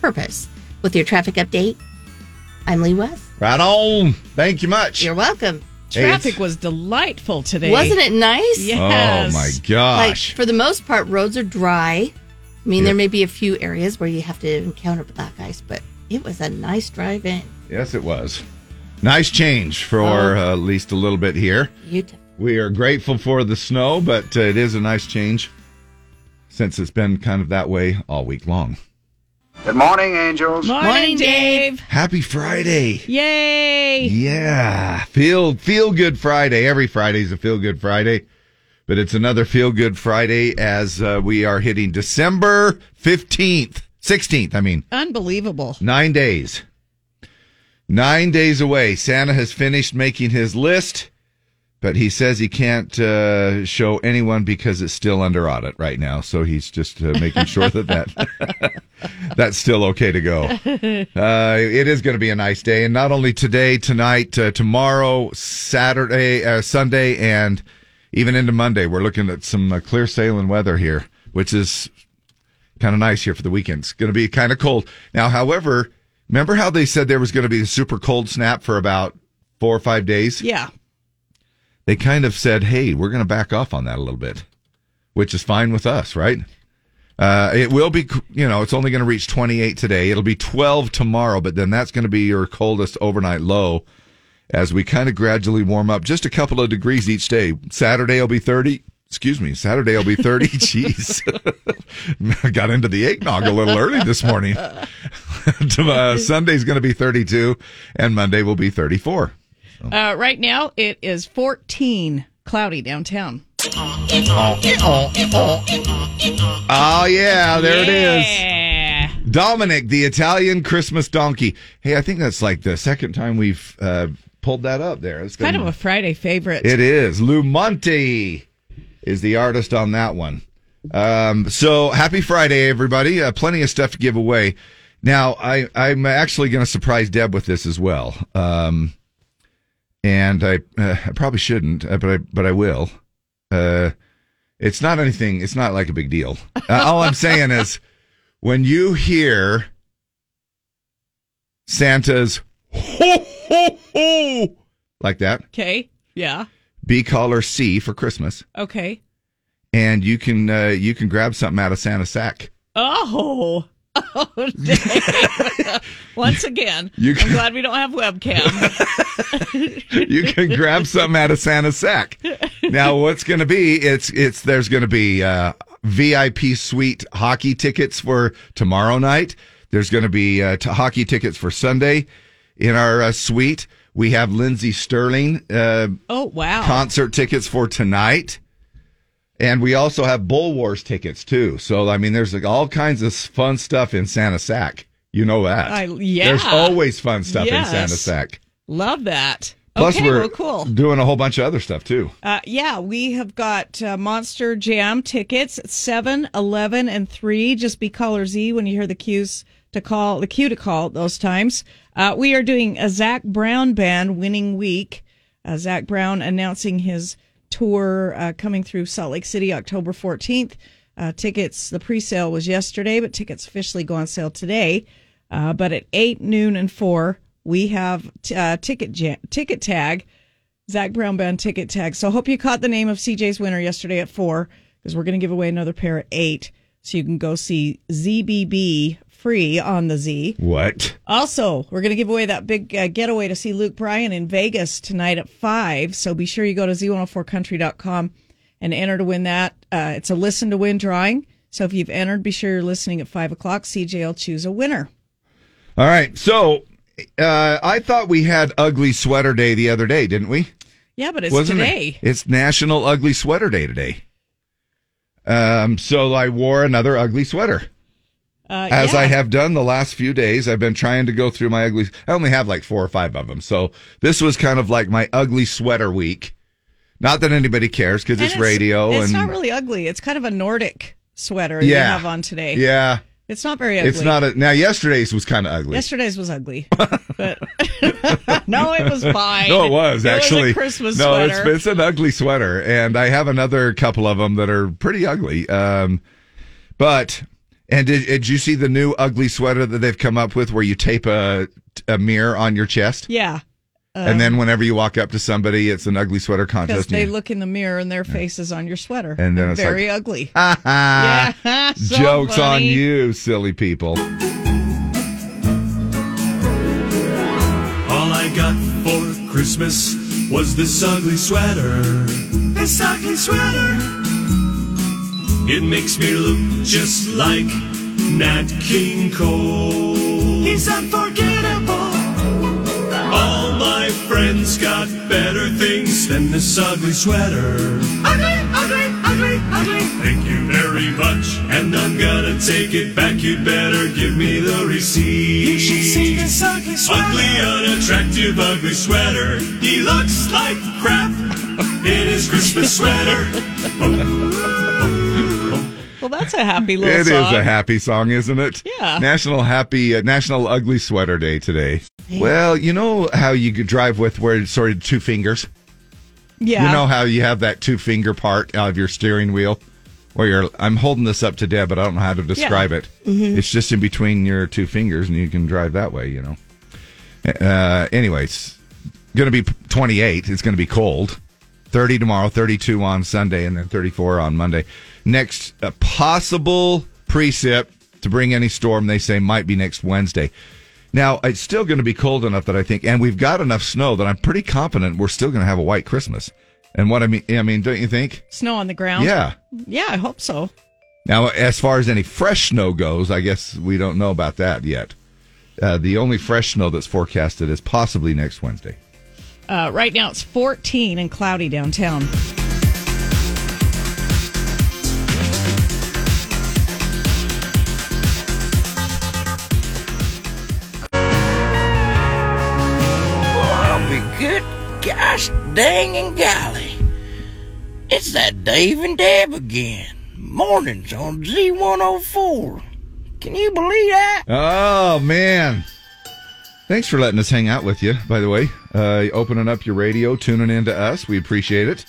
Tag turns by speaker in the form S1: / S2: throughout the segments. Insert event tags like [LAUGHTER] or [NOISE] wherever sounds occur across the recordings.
S1: purpose with your traffic update. I'm Lee West.
S2: Right on. Thank you much.
S1: You're welcome.
S2: Hey, it's-
S3: Traffic was delightful today.
S1: Wasn't it nice?
S3: Yes.
S2: Oh my
S1: Like
S2: gosh.
S1: for the most part, roads are dry. I mean,
S2: Yeah.
S1: there may be a few areas where you have to encounter black ice, but it was a nice drive in.
S2: yes, it was. Nice change for uh, at least a little bit here.
S1: Utah.
S2: We are grateful for the snow, but uh, it is a nice change since it's been kind of that way all week long.
S4: Good morning, angels.
S3: Morning,
S1: Morning,
S3: Dave.
S2: Happy Friday.
S3: Yay.
S2: Yeah. Feel feel good Friday. Every Friday's a feel good Friday. But it's another feel good Friday as uh, we are hitting December 15th, 16th, I mean.
S3: Unbelievable.
S2: Nine days. Nine days away. Santa has finished making his list, but he says he can't uh, show anyone because it's still under audit right now. So he's just uh, making sure that, that [LAUGHS] that's still okay to go. [LAUGHS] Uh, it is going to be a nice day. And not only today, tonight, uh, tomorrow, Saturday, uh, Sunday, and even into Monday, we're looking at some uh, clear sailing weather here, which is kind of nice here for the weekend. It's going to be kind of cold. Now, however, remember how they said there was going to be a super cold snap for about four or five days?
S3: [LAUGHS] Yeah.
S2: They kind of said, hey, we're going to back off on that a little bit, which is fine with us, right? Uh, it will be, you know, it's only going to reach 28 today. It'll be 12 tomorrow, but then that's going to be your coldest overnight low as we kind of gradually warm up just a couple of degrees each day. Saturday will be 30. Excuse me. Saturday will be 30. Jeez. [LAUGHS] I got into the eggnog a little early this
S3: [LAUGHS]
S2: morning. [LAUGHS]
S3: Uh,
S2: Tomorrow- Sunday's going to be 32 and Monday will be 34.
S3: Uh, right now it is 14 cloudy downtown.
S2: Oh, yeah. There it is.
S3: Yeah.
S2: Dominic, the Italian Christmas donkey. Hey, I think that's like the second time we've uh, pulled that up there. It's
S3: Kind
S2: been-
S3: of a Friday favorite.
S2: It is. Lou Monte is the artist on that one. Um, so happy Friday, everybody. Uh, plenty of stuff to give away. Now, I, I'm actually going to surprise Deb with this as well. Um, and I, uh, I probably shouldn't, uh, but I, but I will. Uh, it's not anything, it's not like a big deal. Uh, all I'm saying is when you hear Santa's ho, ho, ho, like that,
S3: Okay. Yeah.
S2: B caller C for Christmas,
S3: Okay.
S2: and you can uh, you can grab something out of Santa's sack.
S3: Oh. [LAUGHS] Oh, Dave. Once again,
S2: You
S3: I'm
S2: can-
S3: glad we don't
S2: [LAUGHS]
S3: have webcam.
S2: You can grab something out of Santa's sack. Now, what's going to be? It's it's there's going to be uh, VIP suite hockey tickets for tomorrow night. There's going to be uh, t- hockey tickets for Sunday in our uh, suite. We have Lindsey Sterling uh,
S3: Oh, wow.
S2: concert tickets for tonight. And we also have Bull Wars tickets too. So I mean, there's like all kinds of fun stuff in Santa Sack. You know that.
S3: I- Uh, yeah.
S2: There's always fun stuff
S3: Yes.
S2: in Santa Sack.
S3: Love that.
S2: Plus,
S3: okay,
S2: we're
S3: well, cool.
S2: doing a whole bunch of other stuff too.
S3: Uh, yeah, we have got uh, Monster Jam tickets 7, 11, and 3. Just be caller Z when you hear the cues to call, the cue to call at those times. Uh, we are doing a Zach Brown band winning week. Uh, Zach Brown announcing his tour uh, coming through Salt Lake City October 14th. Uh, tickets, the pre sale was yesterday, but tickets officially go on sale today. Uh, but at 8, noon, and 4, we have t- uh, ticket, ja- ticket tag. Zach Brown Band ticket tag. So I hope you caught the name of CJ's winner yesterday at four because we're going to give away another pair at eight. So you can go see ZBB free on the Z.
S2: What?
S3: Also, we're going to give away that big uh, getaway to see Luke Bryan in Vegas tonight at five. So be sure you go to z104country.com and enter to win that. Uh, it's a listen to win drawing. So if you've entered, be sure you're listening at five o'clock. CJ will choose a winner.
S2: All right. So uh, I thought we had Ugly Sweater Day the other day, didn't we?
S3: Yeah, but it's
S2: Wasn't it?
S3: today.
S2: It's National Ugly Sweater Day today. Um, so I wore another ugly sweater.
S3: Uh,
S2: as
S3: yeah.
S2: I have done the last few days. I've been trying to go through my ugly. I only have like four or five of them, so this was kind of like my ugly sweater week. Not that anybody cares because
S3: And
S2: it's, radio
S3: It's
S2: and
S3: not really ugly. It's kind of a Nordic sweater you
S2: Yeah.
S3: have on today.
S2: yeah,
S3: It's not very ugly.
S2: it's not a now. Yesterday's was kind of ugly.
S3: Yesterday's was
S2: [LAUGHS]
S3: ugly, but [LAUGHS] no, it was fine.
S2: No, it was actually
S3: a Christmas
S2: no,
S3: sweater.
S2: it's it's an ugly sweater, and I have another couple of them that are pretty ugly. Um, but And did, did you see the new ugly sweater that they've come up with where you tape a, a mirror on your chest?
S3: Yeah. Um,
S2: and then whenever you walk up to somebody, it's an ugly sweater
S3: Because
S2: contest.
S3: they
S2: and you-
S3: look in the mirror and their face is on your sweater.
S2: And then it's like-
S3: very ugly.
S2: [LAUGHS] Ah,
S3: [LAUGHS] Yeah, so
S2: jokes on
S3: funny.
S2: you, silly people.
S5: All I got for Christmas was this ugly sweater. This ugly sweater. It makes me look just like Nat King Cole. He's unforgettable. All my friends got better things than this ugly sweater. Ugly, ugly, ugly, ugly. Thank you very much, and I'm gonna take it back. You'd better give me the receipt. You should see this ugly sweater. Ugly, unattractive, ugly sweater. He looks like crap in his Christmas sweater. [LAUGHS]
S3: Well, that's a happy
S2: It
S3: little
S2: is
S3: song.
S2: a happy song, isn't it?
S3: Yeah.
S2: National Happy uh, National Ugly Sweater Day today. Well, you know how you could drive with where it's sort of two fingers.
S3: yeah.
S2: You know how you have that two finger part of your steering wheel, where you're. I'm holding this up to Deb, but I don't know how to describe it. It's just in between your two fingers, and you can drive that way. You know. Uh, anyways, going to be 28. It's going to be cold. 30 tomorrow, 32 on Sunday, and then 34 on Monday. Next a possible precept to bring any storm, they say, might be next Wednesday. Now, it's still going to be cold enough that I think, and we've got enough snow that I'm pretty confident we're still going to have a white Christmas. And what I mean, I mean, don't you think?
S3: Snow on the ground.
S2: Yeah.
S3: Yeah, I hope so.
S2: Now, as far as any fresh snow goes, I guess we don't know about that yet. Uh, the only fresh snow that's forecasted is possibly next Wednesday.
S3: Uh, right now it's 14 and cloudy downtown.
S6: I'll Oh, be good. Gosh dang and golly. It's that Dave and Deb again. Mornings on Z104. Can you believe that?
S2: Oh man! Thanks for letting us hang out with you. By the way, uh, opening up your radio, tuning in to us, we appreciate it.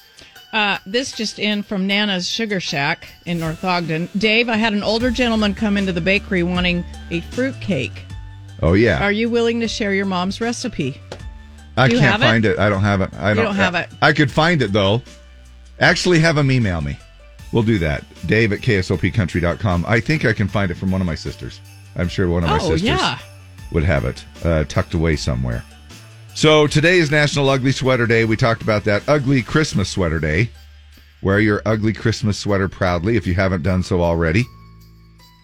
S3: Uh, this just in from Nana's Sugar Shack in North Ogden. Dave, I had an older gentleman come into the bakery wanting a fruit cake.
S2: Oh yeah,
S3: Are you willing to share your mom's recipe?
S2: I
S3: you
S2: can't
S3: have it?
S2: find it? I don't have it. I don't,
S3: don't have it.
S2: I could find it though. Actually, have him email me. We'll do that. Dave at ksopcountry.com. I think I can find it from one of my sisters. I'm sure one of my
S3: oh,
S2: sisters
S3: yeah.
S2: would have it uh, tucked away somewhere. So today is National Ugly Sweater Day. We talked about that ugly Christmas sweater day. Wear your ugly Christmas sweater proudly if you haven't done so already.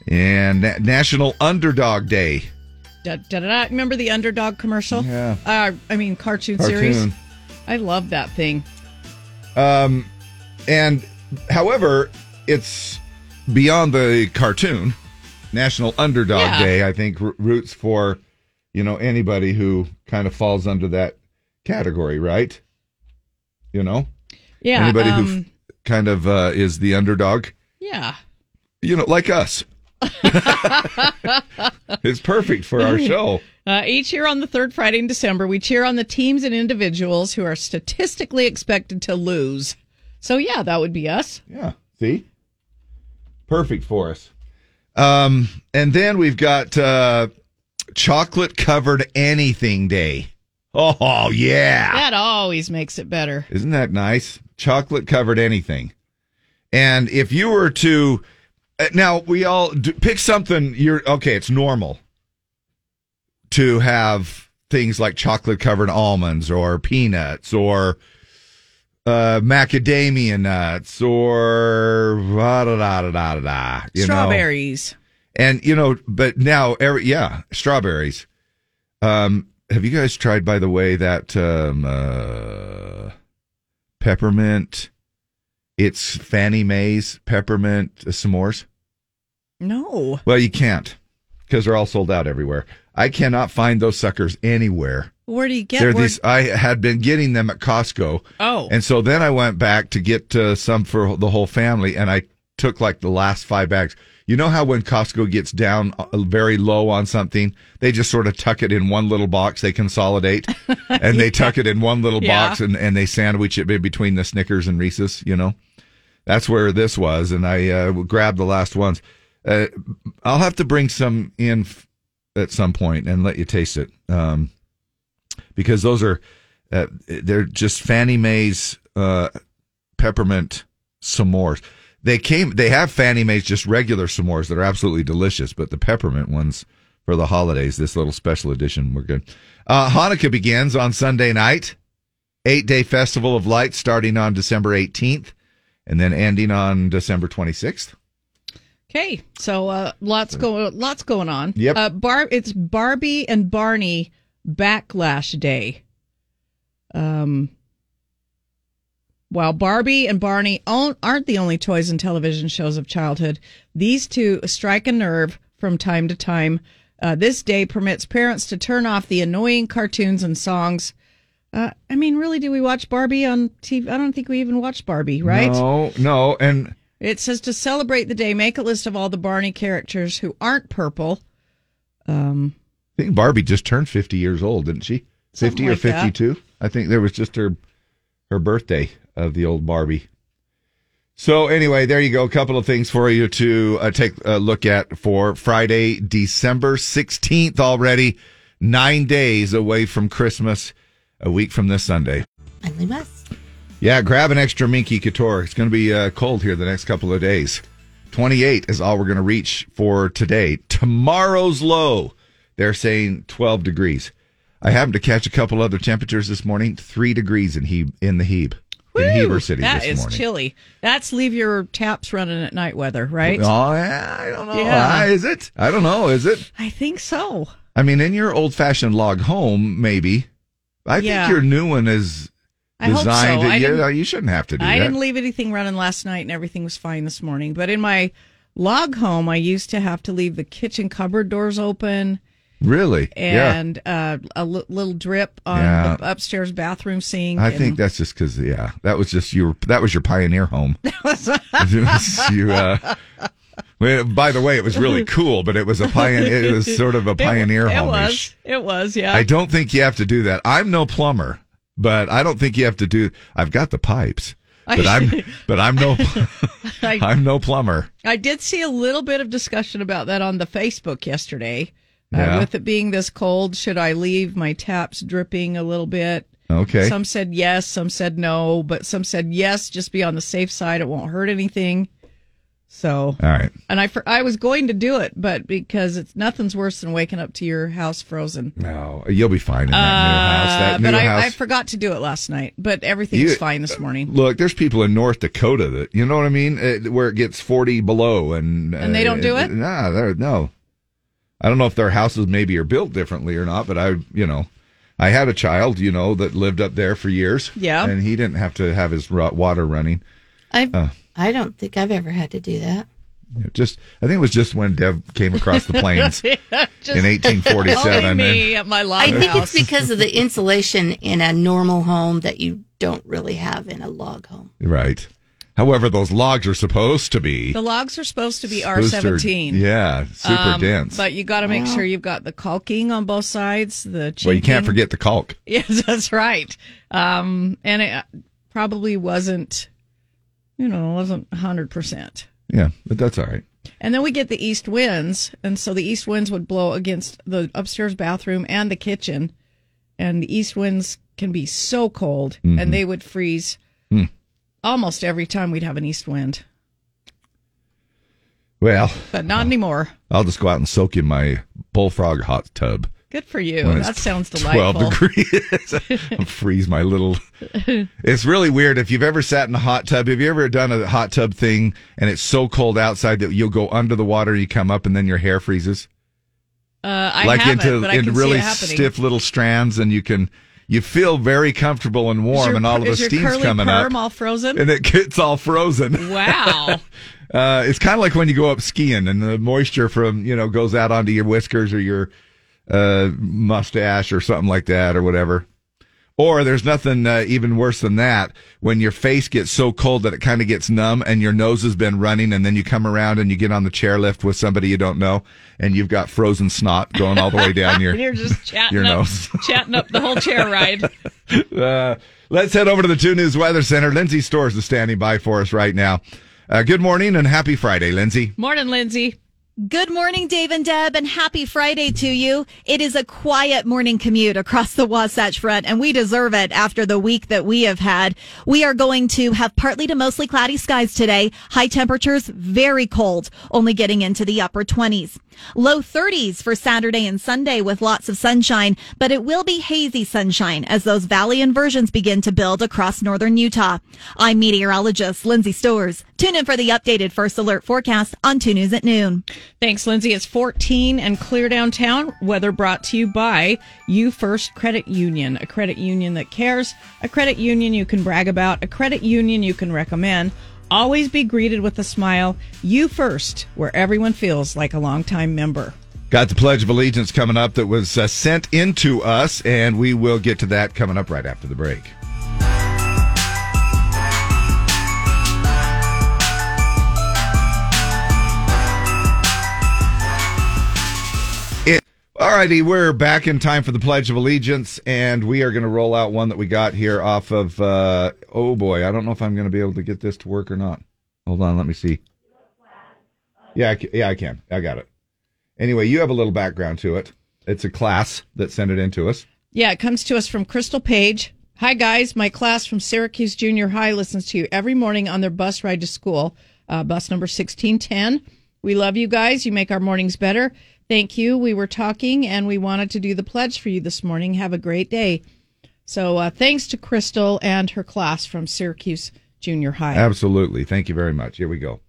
S2: And Na- National Underdog Day.
S3: Da, da, da, da. Remember the underdog commercial?
S2: Yeah.
S3: Uh, I mean, cartoon, series. I love that thing.
S2: Um, and however, it's beyond the cartoon. National Underdog
S3: Yeah.
S2: Day, I think, r- roots for you know anybody who kind of falls under that category, right? You know,
S3: Yeah.
S2: anybody
S3: um,
S2: who f- kind of uh, is the underdog,
S3: Yeah.
S2: you know, like us. [LAUGHS] it's perfect for
S3: [LAUGHS]
S2: our show.
S3: Uh, each year on the third Friday in December, we cheer on the teams and individuals who are statistically expected to lose. So, yeah, that would be us.
S2: Yeah. See? Perfect for us. Um, and then we've got uh, chocolate covered anything day. Oh, yeah.
S3: That always makes it better.
S2: Isn't that nice? Chocolate covered anything. And if you were to uh, now, we all do, pick something you're okay, it's normal to have things like chocolate covered almonds or peanuts or uh, macadamia nuts or da da da da da da. you know?
S3: Strawberries.
S2: And you know, but now, every, yeah, strawberries. Um, have you guys tried, by the way, that um, uh, peppermint? It's Fannie Mae's peppermint s'mores.
S3: No.
S2: Well, you can't because they're all sold out everywhere. I cannot find those suckers anywhere.
S3: Where do you get
S2: They're
S3: where-
S2: these. I had been getting them at Costco,
S3: Oh,
S2: and so then I went back to get uh, some for the whole family, and I took like the last five bags. You know how when Costco gets down uh, very low on something, they just sort of tuck it in one little box. They
S3: [LAUGHS]
S2: consolidate and they tuck it in one little
S3: Yeah.
S2: box and, and they sandwich it in between the Snickers and Reese's, you know? That's where this was. And I uh, grabbed the last ones. Uh, I'll have to bring some in f- at some point and let you taste it, um, because those are uh, they're just Fannie Mae's uh, peppermint s'mores. They came. They have Fannie Mae's just regular s'mores that are absolutely delicious, but the peppermint ones for the holidays. This little special edition, we're good. Uh, Hanukkah begins on Sunday night. Eight day festival of lights starting on December 18th and then ending on December 26th.
S3: Okay, so uh, lots going lots going on.
S2: Yep.
S3: Uh, Bar it's Barbie and Barney Backlash Day. Um, while Barbie and Barney own, aren't the only toys and television shows of childhood, these two strike a nerve from time to time. Uh, this day permits parents to turn off the annoying cartoons and songs. Uh, I mean, really, do we watch Barbie on TV? I don't think we even watch Barbie, right?
S2: No, no. And
S3: It says to celebrate the day, make a list of all the Barney characters who aren't purple. Um,
S2: I think Barbie just turned 50 years old, didn't she? 50
S3: Something
S2: or
S3: like that.
S2: 52? I think there was just her her birthday of the old Barbie. So anyway, there you go. A couple of things for you to uh, take a look at for Friday, December 16th already, 9 days away from Christmas, a week from this Sunday.
S1: Finally, Wes.
S2: Yeah, grab an extra Minky Couture. It's going to be uh, cold here the next couple of days. 28 is all we're going to reach for today. Tomorrow's low, they're saying 12 degrees. I happened to catch a couple other temperatures this morning. Three degrees in Hebe, in the Hebe, in Heber City
S3: that
S2: this
S3: is
S2: morning.
S3: chilly. That's leave your taps running at night weather, right?
S2: Oh, yeah, I don't know.
S3: Yeah.
S2: Ah, is it? I don't know. Is it?
S3: I think so.
S2: I mean, in your old-fashioned log home, maybe. I
S3: Yeah.
S2: think your new one is
S3: I hope so.
S2: designed.
S3: I
S2: yeah,
S3: didn't-
S2: you shouldn't have to do
S3: I
S2: that.
S3: didn't leave anything running last night and everything was fine this morning. But in my log home, I used to have to leave the kitchen cupboard doors open
S2: really? yeah.
S3: and uh, a l- little drip on
S2: Yeah.
S3: the upstairs bathroom sink.
S2: I
S3: and- [LAUGHS]
S2: think that's just because, yeah, that was just your that was your pioneer home. [LAUGHS] It was- you, uh, well, by the way, it was really cool, but it was a pioneer. It was sort of a
S3: [LAUGHS] It-
S2: pioneer
S3: It,
S2: home.
S3: was. It was, yeah.
S2: I don't think you have to do that. I'm no plumber, but I don't think you have to do. I've got the pipes, but
S3: [LAUGHS]
S2: I'm but I'm no
S3: [LAUGHS] I-
S2: I'm no plumber.
S3: I did see a little bit of discussion about that on the Facebook yesterday. Uh,
S2: Yeah.
S3: with it being this cold, should I leave my taps dripping a little bit?
S2: Okay.
S3: Some said yes, some said no, but some said yes, just be on the safe side. It won't hurt anything. So,
S2: All right.
S3: and I, for, I was going to do it, but because it's nothing's worse than waking up to your house frozen.
S2: No, you'll be fine in that new house.
S3: Uh,
S2: That new
S3: but
S2: house.
S3: I, I forgot to do it last night, but everything's
S2: You-
S3: fine this morning.
S2: Uh, Look, there's people in North Dakota that you know what I mean, uh, where it gets 40 below, and uh,
S3: And they don't do it?
S2: Nah, they're- no. I don't know if their houses maybe are built differently or not, but I, you know, I had a child, you know, that lived up there for years.
S3: Yeah.
S2: and he didn't have to have his ro- water running.
S1: I
S2: Uh.
S1: I don't think I've ever had to do that.
S2: You know, Just, I think it was just when Dev came across the
S3: [LAUGHS]
S2: plains in
S3: Just
S2: 1847.
S3: Only
S2: and-
S3: me at my log
S1: I think
S3: house.
S1: it's because of the insulation in a normal home that you don't really have in a log home.
S2: right. However, those logs are supposed to be
S3: the logs are supposed to be R
S2: supposed to-
S3: seventeen.
S2: Yeah, super
S3: Um,
S2: dense.
S3: But you got to make sure you've got the caulking on both sides. The
S2: well, you can't
S3: chinking.
S2: forget the caulk.
S3: [LAUGHS] Yes, that's right. Um, and it uh, probably wasn't, you know, wasn't hundred percent.
S2: Yeah, but that's all right.
S3: And then we get the east winds, and so the east winds would blow against the upstairs bathroom and the kitchen, and the east winds can be so cold,
S2: Mm-hmm.
S3: and they would freeze
S2: Hmm.
S3: almost every time we'd have an east wind,
S2: Well,
S3: but not anymore.
S2: I'll just go out and soak in my bullfrog hot tub.
S3: Good for you.
S2: when it's
S3: That sounds
S2: [LAUGHS]
S3: delightful.
S2: Twelve degrees. [LAUGHS] I'll freeze my little. [LAUGHS]
S3: [LAUGHS]
S2: It's really weird if you've ever sat in a hot tub. Have you ever done a hot tub thing and it's so cold outside that you'll go under the water, you come up, and then your hair freezes,
S3: Uh, I
S2: like
S3: haven't,
S2: into
S3: but I
S2: in
S3: can see
S2: really
S3: it happening.
S2: stiff little strands, and you can you feel very comfortable and
S3: Is
S2: warm,
S3: your-
S2: and all of a
S3: is your
S2: steam's
S3: curly
S2: coming
S3: perm
S2: up,
S3: all frozen.
S2: and it gets all frozen. [LAUGHS]
S3: [LAUGHS] wow.
S2: Uh, it's kind of like when you go up skiing and the moisture from you know goes out onto your whiskers or your uh, mustache or something like that or whatever. Or there's nothing uh, even worse than that when your face gets so cold that it kind of gets numb and your nose has been running and then you come around and you get on the chairlift with somebody you don't know and you've got frozen snot going all the way down your
S3: [LAUGHS] You're just chatting
S2: Your
S3: up,
S2: nose. [LAUGHS]
S3: [LAUGHS] chatting up the whole chair ride.
S2: Uh, let's head over to the 2 News Weather Center. Lindsay Stores is standing by for us right now. Uh, good morning and happy Friday, Lindsay.
S3: Morning, Lindsay.
S7: Good morning, Dave and Deb, and happy Friday to you. It is a quiet morning commute across the Wasatch Front, and we deserve it after the week that we have had. We are going to have partly to mostly cloudy skies today. High temperatures, very cold, only getting into the upper 20s. Low 30s for Saturday and Sunday with lots of sunshine, but it will be hazy sunshine as those valley inversions begin to build across northern Utah. I'm meteorologist Lindsay Stores. Tune in for the updated First Alert forecast on 2 News at noon.
S3: Thanks, Lindsay. It's 14 and [LAUGHS] clear downtown. Weather brought to you by You First Credit Union, a credit union that cares, a credit union you can brag about, a credit union you can recommend. Always be greeted with a smile. You First, where everyone feels like a longtime member.
S2: Got the Pledge of Allegiance coming up that was uh, sent into us, and we will get to that coming up right after the break. It, alrighty, we're back in time for the Pledge of Allegiance, and we are going to roll out one that we got here off of. Uh, oh boy, I don't know if I'm going to be able to get this to work or not. Hold on, let me see. Yeah, I, ca- yeah, I can. I got it. Anyway, you have a little background to it. It's a class that sent it in to us.
S3: Yeah, it comes to us from Crystal Page. Hi, guys. My class from Syracuse Junior High listens to you every morning on their bus ride to school, uh, bus number 1610. We love you guys. You make our mornings better. Thank you. We were talking and we wanted to do the pledge for you this morning. Have a great day. So, uh, thanks to Crystal and her class from Syracuse Junior High.
S2: Absolutely. Thank you very much. Here we go.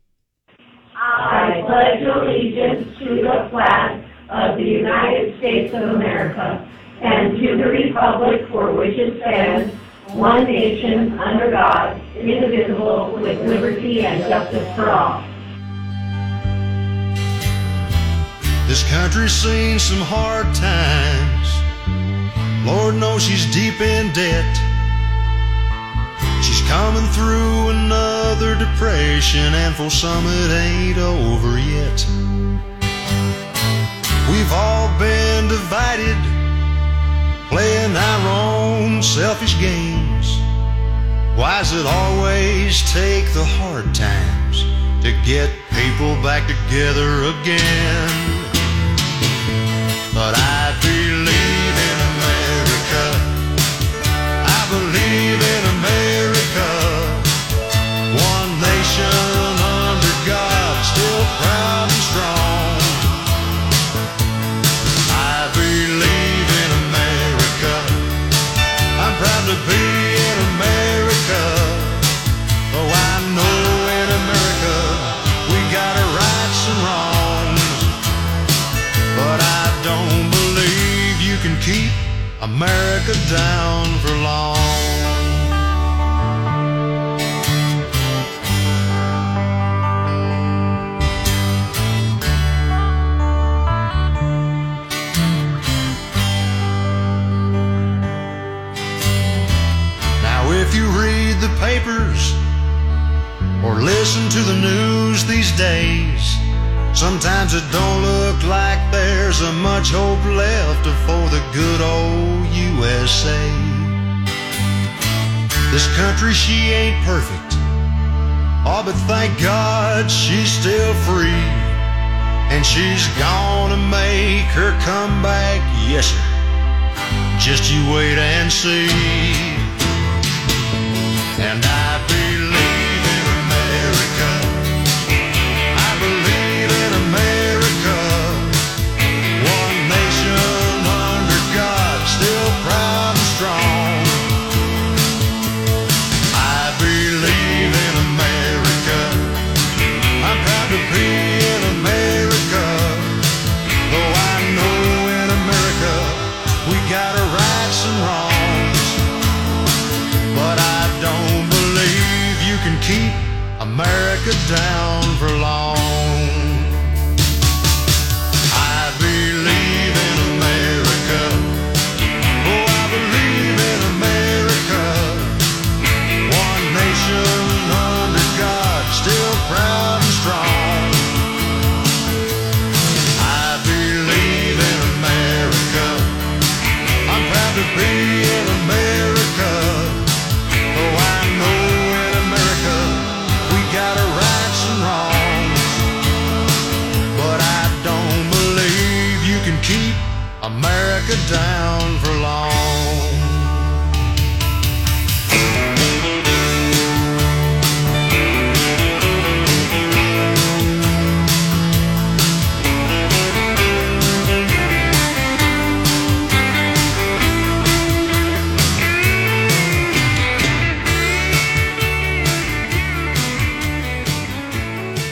S8: I pledge allegiance to the flag of the United States of America and to the republic for which it stands, one nation under God, indivisible, with liberty and justice for all.
S9: This country's seen some hard times. Lord knows she's deep in debt. She's coming through another depression, and for some it ain't over yet. We've all been divided, playing our own selfish games. Why's it always take the hard times to get people back together again? But I believe in America. I believe in America. One nation under God, still proud and strong. I believe in America. I'm proud to be in America. Though I know in America we got our rights and wrongs. But I don't believe you can keep America down for long. Now, if you read the papers or listen to the news these days, sometimes it don't look like there's a much hope left for the good old USA. This country, she ain't perfect. Oh, but thank God she's still free. And she's gonna make her comeback, yes, sir. Just you wait and see. And I believe in America. I believe in America. One nation under God, still proud and strong. I believe in America. I'm proud to be in America. Though I know in America we got our rights and wrongs. But I don't believe you can keep America down for long. I believe in America. Oh, I believe in America. One nation under God, still proud and strong. I believe in America. I'm proud to be in America. Oh, I know in America we got our rights and wrongs. America down for long.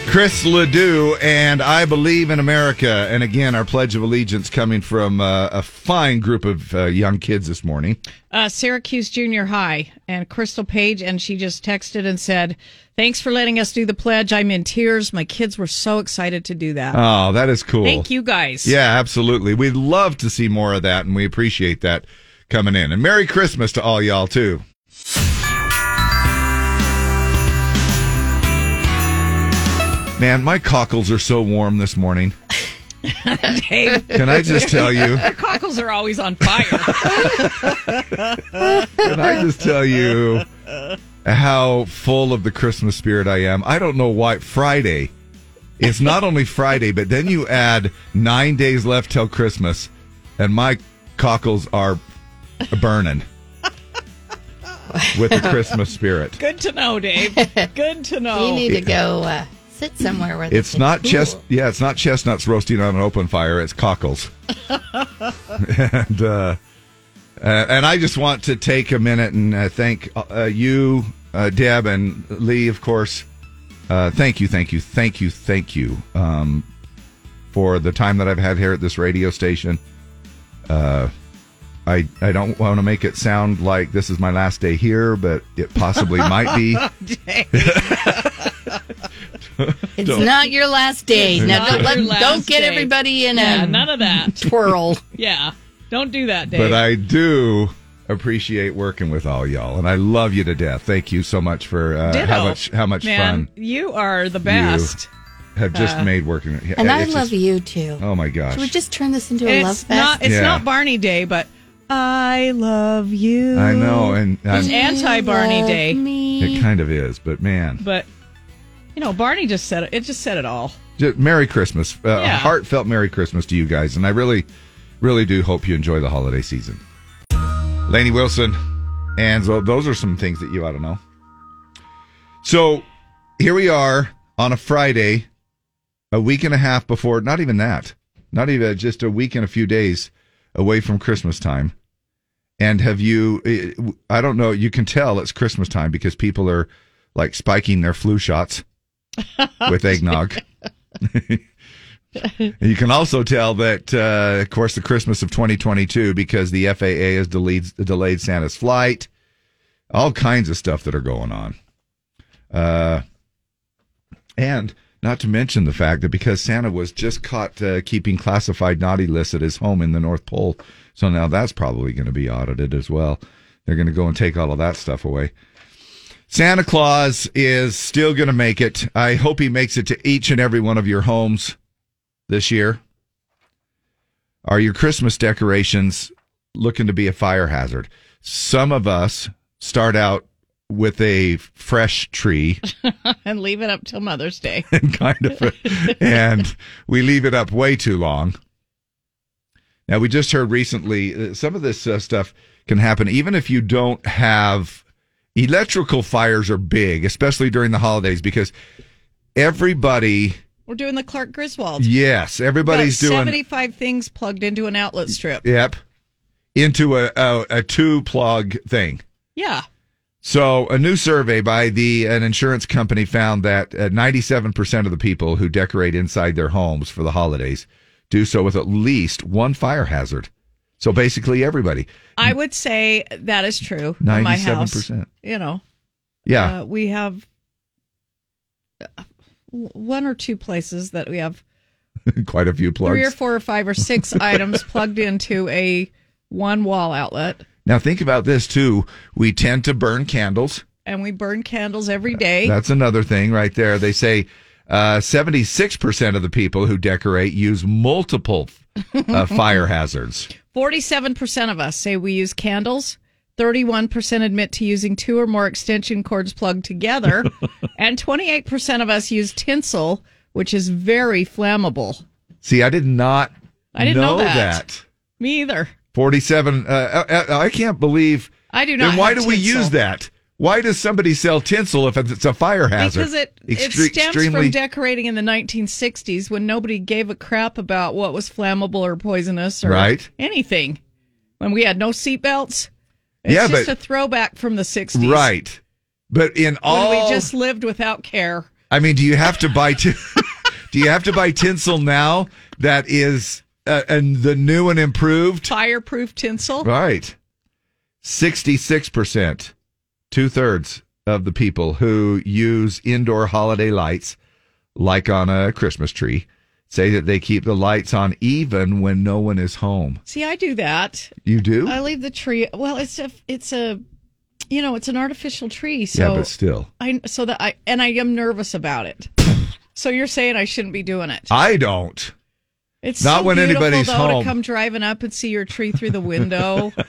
S2: Chris Ledoux and I Believe in America. And again, our Pledge of Allegiance coming from uh, a fine group of uh, young kids this morning.
S3: uh, Syracuse Junior High and Crystal Page, and she just texted and said, "Thanks for letting us do the pledge. I'm in tears. My kids were so excited to do that.
S2: Oh, that is cool.
S3: Thank you guys.
S2: Yeah, absolutely. We'd love to see more of that, and we appreciate that coming in. And Merry Christmas to all y'all, too. Man, my cockles are so warm this morning.
S3: Dave.
S2: Can I just tell you?
S3: Your cockles are always on fire.
S2: Can I just tell you how full of the Christmas spirit I am? I don't know why Friday. It's not only Friday, but then you add nine days left till Christmas, and my cockles are burning with the Christmas spirit.
S3: Good to know,
S1: [LAUGHS]
S3: Dave. Good to know.
S1: You need to go uh, sit somewhere where
S2: It's
S1: they
S2: not
S1: cool.
S2: chest, yeah, it's not chestnuts roasting on an open fire. It's cockles, [LAUGHS] and uh, uh, and I just want to take a minute and uh, thank uh, you, uh, Deb and Lee, of course. Uh, thank you, thank you, thank you, thank you um, for the time that I've had here at this radio station. Uh, I I don't want to make it sound like this is my last day here, but it [LAUGHS] possibly might
S3: [LAUGHS]
S2: be.
S1: [LAUGHS]
S3: Oh,
S2: [LAUGHS]
S1: It's
S2: Don't-
S1: [LAUGHS] not your last day.
S2: It's
S1: Now,
S2: not [LAUGHS]
S1: don't,
S2: your
S1: let- [LAUGHS] don't
S3: last
S1: get
S3: day.
S1: everybody in
S3: Yeah,
S1: a
S3: none of that.
S1: twirl.
S3: yeah, don't do that, Dave.
S2: But I do appreciate working with all y'all, and I love you to death. Thank you so much for uh,
S3: Ditto.
S2: how much how much
S3: Man,
S2: fun
S3: You are the best.
S2: you have just
S3: Uh,
S2: made working. with-
S1: And I
S2: it's
S1: love
S2: just-
S1: you too.
S2: Oh my gosh!
S1: Should we just turn this into a
S3: it's
S1: love fest?
S3: not. It's
S2: Yeah.
S3: not Barney Day, but I love you.
S2: I know, and
S3: it's
S2: I'm-
S3: anti Barney
S1: love
S3: Day,
S2: it kind of is, but man,
S3: but you know, Barney just said it. It just said it all. [LAUGHS]
S2: just, Merry Christmas! Uh, a
S3: Yeah.
S2: Heartfelt Merry Christmas to you guys, and I really, really do hope you enjoy the holiday season. Laney Wilson, and so those are some things that you ought to know. So here we are on a Friday, a week and a half before, not even that, not even uh, just a week and a few days away from Christmas time. And have you, I don't know, you can tell it's Christmas time because people are like spiking their flu shots with eggnog. [LAUGHS] you can also tell that, uh, of course, the Christmas of 2022 because the FAA has delayed, delayed Santa's flight, all kinds of stuff that are going on. Uh, and not to mention the fact that because Santa was just caught uh, keeping classified naughty lists at his home in the North Pole, so now that's probably going to be audited as well. They're going to go and take all of that stuff away. Santa Claus is still going to make it. I hope he makes it to each and every one of your homes this year. Are your Christmas decorations looking to be a fire hazard? Some of us start out with a fresh tree
S3: and leave it up till
S2: [LAUGHS]
S3: Mother's Day.
S2: kind of and we leave it up way too long. Now we just heard recently uh, some of this uh, stuff can happen even if you don't have electrical fires are big, especially during the holidays because everybody
S3: We're doing the Clark Griswold.
S2: yes, everybody's
S3: Got
S2: doing
S3: seventy-five things plugged into an outlet strip.
S2: yep into a a, a two plug thing.
S3: Yeah.
S2: So, a new survey by the an insurance company found that uh, 97% of the people who decorate inside their homes for the holidays do so with at least one fire hazard. So basically everybody. [LAUGHS]
S3: I would say that is true. in my house.
S2: 97%.
S3: You know.
S2: Yeah.
S3: Uh, we have uh, one or two places that we have
S2: Quite a few plugs.
S3: three or four or five
S2: [LAUGHS]
S3: or six items plugged into a one wall outlet,
S2: Now think about this too. We tend to burn candles.
S3: and we burn candles every day.
S2: That's another thing right there. They say uh, 76% of the people who decorate use multiple
S3: [LAUGHS]
S2: uh, fire hazards.
S3: Forty-seven percent of us say we use candles. Thirty-one percent admit to using two or more extension cords
S2: [LAUGHS]
S3: plugged together, and twenty-eight percent of us use tinsel, which is very flammable.
S2: See, I did not
S3: I didn't know that. Me either.
S2: 47. Uh, I- I, I can't believe.
S3: I do not
S2: Then why
S3: have
S2: do we
S3: tinsel.
S2: use that? Why does somebody sell tinsel if it's a fire hazard?
S3: Because it, it
S2: Extre-
S3: stems
S2: extremely-
S3: from decorating in the 1960s when nobody gave a crap about what was flammable or poisonous or
S2: Right.
S3: anything. When we had no seatbelts. It's
S2: Yeah,
S3: just
S2: but-
S3: a throwback from the 60s.
S2: Right. But in
S3: When
S2: all.
S3: we just lived without care.
S2: I mean, do you have to buy tin [LAUGHS] do you have to buy tinsel now that is uh, and the new and improved?
S3: Fireproof tinsel.
S2: Right. 66%, two thirds of the people who use indoor holiday lights, like on a Christmas tree, say that they keep the lights on even when no one is home.
S3: See, I do that.
S2: You do?
S3: I leave the tree. Well, it's a, it's a, you know, it's an artificial tree. So
S2: yeah, but still.
S3: I, so that I, and I am nervous about it. so you're saying I shouldn't be doing it.
S2: I don't.
S3: It's
S2: Not
S3: so
S2: when
S3: beautiful,
S2: anybody's
S3: though,
S2: home.
S3: To come driving up and see your tree through the window.
S2: [LAUGHS]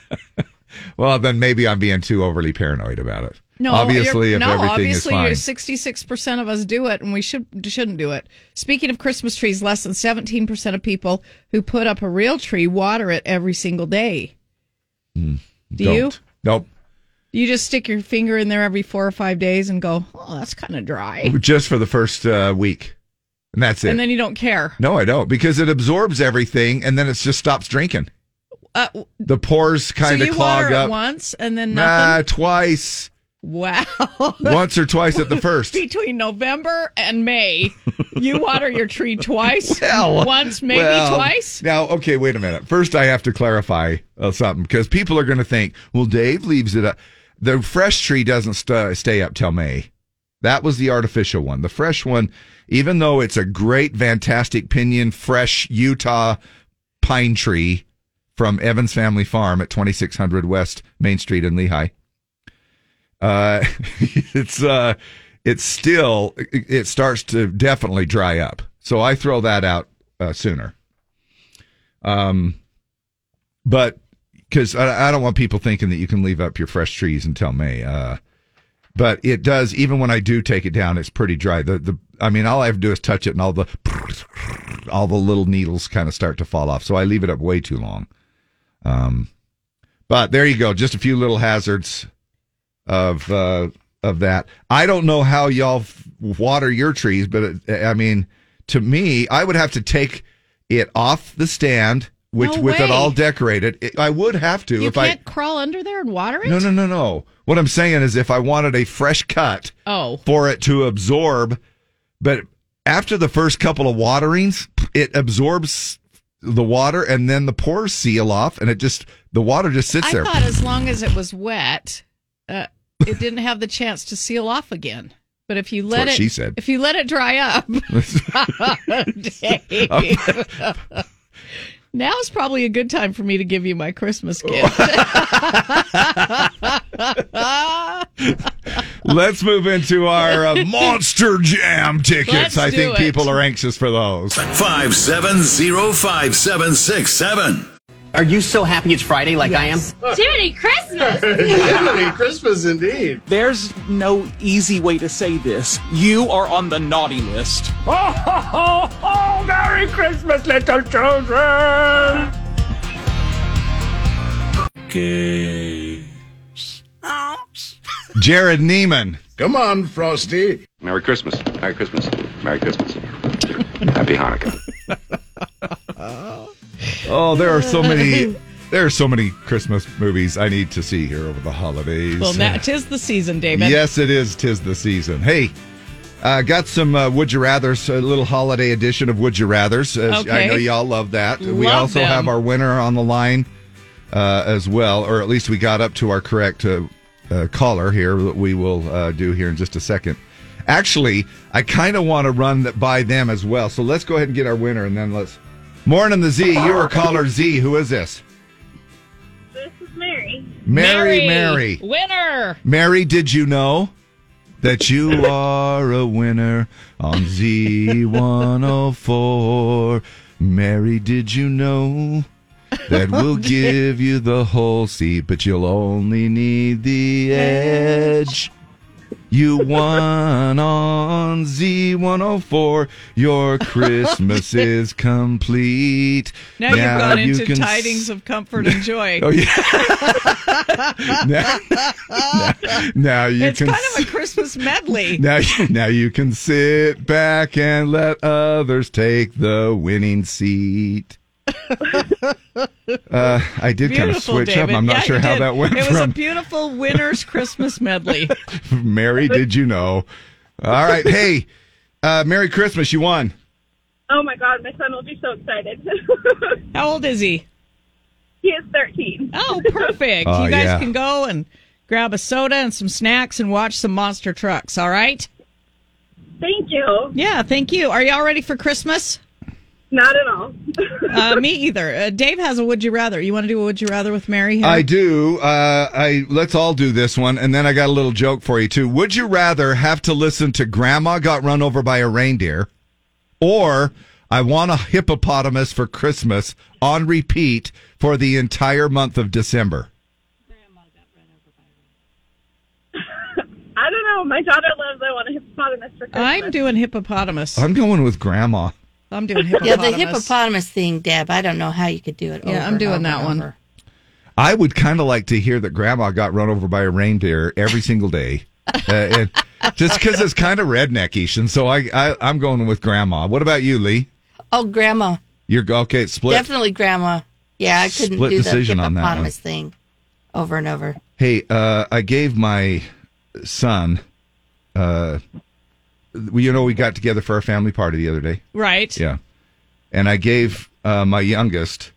S2: Well, then maybe I'm being too overly paranoid about it.
S3: No,
S2: obviously,
S3: you're-
S2: if
S3: no,
S2: everything
S3: obviously,
S2: is fine.
S3: sixty-six percent of us do it, and we should shouldn't do it. Speaking of Christmas trees, less than seventeen percent of people who put up a real tree water it every single day.
S2: Mm,
S3: Do
S2: don't.
S3: you?
S2: Nope.
S3: You just stick your finger in there every four or five days and go, "Oh, that's kind of dry,"
S2: Just for the first uh, week. And that's it.
S3: and then you don't care.
S2: no, I don't, because it absorbs everything and then it just stops drinking.
S3: Uh,
S2: The pores kind
S3: so
S2: of
S3: you
S2: clog
S3: water
S2: up.
S3: it once and then
S2: Nah,
S3: nothing. [LAUGHS]
S2: twice.
S3: Wow.
S2: Once or twice
S3: [LAUGHS]
S2: at the first.
S3: Between November
S2: [LAUGHS]
S3: and May, you water your tree twice.
S2: Well,
S3: once, maybe
S2: well,
S3: twice.
S2: Now, okay, wait a minute. First, I have to clarify uh, something because people are going to think, well, Dave leaves it up. The fresh tree doesn't st- stay up till May. That was the artificial one. The fresh one, even though it's a great, fantastic pinion, fresh Utah pine tree from Evans Family Farm at 2600 West Main Street in Lehigh. Uh, [LAUGHS] it's uh, it's still it it starts to definitely dry up. So I throw that out uh, sooner. Um, but because I, I don't want people thinking that you can leave up your fresh trees until May. Uh, but it does. Even when I do take it down, it's pretty dry. The the I mean, all I have to do is touch it, and all the all the little needles kind of start to fall off. So I leave it up way too long. Um, but there you go. Just a few little hazards of uh, of that. I don't know how y'all f- water your trees, but it, I mean, to me, I would have to take it off the stand, which
S3: No
S2: with it
S3: way.
S2: all decorated, it, I would have to
S3: You
S2: if
S3: can't
S2: I.
S3: crawl under there and water it?
S2: No, no, no, no. What I'm saying is, if I wanted a fresh cut
S3: Oh.
S2: for it to absorb, but after the first couple of waterings, it absorbs the water and then the pores seal off, and it just the water just sits
S3: I
S2: there.
S3: thought as long as it was wet, uh, it didn't have the chance to seal off again. But if you let
S2: what
S3: it,
S2: she said.
S3: if you let it dry up,
S2: [LAUGHS]
S3: [LAUGHS] Dave. now's probably a good time for me to give you my Christmas
S2: [LAUGHS]
S3: gift.
S2: [LAUGHS] Let's move into our
S3: [LAUGHS]
S2: uh, Monster Jam tickets.
S5: Let's
S2: I
S5: do
S2: think
S5: it.
S2: people are anxious for those.
S5: 5705767.
S10: Are you so happy it's Friday like I am?
S11: Jiminy Christmas!
S10: Christmas indeed. There's no easy way to say this. You are on the naughty list.
S11: [LAUGHS] oh, oh, oh, oh, Merry Christmas, little children!
S2: Jared Neiman.
S12: Come on, Frosty. Merry Christmas. Merry Christmas. Merry Christmas. Happy Hanukkah.
S2: Oh, there are so many. There are so many Christmas movies I need to see here over the holidays.
S3: well, now tis the season, David.
S2: Yes, it is. Tis the season. Hey, uh, got some uh, Would You Rather's, a little holiday edition of Would You Rather's. As I
S13: Okay.
S2: know y'all love that. we
S13: Love
S2: also
S13: them.
S2: have our winner on the line uh, as well, or at least we got up to our correct uh, uh, caller here that we will uh, do here in just a second. Actually, I kind of want to run that by them as well. So let's go ahead and get our winner, and then let's. Morning, the Z. You are caller Z. Who is this?
S11: This is Mary.
S2: Mary, Mary.
S3: Winner!
S2: Mary, did you know that
S3: [LAUGHS]
S2: you are a winner on Z104? Mary, did you know that
S3: [LAUGHS]
S2: we'll give you the whole seat, but you'll only need the edge? You won on Z104. Your
S3: [LAUGHS]
S2: Christmas is complete.
S3: Now, you've gone
S2: you
S3: into
S2: can
S3: tidings of comfort and joy.
S2: [LAUGHS] Oh,
S3: [LAUGHS]
S2: yeah. now, now you
S3: it's
S2: can
S3: kind of a Christmas
S2: [LAUGHS]
S3: medley.
S2: now, you- now you can sit back and let others take the winning seat. Uh, I did kind of
S3: Beautiful,
S2: switch
S3: David.
S2: up. I'm not
S3: Yeah,
S2: sure
S3: you
S2: how
S3: did.
S2: that went
S3: It was a
S2: from
S3: beautiful winter's Christmas medley.
S2: [LAUGHS] Mary. Did you know? All right. Hey, uh, Merry Christmas. You won.
S13: Oh my god, my son will be so excited.
S3: How
S2: [LAUGHS]
S3: old is he?
S13: He is 13.
S3: Oh, perfect.
S2: Oh,
S3: you guys
S2: yeah.
S3: can go and grab a soda and some snacks and watch some monster trucks, all right?
S13: Thank you.
S3: Yeah, thank you. Are y'all ready for Christmas?
S13: Not at all. [LAUGHS]
S3: uh, me either. Uh, Dave has a would you rather. You want to do a would you rather with Mary? Here?
S2: I do. Uh, I let's all do this one, and then I got a little joke for you too. Would you rather have to listen to Grandma got run over by a reindeer, or I want a hippopotamus for Christmas on repeat for the entire month of December?
S13: I don't know. My daughter loves I want a hippopotamus for Christmas.
S3: I'm doing hippopotamus.
S2: I'm going with Grandma.
S14: [LAUGHS]
S3: I'm doing
S1: Yeah, the
S3: hippopotamus.
S1: hippopotamus thing, Deb. I don't know how you could do it.
S3: Yeah,
S1: over
S3: I'm
S1: and
S3: doing
S1: over
S3: that
S1: and
S3: one.
S1: over.
S2: I would kind of like to hear that Grandma got run over by a reindeer every single day, uh, and just because it's kind of redneckish, and so I, I I'm going with Grandma. What about you, Lee?
S1: Oh, grandma.
S2: You're okay. It's split.
S1: Definitely grandma. Yeah, I couldn't
S2: Split
S1: do the
S2: decision on that one.
S1: hippopotamus thing over and over.
S2: Hey, uh, I gave my son. Uh, we- you know, we got together for our family party the other day.
S3: Right.
S2: Yeah, and I gave uh, my youngest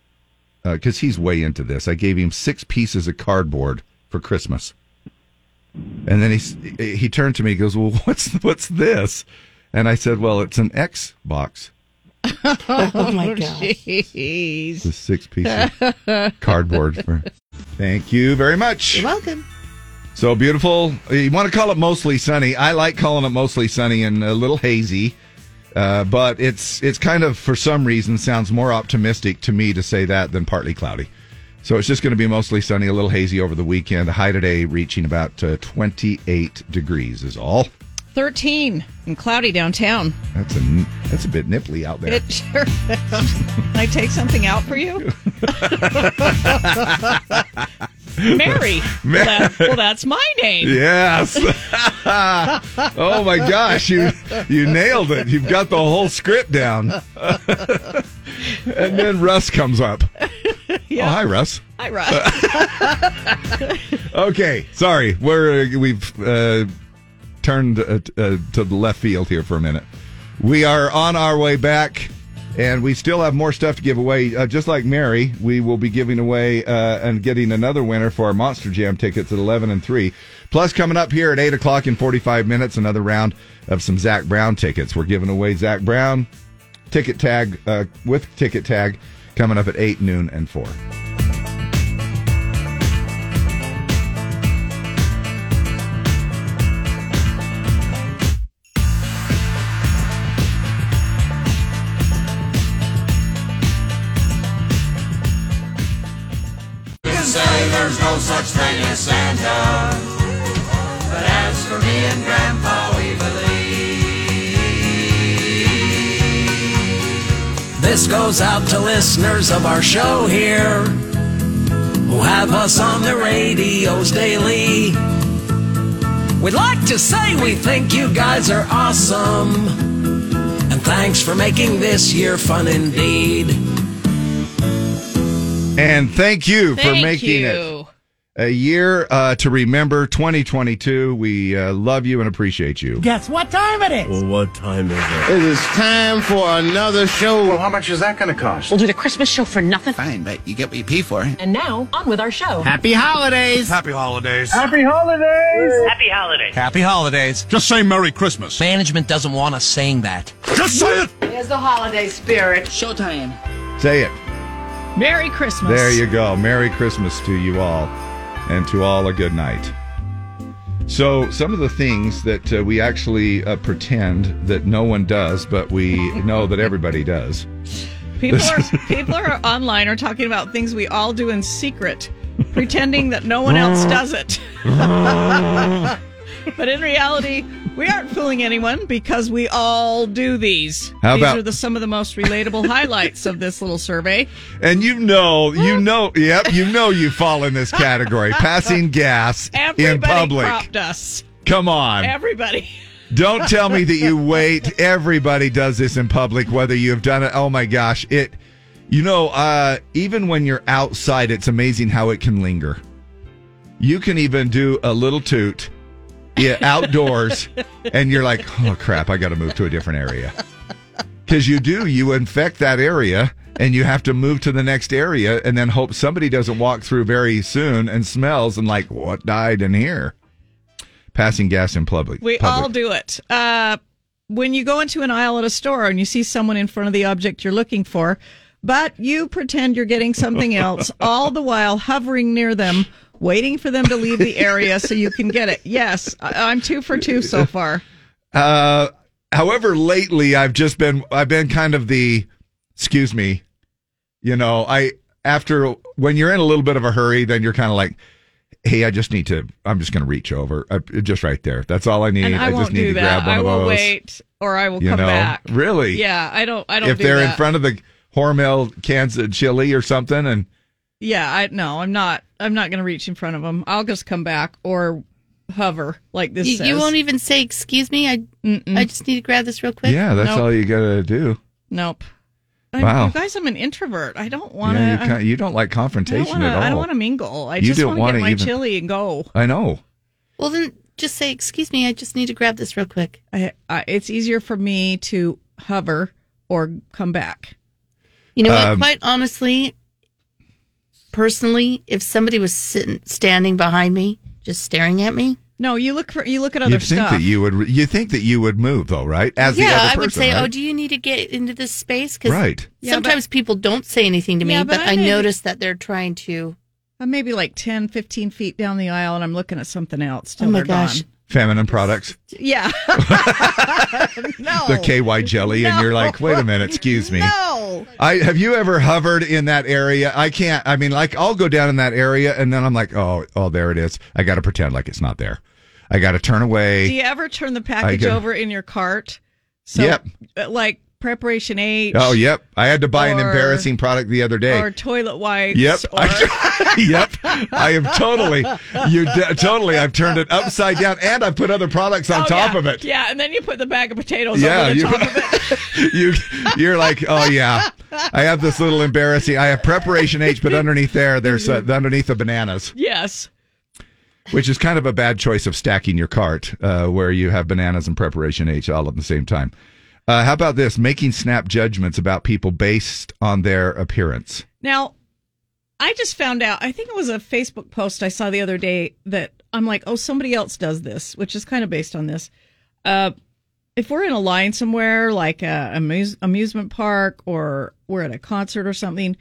S2: because he's way into this. I gave him six pieces of cardboard for Christmas, and then he s- he turned to me, he goes, "Well, [LAUGHS] what's what's this?" And I said, "Well, it's an Xbox,
S3: [LAUGHS] oh,
S2: [LAUGHS]
S1: my
S3: gosh. Jeez.
S2: the six pieces
S3: [LAUGHS]
S11: [LAUGHS]
S2: cardboard for." Thank you very much.
S1: You're welcome.
S2: So beautiful. Uh, You want to call it mostly sunny. I like calling it mostly sunny and a little hazy. Uh, but it's it's kind of for some reason sounds more optimistic to me to say that than partly cloudy. So it's just going to be mostly sunny, a little hazy over the weekend. The high today reaching about uh, 28 degrees is all.
S3: 13 and cloudy downtown.
S2: That's a n- that's a bit nipply out [LAUGHS] there.
S3: It sure is. Can I take something out for you? Mary.
S2: Mary.
S3: Well, that- well, that's my name.
S2: Yes. [LAUGHS] oh my gosh, you you nailed it. You've got the whole script down. and then Russ comes up.
S3: [LAUGHS] Yeah.
S2: Oh, hi Russ.
S3: Hi, [LAUGHS]
S2: [LAUGHS]
S3: Russ.
S2: Okay, sorry. We're uh, we've uh, turned uh, t- uh, to the left field here for a minute. We are on our way back, and we still have more stuff to give away. Uh, just like Mary, we will be giving away uh, and getting another winner for our Monster Jam tickets at eleven and three. Plus, coming up here at eight o'clock in forty-five minutes, another round of some Zach Brown tickets. We're giving away Zach Brown ticket tag uh, with ticket tag coming up at eight noon and four.
S11: You can say there's no such thing as Santa. But as for me and Grandpa, we believe.
S15: This goes out to listeners of our show here who have us on the radios daily. We'd like to say we think you guys are awesome and thanks for making this year fun indeed.
S2: And thank you for
S15: Thank
S2: making it
S15: you.
S2: a year uh, to remember 2022. We uh, love you and appreciate you.
S16: Guess what time it is?
S2: Well, what time is it?
S17: It is time for another show. Well, how much is that going to cost?
S14: We'll do the Christmas show for nothing.
S17: Fine, but you get what you pay for.
S14: And now, on with our show.
S17: Happy holidays. Happy holidays.
S14: Happy holidays! Happy holidays!
S17: Happy holidays. Just say Merry Christmas.
S15: Management doesn't want us saying that.
S17: Just say it.
S14: Here's the holiday spirit. Showtime.
S2: Say it.
S3: Merry Christmas.
S2: There you go. Merry Christmas to you all, and to all a good night. So, some of the things that uh, we actually uh, pretend that no one does, but
S3: [LAUGHS]
S2: we know that everybody does. [LAUGHS]
S3: People
S2: This
S3: are
S2: is-
S3: people are online are talking about things we all do in secret, pretending that no one else does it. [LAUGHS] but in reality, we aren't fooling anyone because we all do these.
S2: How
S3: these
S2: about-
S3: are the, some of the most
S2: [LAUGHS]
S3: relatable highlights of this little survey.
S2: And you know, you know, yep, you know you fall in this category. Passing gas in
S3: Everybody
S2: public.
S3: cropped us.
S2: Come on.
S3: Everybody.
S2: Don't tell me that you wait. Everybody does this in public, whether you have done it. Oh my gosh. It, you know, uh, even when you're outside, it's amazing how it can linger. You can even do a little toot yeah, outdoors, and you're like, oh crap, I got to move to a different area. Because you do, you infect that area, and you have to move to the next area, and then hope somebody doesn't walk through very soon and smells and, like, what died in here? Passing gas in public.
S3: We
S2: public.
S3: all do it. Uh, when you go into an aisle at a store and you see someone in front of the object you're looking for, but you pretend you're getting something else,
S2: [LAUGHS]
S3: all the while hovering near them, waiting for them to leave the area so you can get it. Yes, I- I'm two for two
S2: [LAUGHS]
S3: so far.
S2: Uh, however, lately I've just been I've been kind of the excuse me, you know I after when you're in a little bit of a hurry, then you're kind of like, hey, I just need to I'm just going to reach over uh, just right there. That's all I need.
S3: And I,
S2: just
S3: won't
S2: need
S3: do
S2: to
S3: that.
S2: grab one
S3: I
S2: of
S3: will
S2: those.
S3: wait or I will
S2: you
S3: come
S2: know,
S3: back.
S2: really?
S3: Yeah, I don't I don't
S2: if
S3: do
S2: they're in
S3: that.
S2: front of the Hormel cans of chili or something, and
S3: Yeah, I no, I'm not I'm not going to reach in front of them. I'll just come back or hover like this
S1: You,
S3: says.
S1: you won't e- even say, "Excuse me, I I just need to grab this real quick."
S2: yeah, that's
S3: Nope.
S2: all you got to do.
S3: Nope. I,
S2: Wow.
S3: You guys, I'm an introvert. I don't want to.
S2: yeah, you, can't, you don't like confrontation at all.
S3: I don't want to mingle. I
S2: You
S3: just
S2: don't
S3: want
S2: wanna
S3: to get my
S2: even-
S3: chili and go.
S2: I know.
S1: Well, then just say, "Excuse me, I just need to grab this real quick."
S3: I, I, it's easier for me to hover or come back.
S1: You know what?
S3: Um,
S1: Quite honestly, personally, if somebody was sitting standing behind me, just staring at me,
S3: no, you look for you look at
S2: You'd think that you would. You think that you would move though, right? As
S1: yeah,
S2: the other
S1: I would
S2: person,
S1: say,
S2: right?
S1: "Oh, do you need to get into this space?" Because
S2: Right.
S3: Yeah, but-
S1: sometimes people don't say anything to me,
S3: Yeah, but
S1: but,
S3: I
S1: I
S3: may-
S1: notice that they're trying to.
S3: I'm maybe like 10, 15 feet down the aisle, and I'm looking at something else. Till
S1: Oh my
S3: they're gone.
S1: gosh.
S2: feminine products,
S3: Yeah.
S2: [LAUGHS]
S3: [LAUGHS] no.
S2: the KY jelly, and you're like, wait a
S3: [LAUGHS]
S2: minute, excuse me.
S3: No.
S2: I have you ever hovered in that area? I can't. I mean, like I'll go down in that area, and then I'm like, oh, oh, there it is. I got to pretend like it's not there. I got to turn
S3: Do
S2: away.
S3: you ever turn the package
S2: can-
S3: over in your cart? So,
S2: Yep.
S3: uh, Like preparation H.
S2: Oh, yep. I had to buy an
S3: Or-
S2: embarrassing product the other day.
S3: Or [LAUGHS] toilet wipes.
S2: Yep. [LAUGHS]
S3: Or,
S2: I, yep. I have totally, you d- totally, I've turned it upside down and I've put other products on
S3: Oh,
S2: top
S3: yeah.
S2: of it.
S3: Yeah, and then you put the bag of potatoes
S2: Yeah,
S3: over the
S2: you-
S3: top of
S2: [LAUGHS]
S3: it.
S2: you you're like, oh yeah, I have this little embarrassing. I have preparation H, but underneath there, there's uh, underneath the bananas,
S3: Yes.
S2: which is kind of a bad choice of stacking your cart, uh, where you have bananas and preparation H all at the same time. Uh, how about this? Making snap judgments about people based on their appearance.
S3: Now, I just found out, I think it was a Facebook post I saw the other day that I'm like, oh, somebody else does this, which is kind of based on this. Uh, if we're in a line somewhere, like a amuse- amusement park or we're at a concert or something,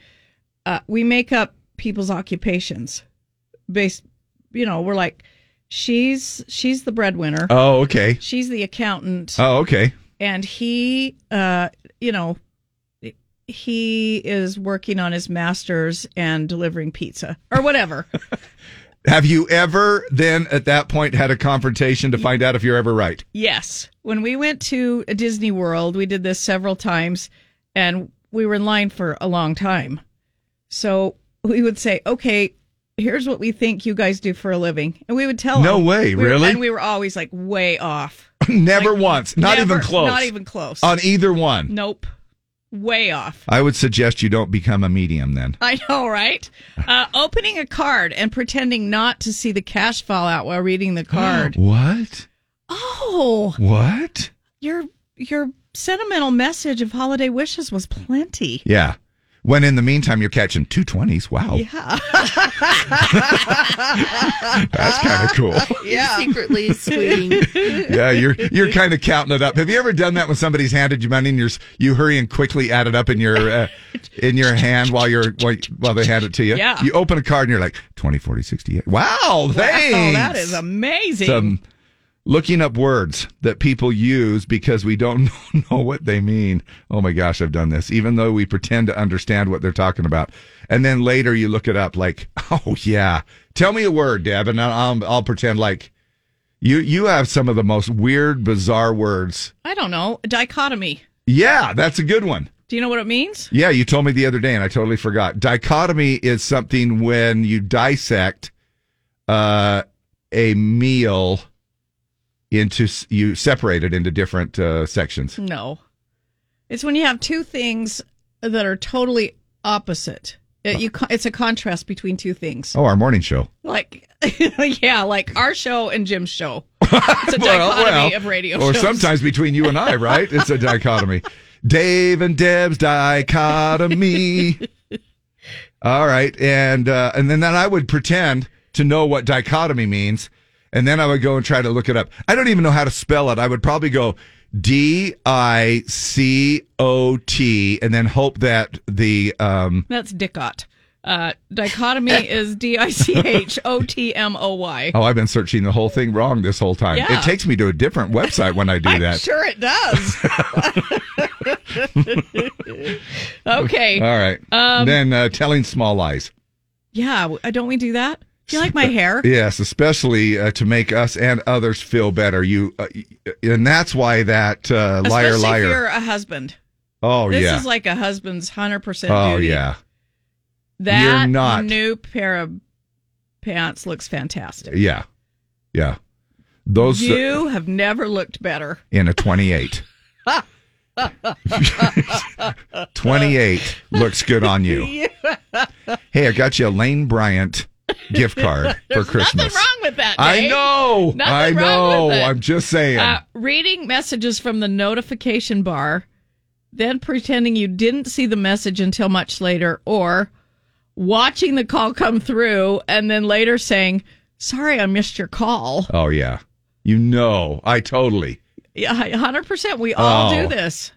S3: uh, we make up people's occupations based, you know, we're like, she's she's the breadwinner.
S2: Oh, okay.
S3: She's the accountant.
S2: Oh, okay.
S3: and he uh you know he is working on his masters and delivering pizza or
S2: [LAUGHS]
S3: whatever
S2: Have you ever then at that point had a confrontation to find out if you're ever right? [LAUGHS]
S3: yes when we went to disney world we did this several times and we were in line for a long time so we would say okay here's what we think you guys do for a living and we would tell
S2: No
S3: them.
S2: way,
S3: We were-
S2: really?
S3: and we were always like way off
S2: Never once. Not
S3: never,
S2: even close.
S3: not even close
S2: On either one.
S3: nope way off
S2: I would suggest you don't become a medium then.
S3: I know, right? Uh, opening a card and pretending not to see the cash fall out while reading
S2: [GASPS]
S3: the card.
S2: What?
S3: oh,
S2: What?
S3: your your sentimental message of holiday wishes was plenty.
S2: Yeah. When in the meantime you're catching two twenties. Wow.
S3: Yeah. [LAUGHS]
S2: That's kind of cool.
S1: Yeah. Secretly sweeting.
S3: [LAUGHS]
S2: yeah, you're you're kind of counting it up. Have you ever done that when somebody's handed you money and you're s- you hurry and quickly add it up in your uh, in your hand while you're while, while they hand it to you?
S3: Yeah.
S2: You open a card and you're like 20, 40, 68. Wow,
S3: Wow,
S2: thanks.
S3: that is amazing.
S2: Some looking up words that people use because we don't [LAUGHS] know what they mean. Oh my gosh, I've done this. Even though we pretend to understand what they're talking about, and then later [LAUGHS] you look it up, like, oh yeah, tell me a word, Deb, and I'll I'll, I'll pretend like You you have some of the most weird, bizarre words.
S3: I don't know. Dichotomy.
S2: Yeah, that's a good one.
S3: Do you know what it means?
S2: Yeah, you told me the other day, and I totally forgot. Dichotomy is something when you dissect uh, a meal into s- you separate it into different uh, sections.
S3: No. It's when you have two things that are totally opposite. It, you, co- it's a contrast between two things.
S2: Oh, our morning show.
S3: Like, [LAUGHS] yeah, like our show and Jim's show. It's a dichotomy of radio
S2: or
S3: shows.
S2: sometimes between you and I, right? It's a
S3: [LAUGHS]
S2: dichotomy. Dave and Deb's dichotomy. All right, and uh, and then then I would pretend to know what dichotomy means, and then I would go and try to look it up. I don't even know how to spell it. I would probably go D I C O T, and then hope that the um,
S3: That's dicot. Uh,
S2: [LAUGHS]
S3: dichotomy is D I C H O T M O Y.
S2: oh, I've been searching the whole thing wrong this whole time.
S3: Yeah.
S2: It takes me to a different website when I
S3: [LAUGHS]
S2: do that.
S3: Sure, it does.
S2: [LAUGHS]
S3: okay.
S2: All right.
S3: Um,
S2: then uh, telling small lies.
S3: Yeah, w- uh, don't we do that? Do you
S2: [LAUGHS]
S3: like my hair?
S2: Yes, especially uh, to make us and others feel better. You, uh, and that's why that uh, liar,
S3: Especially
S2: liar.
S3: If you're a husband.
S2: oh
S3: this
S2: yeah.
S3: is like a husband's hundred percent.
S2: oh
S3: duty.
S2: yeah.
S3: That
S2: You're not.
S3: new pair of pants looks fantastic.
S2: Yeah. Yeah. Those uh,
S3: you have never
S2: [LAUGHS]
S3: looked better. [LAUGHS]
S2: in a 28. 28
S3: [LAUGHS]
S2: looks good on you. Hey, I got you a Lane Bryant gift
S3: [LAUGHS]
S2: card for
S3: There's
S2: Christmas.
S3: Nothing wrong with that.
S2: I
S3: Dave.
S2: know.
S3: Nothing
S2: I
S3: wrong
S2: know.
S3: with it.
S2: I'm just saying.
S3: Uh, reading messages from the notification bar, then pretending you didn't see the message until much later, or watching the call come through and then later saying, "Sorry, I missed your call."
S2: oh yeah. You know. I totally.
S3: Yeah, hundred percent. We all
S2: Oh.
S3: do this.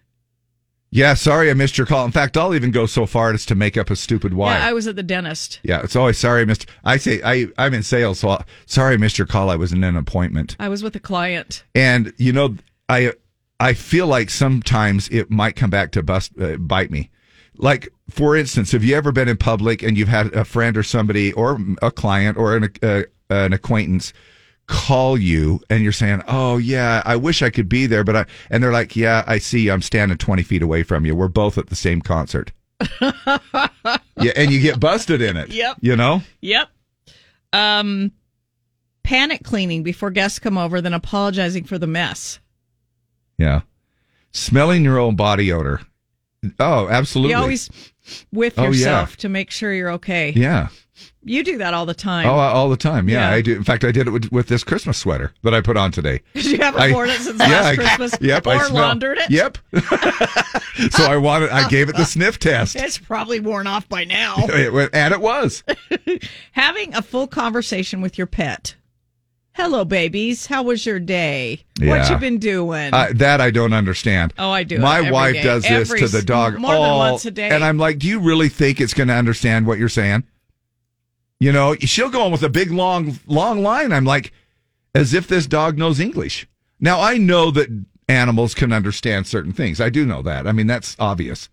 S2: Yeah, sorry I missed your call. In fact, I'll even go so far as to make up a stupid why.
S3: Yeah,
S2: Yeah,
S3: I was at the dentist.
S2: it's always oh, sorry I missed. I say I I'm in sales, so I'll, sorry I missed your call. I was in an appointment,
S3: I was with a client.
S2: and you know I I feel like sometimes it might come back to bust uh, bite me. Like for instance, have you ever been in public and you've had a friend or somebody or a client or an uh, an acquaintance call you and you're saying, "Oh yeah, I wish I could be there," but I and they're like, "Yeah, I see you. I'm standing 20 feet away from you. We're both at the same
S3: [LAUGHS]
S2: concert." yeah, and you get busted in it.
S3: Yep.
S2: You know?
S3: Yep. Um, panic cleaning before guests come over, then apologizing for the mess.
S2: Yeah. Smelling your own body odor. Oh, absolutely.
S3: You always with
S2: Oh, yeah.
S3: yourself to make sure you're okay.
S2: Yeah.
S3: You do that all the time.
S2: Oh, all the time. Yeah,
S3: Yeah.
S2: I do. In fact, I did it with, with this Christmas sweater that I put on
S3: [LAUGHS]
S2: today.
S3: 'Cause you haven't
S2: I-
S3: worn it since
S2: yeah,
S3: last
S2: I-
S3: Christmas
S2: [LAUGHS] Yep, I
S3: or
S2: smell-
S3: laundered it.
S2: Yep. [LAUGHS] so I wanted. I gave it the sniff
S3: [LAUGHS]
S2: test,
S3: It's probably worn off
S2: [LAUGHS]
S3: by now.
S2: It wa- and it was.
S3: Having a full conversation with your pet. Hello, babies. How was your day? What
S2: Yeah.
S3: you been doing?
S2: Uh, that I don't understand.
S3: Oh, I do it
S2: My
S3: every
S2: wife
S3: day.
S2: does this
S3: Every
S2: to the
S3: s-
S2: dog
S3: more than
S2: all-
S3: once a day.
S2: and I'm like, do you really think it's going to understand what you're saying? You know, she'll go on with a big long long line. I'm like, as if this dog knows English. Now I know that animals can understand certain things. I do know that. I mean, that's obvious.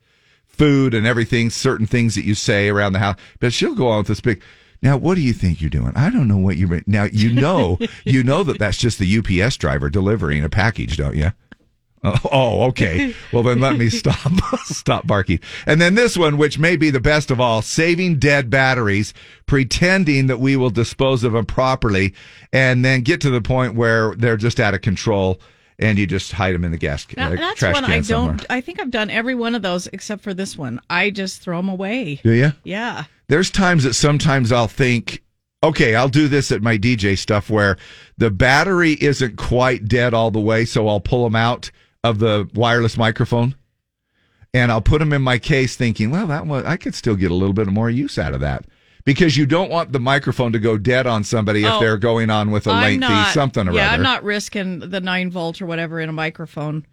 S2: Food and everything, certain things that you say around the house. But she'll go on with this big. Now, what do you think you're doing? I don't know what you're. Now you
S3: [LAUGHS]
S2: know, you know that that's just the UPS driver delivering a package, don't you? Oh, Oh, okay. Well, then
S3: [LAUGHS]
S2: let me stop [LAUGHS] stop barking. And then this one, which may be the best of all, saving dead batteries, pretending that we will dispose of them properly, and then get to the point where they're just out of control, and you just hide them in the gas
S3: That-
S2: uh,
S3: that's
S2: trash
S3: one
S2: can
S3: I don't.
S2: somewhere.
S3: I think I've done every one of those except for this one. I just throw them away.
S2: Do ya?
S3: Yeah.
S2: there's times that sometimes I'll think, okay, I'll do this at my DJ stuff where the battery isn't quite dead all the way, so I'll pull them out of the wireless microphone and I'll put them in my case thinking, well, that one I could still get a little bit more use out of that. Because you don't want the microphone to go dead on somebody if
S3: Oh,
S2: they're going on with a
S3: I'm
S2: lengthy
S3: not-
S2: something or
S3: Yeah,
S2: other.
S3: I'm not risking the nine volt or whatever in a microphone,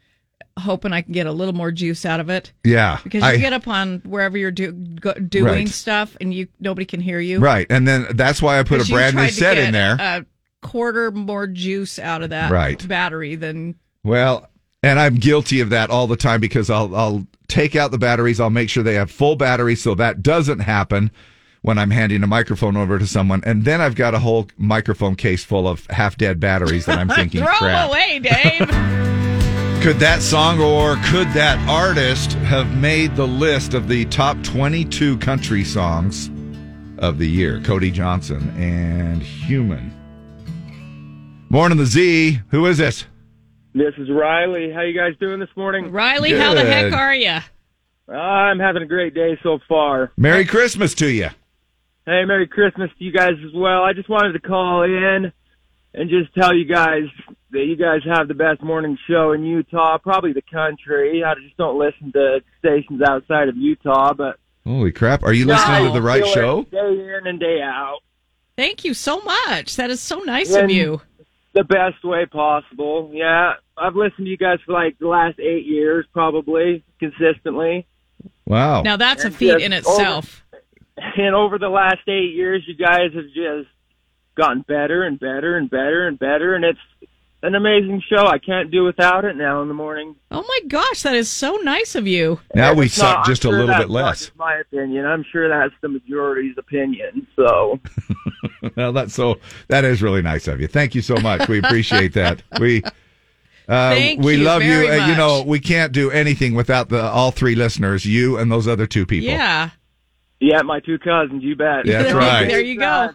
S3: hoping I can get a little more juice out of it.
S2: yeah.
S3: Because you
S2: I-
S3: get up on wherever you're do, go, doing
S2: Right.
S3: stuff and you nobody can hear you.
S2: Right. And then that's why I put a
S3: 'Cause you
S2: brand new
S3: tried to
S2: set
S3: get
S2: in there.
S3: A quarter more juice out of that
S2: Right.
S3: battery than
S2: Well, and I'm guilty of that all the time because I'll I'll take out the batteries. I'll make sure they have full batteries so that doesn't happen. when I'm handing a microphone over to someone, and then I've got a whole microphone case full of half dead batteries
S3: [LAUGHS]
S2: that I'm thinking,
S3: Throw 'em
S2: crap.
S3: away, Dave.
S2: Could that song or could that artist have made the list of the top 22 country songs of the year? Cody Johnson and Human. Morning the Z. Who is this?
S16: This is Riley. How you guys doing this morning?
S3: Riley, how the heck
S2: Good.
S3: are you?
S16: I'm having a great day so far.
S2: Merry Christmas to you.
S16: Hey, Merry Christmas to you guys as well. I just wanted to call in and just tell you guys that you guys have the best morning show in Utah, probably the country. I just don't listen to stations outside of Utah, but
S2: Holy crap. Are you listening to the right
S16: I
S2: show?
S16: feel it Day in and day out.
S3: Thank you so much. That is so nice
S16: In
S3: of you.
S16: The best way possible. Yeah, I've listened to you guys for like the last eight years, probably consistently.
S2: Wow. [LAUGHS]
S3: Now that's a
S16: And
S3: feat
S16: just
S3: in itself.
S16: Over, and over the last eight years, you guys have just gotten better and better and better and better, and it's an amazing show. I can't do without it now in the morning.
S3: Oh my gosh, that is so nice of you.
S2: Now we
S16: It's not-
S2: suck
S16: I'm
S2: just a
S16: sure
S2: little
S16: that's
S2: bit
S16: not
S2: less.
S16: just my opinion. I'm sure that's the majority's opinion. So
S2: well, that's so that is really nice of you. Thank you so much. We appreciate that.
S16: [LAUGHS]
S2: We uh,
S3: Thank
S2: we
S3: you
S2: love you.
S3: very
S2: And, you know, we can't do anything without the all three listeners, you and those other two people.
S3: Yeah.
S16: Yeah, my two cousins. You bet. [LAUGHS]
S2: That's right.
S3: There you go.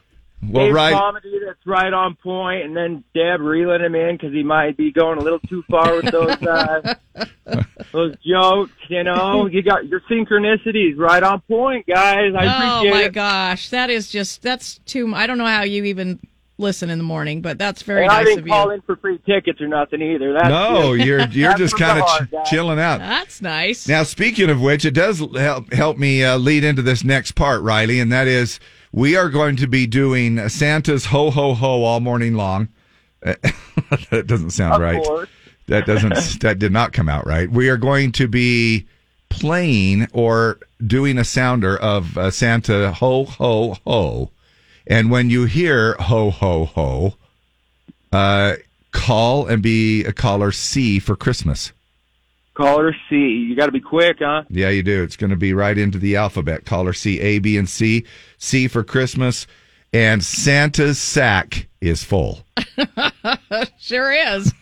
S2: Well,
S16: Dave's
S2: right.
S16: comedy that's right on point, and then Deb reeling him in because he might be going a little too far with
S2: [LAUGHS]
S16: those uh, those jokes. You know, you got your synchronicities right on point, guys. I
S3: Oh
S16: appreciate
S3: my
S16: it.
S3: gosh, that is just that's too. I don't know how you even listen in the morning, but that's very
S16: and
S3: nice
S16: I
S3: of
S16: didn't
S3: you.
S16: call in for free tickets or nothing either. That's
S2: No,
S16: it.
S2: you're you're
S16: [LAUGHS] That's
S2: just
S16: from the
S2: kind
S16: heart,
S2: of
S16: guys.
S2: ch- chilling out.
S3: That's nice. [LAUGHS]
S2: Now, speaking of which, it does help help me uh, lead into this next part, Riley, and that is we are going to be doing Santa's ho ho ho all morning long. [LAUGHS] Uh, that doesn't sound
S18: Of
S2: right.
S18: course. [LAUGHS]
S2: That doesn't that did not come out right. We are going to be playing or doing a sounder of uh, Santa ho ho ho, and when you hear ho ho ho, uh, call and be a caller C for Christmas.
S16: Caller C, you got to be quick, huh?
S2: Yeah, you do. It's going to be right into the alphabet. Caller C, A, B, and C. C for Christmas. And Santa's sack is full
S3: sure is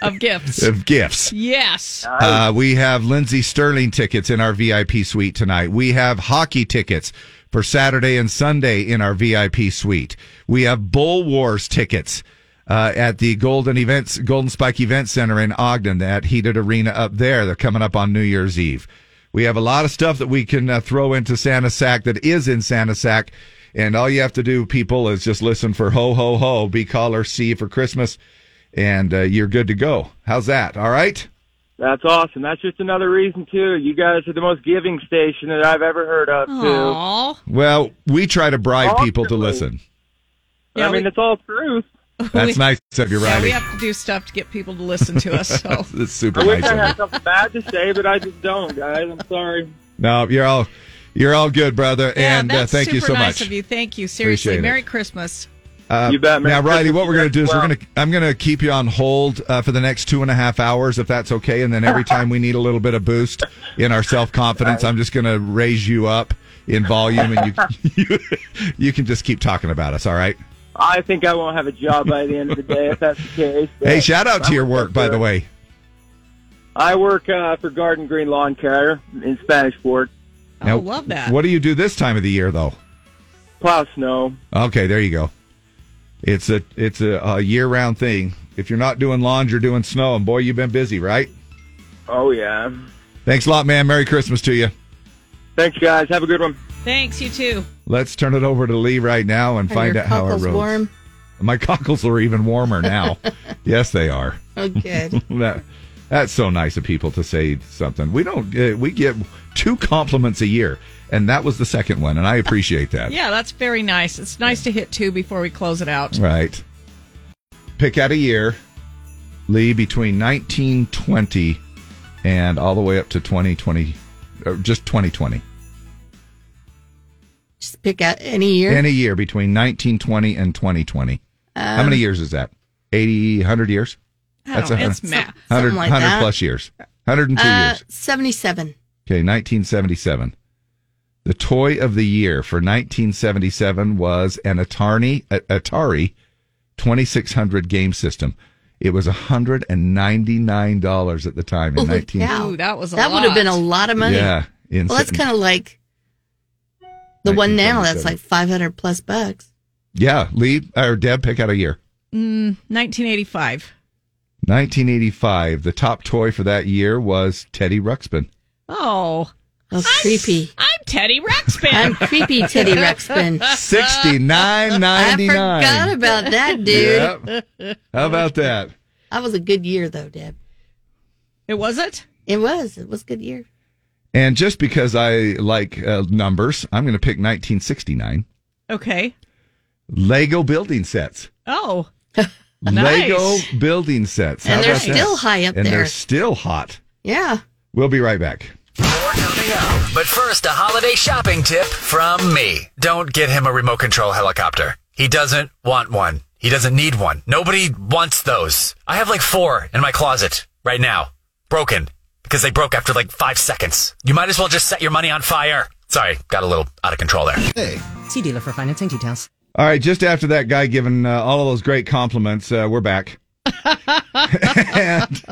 S3: of
S2: [LAUGHS]
S3: gifts.
S2: of gifts.
S3: Yes.
S2: Uh, we have Lindsey Sterling tickets in our VIP suite tonight. We have hockey tickets for Saturday and Sunday in our VIP suite. We have Bull Wars tickets uh, at the Golden Events Golden Spike Event Center in Ogden, that heated arena up there. They're coming up on New Year's Eve. We have a lot of stuff that we can uh, throw into Santa Sack that is in Santa Sack. And all you have to do, people, is just listen for ho, ho, ho, be caller C for Christmas, and uh, you're good to go. How's that? All right?
S16: That's awesome. That's just another reason too. You guys are the most giving station that I've ever heard of too.
S2: Well, we try to bribe people to listen.
S16: I mean, it's all truth.
S2: That's nice of you,
S3: Yeah,
S2: Riley.
S3: we have to do stuff to get people to listen to us. So
S2: [LAUGHS] That's super
S16: I wish
S2: nice
S16: I
S2: of you.
S16: had something bad to say, but I just don't, guys. I'm sorry.
S2: No, you're all you're all good, brother.
S3: yeah,
S2: and uh,
S3: that's
S2: thank
S3: super
S2: you so
S3: nice
S2: much.
S3: of you. Thank you. Seriously,
S2: Appreciate it.
S3: Merry Christmas.
S2: Uh,
S16: You bet, man.
S2: Now, Riley, what we're going to do is
S16: Well-
S2: we're going to I'm going to keep you on hold uh, for the next two and a half hours, if that's okay. And then
S16: [LAUGHS]
S2: every time we need a little bit of boost in our self confidence, I'm just going to raise you up in volume, and you, [LAUGHS] you you can just keep talking about us. All right.
S16: I think I won't have a job by the end of the day if that's the case.
S2: Hey,
S16: but
S2: shout out to your work, by the way.
S16: I work uh, for Garden Green Lawn Care in Spanish Fork.
S3: Oh,
S2: I
S16: love that.
S2: What do you do this time of the year, though?
S16: Plow snow.
S2: Okay, there you go. It's a it's a, a year round thing. If you're not doing lawns, you're doing snow, and boy, you've been busy, right?
S16: Oh yeah.
S2: Thanks a lot, man. Merry Christmas to you.
S16: Thanks, guys. Have a good one.
S3: Thanks. You too.
S2: Let's turn it over to Lee right now and
S3: Are
S2: find
S3: your
S2: out how our
S3: cockles
S2: roads.
S3: warm?
S2: My cockles are even warmer
S3: [LAUGHS]
S2: now. yes, they are.
S1: Oh, good.
S2: [LAUGHS] that, that's so nice of people to say something. We don't uh, we get two compliments a year, and that was the second one, and I appreciate that.
S3: Yeah, that's very nice. It's nice to hit two before we close it out.
S2: Right. Pick out a year, Lee, between 1920 and all the way up to 2020, or just 2020.
S1: Just pick out any year.
S2: Any year between 1920 and 2020. How
S1: Um,
S2: many years is that? 80, 100 years? a
S1: I don't know. It's math.
S2: 100,
S1: Something like
S2: 100
S1: that.
S2: plus years. 102
S1: uh,
S2: years.
S1: 77.
S2: Okay, 1977. The toy of the year for 1977 was an Atari, a- Atari 2600 game system. It was $199 at the time in 19.
S1: Wow.
S3: Ooh, that was a
S1: that would have been a
S3: lot.
S1: lot of money.
S2: Yeah, in
S1: well, that's
S2: certain-
S1: kind of like the one now. That's
S2: 1977.
S1: like five hundred plus bucks.
S2: Yeah, Lee or Deb, pick out a year.
S3: Mm, 1985.
S2: 1985. The top toy for that year was Teddy Ruxpin.
S3: Oh.
S1: That's creepy.
S3: I'm Teddy Rexpin.
S1: I'm creepy
S2: [LAUGHS]
S1: Teddy Rexpin.
S2: Sixty nine
S1: I
S2: ninety nine.
S1: forgot about that, dude.
S2: How about that?
S1: That was a good year, though, Deb.
S3: It was it.
S1: It was. It was a good year.
S2: And just because I like uh, numbers, I'm going to pick 1969.
S3: Okay.
S2: Lego building sets.
S3: Oh.
S2: [LAUGHS] Lego building sets.
S1: And
S2: How
S1: they're
S2: about that?
S1: still high up
S2: and
S1: there.
S2: they're still hot.
S1: Yeah.
S2: We'll be right back.
S15: But first, a holiday shopping tip from me. Don't get him a remote control helicopter. He doesn't want one. He doesn't need one. Nobody wants those. I have like four in my closet right now, broken because they broke after like five seconds. You might as well just set your money on fire. Sorry, got a little out of control there.
S2: Hey.
S18: See dealer for financing details.
S2: All right, just after that guy giving uh, all of those great compliments, uh, we're
S1: [LAUGHS]
S2: back. [LAUGHS] and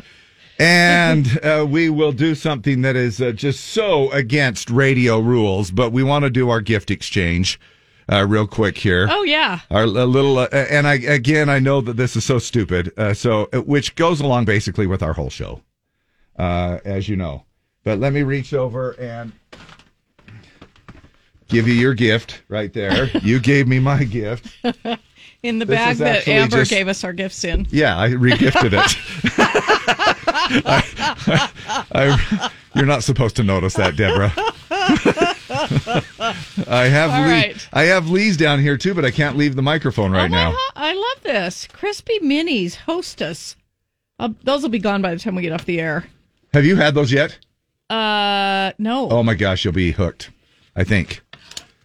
S2: and uh, we will do something that is uh, just so against radio rules, but we want to do our gift exchange uh, real quick here.
S3: Oh, yeah.
S2: Our a little, uh, and I again, I know that this is so stupid. Uh, so, uh, which goes along basically with our whole show, uh, as you know. But let me reach over and give you your gift right there. you gave me my gift.
S3: in the
S2: This
S3: bag
S2: is
S3: that
S2: actually
S3: Amber
S2: just-
S3: gave us our gifts in.
S2: Yeah, I regifted
S3: [LAUGHS]
S2: it. I, you're not supposed to notice that, Deborah. [LAUGHS]
S3: [LAUGHS]
S2: I have
S3: All
S2: Lee,
S3: right.
S2: I have Lee's down here too, but I can't leave the microphone right now.
S3: Oh, I love this. Crispy Minis, Hostess. Uh, those will be gone by the time we get off the air.
S2: Have you had those yet?
S3: Uh, no.
S2: Oh my gosh, you'll be hooked. I think.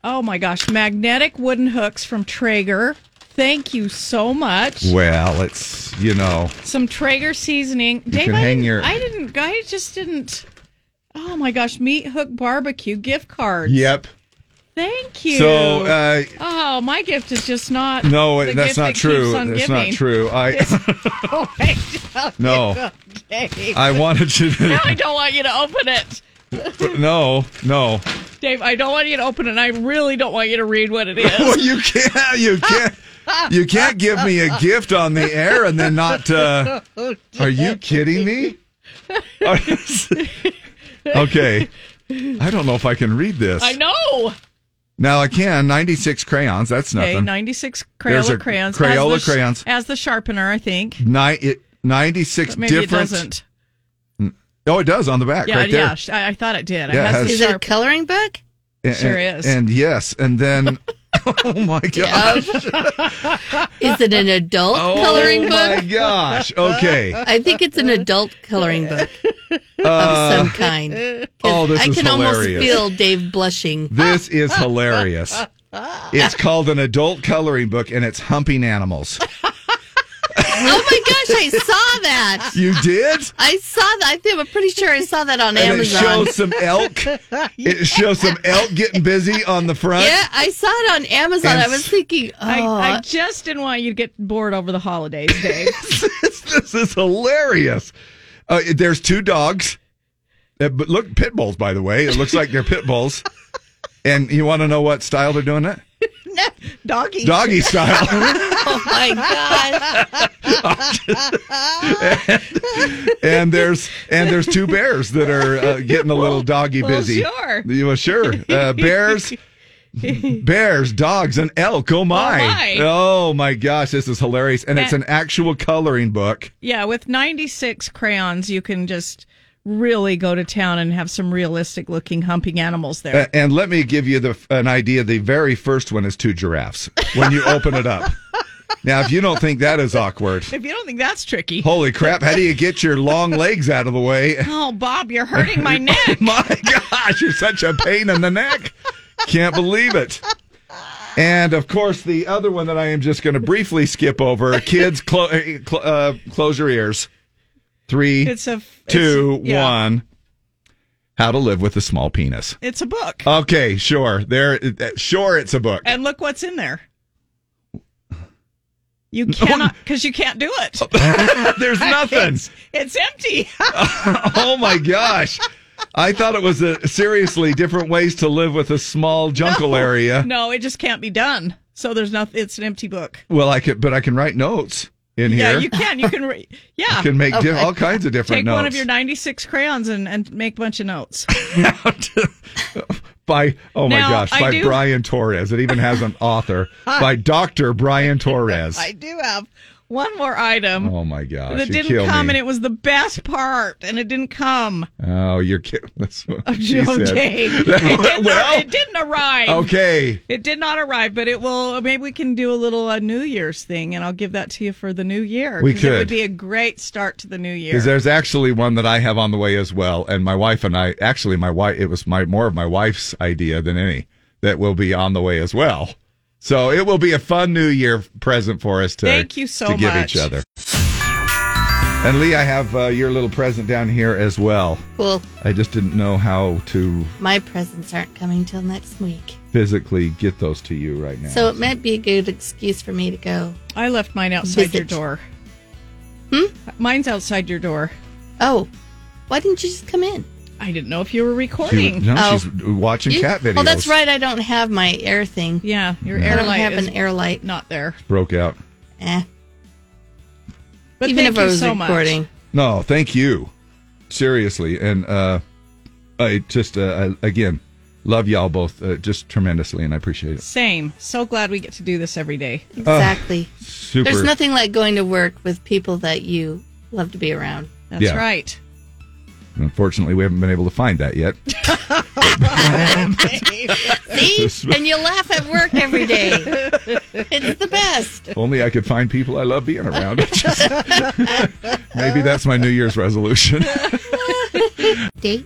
S3: Oh my gosh, magnetic wooden hooks from Traeger. Thank you so much.
S2: Well, it's you know.
S3: Some Traeger seasoning.
S2: You
S3: Dave,
S2: can
S3: I,
S2: hang
S3: didn't,
S2: your-
S3: I didn't. I just didn't. Oh my gosh, meat hook barbecue gift cards.
S2: Yep.
S3: Thank you.
S2: So, uh,
S3: oh, my gift is just not.
S2: No,
S3: the gift
S2: that's not
S3: that
S2: true.
S3: keeps on
S2: That's
S3: giving.
S2: not true. I
S3: [LAUGHS] Oh, I don't-
S2: No.
S3: Okay.
S2: I wanted you
S3: [LAUGHS]
S2: to-
S3: Now I don't want you to open it,
S2: no no.
S3: Dave. I don't want you to open it. and I really don't want you to read what it is.
S2: [LAUGHS] Well, you can't you
S3: Ah!
S2: can't you can't give me a gift on the air and then not. Uh, are you kidding me? [LAUGHS] okay. I don't know if I can read this.
S3: I know.
S2: Now I can. 96 crayons. That's
S3: Okay,
S2: nothing.
S3: ninety-six
S2: There's
S3: Crayola
S2: a
S3: crayons.
S2: Crayola
S3: as the, sh-
S2: crayons.
S3: as the sharpener, I think.
S2: Ni- it, 96
S3: But maybe it
S2: different.
S3: doesn't.
S2: Mm. Oh, it does on the back
S3: yeah,
S2: right there.
S3: yeah. sh- I, I thought it did.
S2: Yeah, it has-
S3: the
S2: Is it a
S3: sharp- [LAUGHS]
S1: Coloring book.
S2: And-
S3: Sure
S2: and-
S3: is.
S2: And yes, and then [LAUGHS] oh my
S3: [LAUGHS]
S2: gosh.
S1: Is it an adult
S2: Oh
S1: coloring book?
S2: my
S1: [LAUGHS]
S2: gosh. Okay.
S1: I think it's an adult coloring book
S2: Uh,
S1: of some kind. 'Cause
S2: oh, this
S1: I
S2: is
S1: can
S2: hilarious.
S1: almost feel Dave blushing.
S2: This is hilarious. It's called an adult coloring book and it's humping
S1: [LAUGHS]
S2: animals.
S1: oh my gosh, I saw that.
S2: You did?
S1: I saw that. I think I'm pretty sure I saw that
S2: And
S1: on
S2: it
S1: Amazon.
S2: shows some
S3: [LAUGHS]
S2: elk. It shows some elk getting busy on the front.
S1: Yeah, I saw it on Amazon.
S2: And
S1: I was thinking, oh,
S3: I, I just didn't want you to get bored over the holidays, [LAUGHS] Dave.
S2: [LAUGHS] This is hilarious. Uh, there's two dogs. Uh, but look, pit bulls, by the way. It looks like they're pit
S1: [LAUGHS]
S2: bulls. And you want to know what style they're doing it?
S3: [LAUGHS] Doggy.
S2: Doggy style.
S3: [LAUGHS] oh my
S2: [LAUGHS] and there's and there's two bears that are uh, getting a little doggy
S3: well,
S2: busy.
S3: sure.
S2: You- Well, sure. Uh, bears, bears, dogs, and elk. Oh my.
S3: my.
S2: Oh my gosh, this is hilarious. And it's an actual coloring book.
S3: Yeah, with 96 crayons, you can just really go to town and have some realistic looking humping animals there.
S2: Uh, and let me give you the an idea. The very first one is two giraffes when you open it up. Now, if you don't think that is awkward,
S3: if you don't think that's tricky.
S2: holy crap! How do you get your long legs out of the way? [LAUGHS]
S3: Oh, Bob, you're hurting my neck.
S2: my gosh, you're such a pain in the neck. Can't believe it. And of course, the other one that I am just going to briefly skip over. Kids, clo- uh, cl- uh, close your ears. Three,
S3: It's a f-
S2: two,
S3: it's- yeah.
S2: one. How to Live with a Small Penis.
S3: It's a book.
S2: Okay, sure. There, eh, sure, it's a book. [LAUGHS]
S3: And look what's in there.
S2: [LAUGHS]
S3: You cannot, because you can't do it. [LAUGHS]
S2: There's nothing.
S3: It's, it's empty. [LAUGHS]
S2: oh my gosh. I thought it was a seriously different ways to live with a
S3: [LAUGHS]
S2: small jungle area.
S3: No, it just can't be done. So there's nothing. It's an empty book.
S2: Well, I could, but I can write notes in here.
S3: Yeah, you can. You can.
S2: [LAUGHS]
S3: Re- yeah,
S2: I can make di- all kinds of different
S3: Take
S2: notes
S3: one of your 96 crayons and, and make a bunch of notes.
S2: by oh my
S3: Now,
S2: gosh
S3: I
S2: by
S3: do-
S2: Brian Torres. It even has an
S3: [LAUGHS]
S2: author by Doctor Brian Torres.
S3: I do have one more item.
S2: Oh my gosh!
S3: that
S2: you
S3: didn't
S2: kill
S3: come,
S2: me.
S3: and it was the best part, and it didn't come.
S2: Oh, you're kidding. That's what [LAUGHS] she said.
S3: Oh, [LAUGHS] Okay. It, didn't,
S2: well,
S3: it didn't arrive.
S2: okay.
S3: It did not arrive, but it will. Maybe we can do a little uh, New Year's thing, and I'll give that to you for the new year.
S2: We
S3: 'cause It
S2: could.
S3: would be a great start to the new year.
S2: Because there's actually one that I have on the way as well, and my wife and I actually my wife it was my more of my wife's idea than any that will be on the way as well. So it will be a fun New Year present for us to
S3: Thank you so
S2: to give
S3: much.
S2: each other. And Lee, I have uh, your little present down here as well.
S1: Cool.
S2: I just didn't know how to
S1: My presents aren't coming till next week.
S2: physically get those to you right now.
S1: So it might be a good excuse for me to go.
S3: I left mine outside your door. Hmm? Mine's outside your door.
S1: Oh, why didn't you just come in?
S3: I didn't know if you were
S2: She-
S3: recording.
S2: no, she's watching
S1: You-
S2: cat videos.
S1: Oh, that's right. I don't have my air thing.
S3: Yeah, your
S2: No.
S1: I
S2: air
S1: don't
S3: light
S1: have
S3: is
S1: an air light.
S3: Not there.
S2: Broke out.
S1: Eh.
S3: But
S1: Even
S3: thank
S1: if I
S3: you
S1: was
S3: so much.
S1: recording,
S2: No, thank you. Seriously, and uh, I just uh, I, again love y'all both uh, just tremendously, and I appreciate it.
S3: Same. So glad we get to do this every day.
S1: Exactly.
S2: Super.
S1: there's nothing like going to work with people that you love to be around.
S2: That's Yeah. [LAUGHS]
S3: right.
S2: Unfortunately, we haven't been able to find that yet.
S1: [LAUGHS]
S2: [LAUGHS]
S1: See? And you laugh at work
S3: [LAUGHS]
S1: every day. It's the best.
S2: If Only I could find people I love being around. [LAUGHS] Just- Maybe that's my New Year's
S1: [LAUGHS]
S2: resolution.
S1: Date.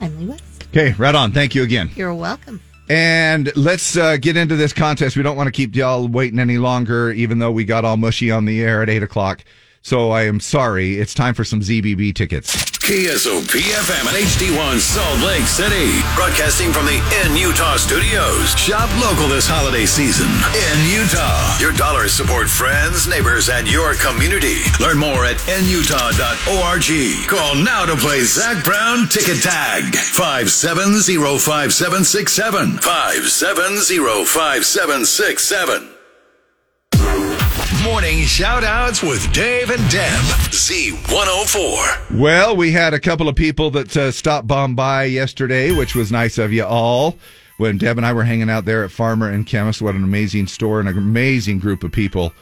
S1: I'm Lee West.
S2: Okay, right on. Thank you again.
S1: You're welcome.
S2: And let's uh, get into this contest. We don't want to keep y'all waiting any longer, even though we got all mushy on the air at 8 o'clock. So I am sorry. It's time for some ZBB tickets.
S19: KSOP FM and HD1 Salt Lake City. Broadcasting from the In Utah studios. Shop local this holiday season. In Utah. Your dollars support friends, neighbors, and your community. Learn more at inutah.org. Call now to play Zach Brown Ticket Tag. 5705767. 5705767. Morning shout outs with Dave and Deb. Z104.
S2: Well, we had a couple of people that uh, stopped bomb by yesterday, which was nice of you all. When Deb and I were hanging out there at Farmer and Chemist, what an amazing store and an amazing group of people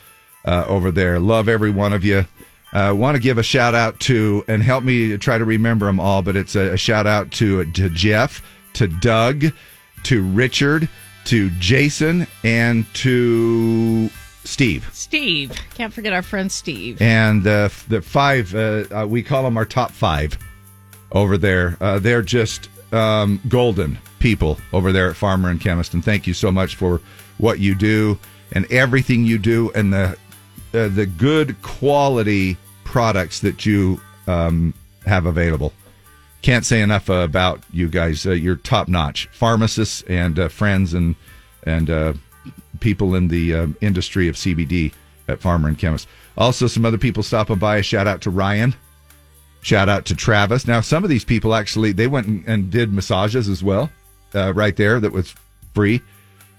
S2: uh, over there. Love every one of you. Uh, Want to give a shout out to and help me try to remember them all, but it's a, a shout out to to Jeff, to Doug, to Richard, to Jason, and to Steve
S3: Steve. Can't forget our friend Steve.
S2: and uh, f- the five uh, uh, we call them our top five over there uh, they're just um, golden people over there at farmer and chemist and thank you so much for what you do and everything you do and the uh, the good quality products that you um, have available can't say enough uh, about you guys uh, you're top notch pharmacists and uh, friends and and uh, people in the um, industry of CBD at Farmer and Chemist. Also, some other people stopping by. A shout out to Ryan. Shout out to Travis. Now, some of these people actually they went and, and did massages as well, uh, right there. That was free.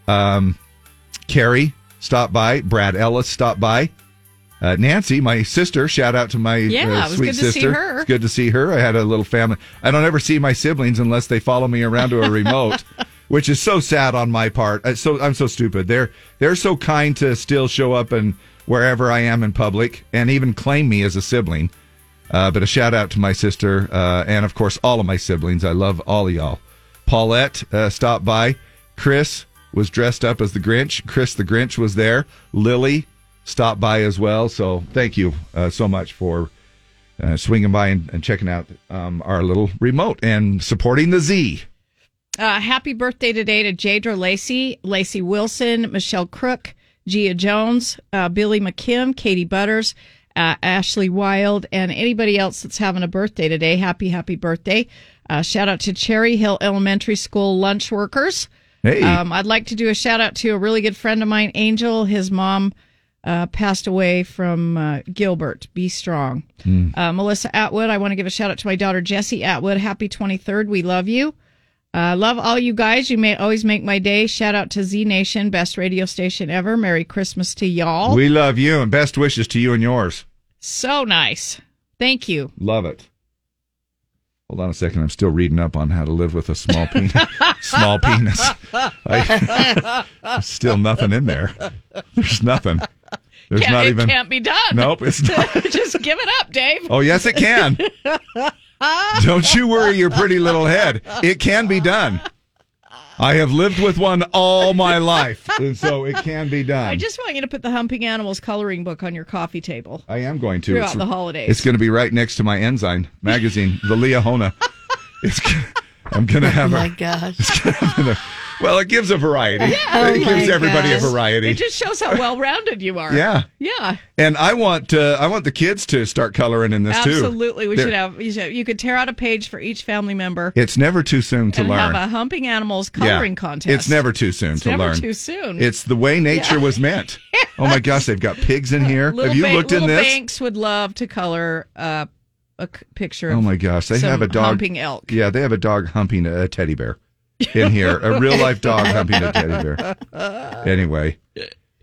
S2: Um, Carrie stopped by. Brad Ellis stopped by. Uh, Nancy, my sister. Shout out to my
S3: Yeah,
S2: uh,
S3: it was
S2: sweet
S3: good to see
S2: sister.
S3: her.
S2: It's good to see her. I had a little family. I don't ever see my siblings unless they follow me around to a
S3: [LAUGHS]
S2: remote, which is so sad on my part. Uh, So I'm so stupid. They're they're so kind to still show up and wherever I am in public and even claim me as a sibling. Uh, but a shout out to my sister uh, and of course all of my siblings. I love all of y'all. Paulette uh, stopped by. Chris was dressed up as the Grinch. Chris the Grinch was there. Lily stopped by as well. So thank you uh, so much for uh, swinging by and, and checking out um, our little remote and supporting the Z.
S3: Uh, happy birthday today to Jadra Lacey, Lacey Wilson, Michelle Crook, Gia Jones, uh, Billy McKim, Katie Butters, uh, Ashley Wild, and anybody else that's having a birthday today. Happy, happy birthday. Uh, shout out to Cherry Hill Elementary School lunch workers.
S2: Hey.
S3: Um, I'd like to do a shout out to a really good friend of mine, Angel. His mom uh, passed away from uh, Gilbert. Be strong.
S2: Hmm.
S3: Uh, Melissa Atwood, I want to give a shout out to my daughter Jessie Atwood. Happy 23rd. We love you. Uh, love all you guys. You may always make my day. Shout out to Z Nation, best radio station ever. Merry Christmas to y'all.
S2: We love you and best wishes to you and yours.
S3: so nice. Thank you.
S2: Love it. Hold on a second. I'm still reading up on how to live with a
S3: [LAUGHS]
S2: small penis. [LAUGHS] small penis. I- There's still nothing in there. There's nothing. There's
S3: Can't-
S2: not
S3: it
S2: even.
S3: can't be done.
S2: Nope,
S3: [LAUGHS]
S2: it's not.
S3: Just give it up, Dave.
S2: Oh,
S3: [LAUGHS]
S2: yes, it can. Don't you worry your pretty little head. It can be done. I have lived with one all my life, and so it can be done.
S3: I just want you to put the Humping Animals coloring book on your coffee table.
S2: I am going to
S3: Throughout
S2: It's-
S3: the holidays.
S2: It's going to be right next to my Enzyme magazine, the Leahona. It's, g- I'm going to have
S1: oh my
S2: a.
S1: gosh.
S2: Well, it gives a variety.
S3: Oh
S2: it gives
S3: my
S2: everybody a
S3: gosh.
S2: variety.
S3: It just
S2: [LAUGHS]
S3: shows how well rounded you are.
S2: Yeah.
S3: Yeah.
S2: and I want uh, I want the kids to start coloring in this too.
S3: Absolutely. We
S2: They're-
S3: should have, you, should, you could tear out a page for each family member
S2: It's never too soon to
S3: and
S2: learn.
S3: have a Humping Animals coloring
S2: Yeah.
S3: contest.
S2: It's never too soon
S3: It's
S2: to
S3: never
S2: learn.
S3: too soon.
S2: It's the way nature was
S3: [LAUGHS]
S2: meant. Oh my gosh, they've got pigs in here.
S3: Little
S2: have you
S3: Ba-
S2: looked in
S3: Little
S2: this?
S3: Banks would love to color uh, a c- picture of
S2: Oh my gosh, they
S3: some
S2: have a dog
S3: humping elk.
S2: Yeah, they have a dog humping a teddy bear in here. a real life dog humping a teddy
S3: [LAUGHS]
S2: bear. Anyway,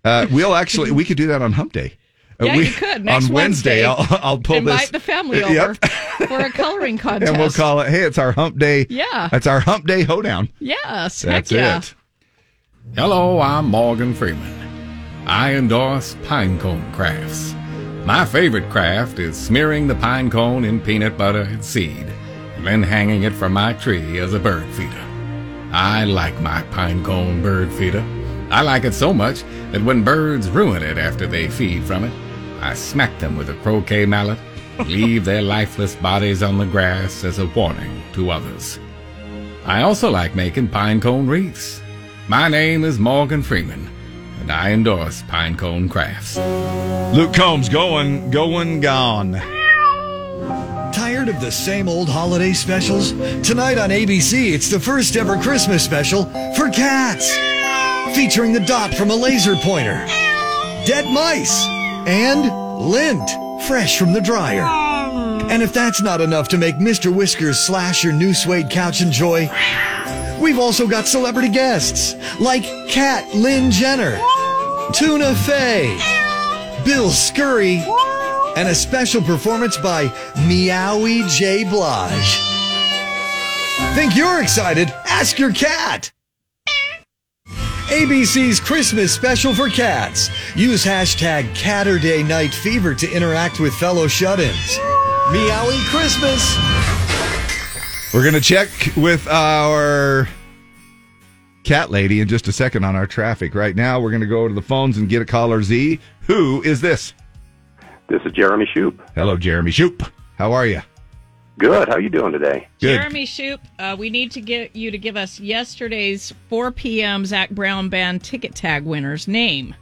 S2: uh, we'll actually we could do that on Hump Day. Uh,
S3: Yeah,
S2: we-
S3: you could. Next
S2: on Wednesday, I'll, I'll pull
S3: Invite
S2: this.
S3: the family
S2: Uh,
S3: over
S2: [LAUGHS] yep,
S3: for a coloring
S2: [LAUGHS]
S3: contest.
S2: and we'll call it. Hey, it's our Hump Day.
S3: Yeah.
S2: it's our Hump Day hoedown.
S3: Yes.
S2: That's
S3: heck yeah.
S2: it.
S20: Hello, I'm Morgan Freeman. I endorse pine cone crafts. My favorite craft is smearing the pine cone in peanut butter and seed, and then hanging it from my tree as a bird feeder. I like my pine cone bird feeder. I like it so much that when birds ruin it after they feed from it, I smack them with a croquet mallet, and leave their [LAUGHS] lifeless bodies on the grass as a warning to others. I also like making pine cone wreaths. My name is Morgan Freeman, and I endorse pine cone crafts.
S2: Luke Combs going, going, gone.
S21: Tired of the same old holiday specials? Tonight on ABC, it's the first ever Christmas special for cats. Featuring the dot from a laser pointer, dead mice, and lint fresh from the dryer. And if that's not enough to make Mr. Whiskers slash your new suede couch and joy, we've also got celebrity guests like Cat Lynn Jenner, Tuna Fey. Bill Scurry, and a special performance by Meowie J. Blige. Think you're excited? Ask your cat. ABC's Christmas special for cats. Use hashtag CatterDayNightFever to interact with fellow shut-ins. Meowie Christmas.
S2: We're going to check with our cat lady in just a second on our traffic. Right now, we're going to go to the phones and get a caller Z. Who is this?
S22: This is Jeremy Shoop.
S2: Hello, Jeremy Shoop. How are you?
S22: Good. How you doing today?
S3: Jeremy Shoop, uh, we need to get you to give us yesterday's 4 p.m. Zach Brown Band ticket tag winner's name.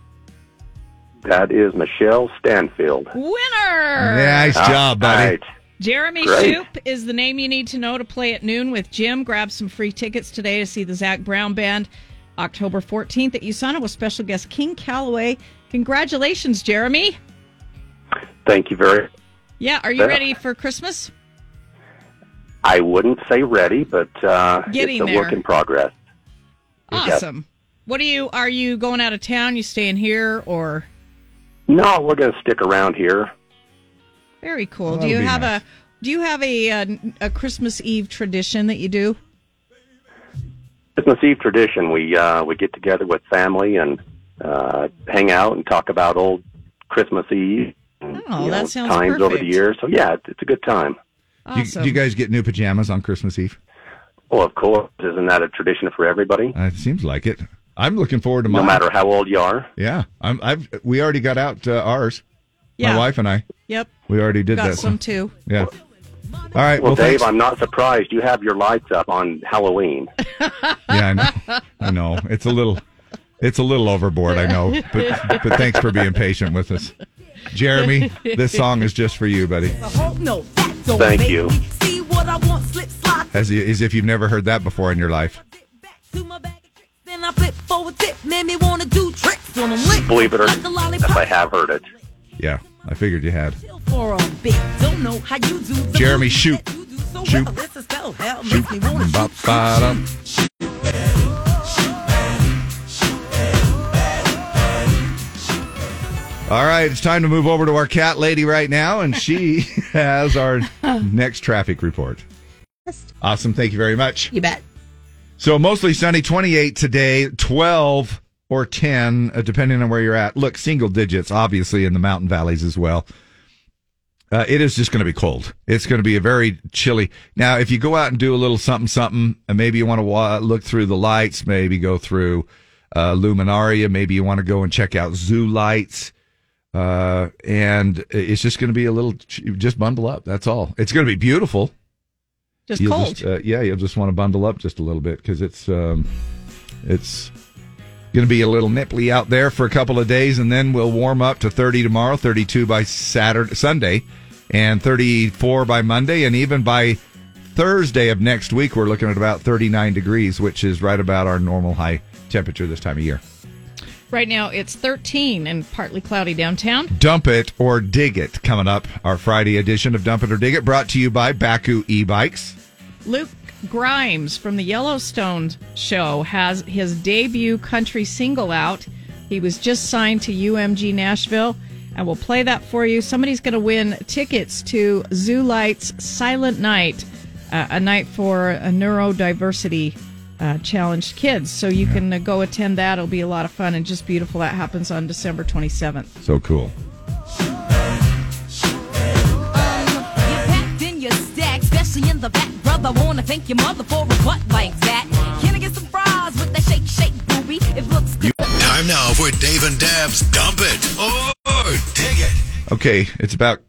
S22: That is Michelle Stanfield.
S3: Winner!
S2: Nice job, buddy.
S3: Jeremy
S22: Ah, Great.
S3: Shoop is the name you need to know to play at noon with Jim. Grab some free tickets today to see the Zach Brown Band October 14th at USANA with special guest King Calloway. Congratulations, Jeremy.
S22: Thank you very.
S3: Yeah, are you
S22: Yeah.
S3: ready for Christmas?
S22: I wouldn't say ready, but uh,
S3: Getting
S22: it's a
S3: there.
S22: work in progress. Yes.
S3: Awesome. What are you are you going out of town? You staying here or
S22: No, we're going to stick around here.
S3: very cool. do
S22: that'll
S3: you
S22: be
S3: have
S22: nice.
S3: a do you have a, a a Christmas Eve tradition that you do?
S22: Christmas Eve tradition. We uh, we get together with family and uh, hang out and talk about old Christmas Eve
S3: Oh, that sounds
S22: times
S3: perfect.
S22: over the years. So yeah, it's- it's a good time.
S2: Do you-
S3: Awesome.
S2: Do you guys get new pajamas on Christmas Eve?
S22: Well, of course, isn't that a tradition for everybody?
S2: Uh, it seems like it. I'm looking forward to
S22: No
S2: mine.
S22: matter how old you are.
S2: Yeah, I'm, I've we already got out uh, ours.
S22: Yeah.
S2: My wife and I.
S3: Yep.
S2: We already did
S22: Got
S2: that.
S22: some
S3: too.
S2: Yeah. All right.
S22: Well,
S2: Well,
S22: Dave,
S2: thanks.
S22: I'm not surprised. You have your lights up on Halloween.
S2: Yeah, I know. I know. It's a little, it's a little overboard. I know, but but thanks for being patient with us, Jeremy. This song is just for you, buddy.
S23: I hope no.
S2: Thank you.
S23: See what I want, slip, slide
S2: as, as if you've never heard that before in your life.
S4: Then I flip forward, tip, made me wanna do tricks on 'em lick.
S22: Believe it or
S4: Like a
S22: not,
S4: lollipop
S22: I have heard it.
S2: Yeah, I figured you had.
S4: for a bit. Don't know how you do the
S2: Jeremy, shoot.
S4: so
S2: Shoot.
S4: well. This is so hell
S2: Shoot.
S4: makes me wanna
S2: Bop, bottom. All right, it's time to move over to our cat lady right now, and she [LAUGHS] has
S1: [LAUGHS]
S2: our next traffic report. Awesome. Thank you very much.
S1: You bet.
S2: So mostly sunny 28 today, 12 or 10, uh, depending on where you're at. Look, single digits, obviously, in the mountain valleys as well. Uh, it is just going to be cold. It's going to be a very chilly. Now, if you go out and do a little something, something, and maybe you want to wa- look through the lights, maybe go through uh, Luminaria, maybe you want to go and check out zoo lights. Uh, and it's just going to be a little, just bundle up. That's all. It's going to be beautiful.
S3: Just
S2: You'll
S3: cold.
S2: uh, yeah, you'll just want to bundle up just a little bit because it's um, it's going to be a little nipply out there for a couple of days, and then we'll warm up to 30 tomorrow, 32 by Saturday, Sunday, and 34 by Monday, and even by Thursday of next week, we're looking at about 39 degrees, which is right about our normal high temperature this time of year.
S3: Right now it's 13 and partly cloudy downtown.
S2: Dump It or Dig It coming up, our Friday edition of Dump It or Dig It, brought to you by Baku e bikes.
S3: Luke Grimes from the Yellowstone show has his debut country single out. He was just signed to UMG Nashville, and we'll play that for you. Somebody's going to win tickets to Zoo Lights Silent Night, uh, a night for uh, neurodiversity uh, challenged kids. So you can uh, go attend that. It'll be a lot of fun and just beautiful. That happens on December 27th.
S2: So cool.
S4: packed in your stack, especially in the back. Brother, wanna thank your mother for a butt like that. Can I get some fries with that shake, shake, booby? It looks good.
S19: Time now for Dave and Dab's Dump It or Dig It.
S2: Okay, it's about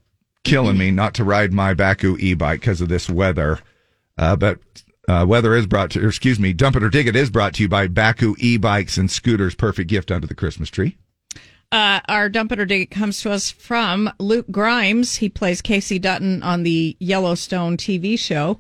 S2: killing me not to ride my Baku e-bike because of this weather. Uh, but uh, weather is brought to, or excuse me, dump it or dig it is brought to you by Baku e-bikes and scooters. Perfect gift under the Christmas tree.
S3: Uh, our dump it or dig it comes to us from Luke Grimes. He plays Casey Dutton on the Yellowstone TV show.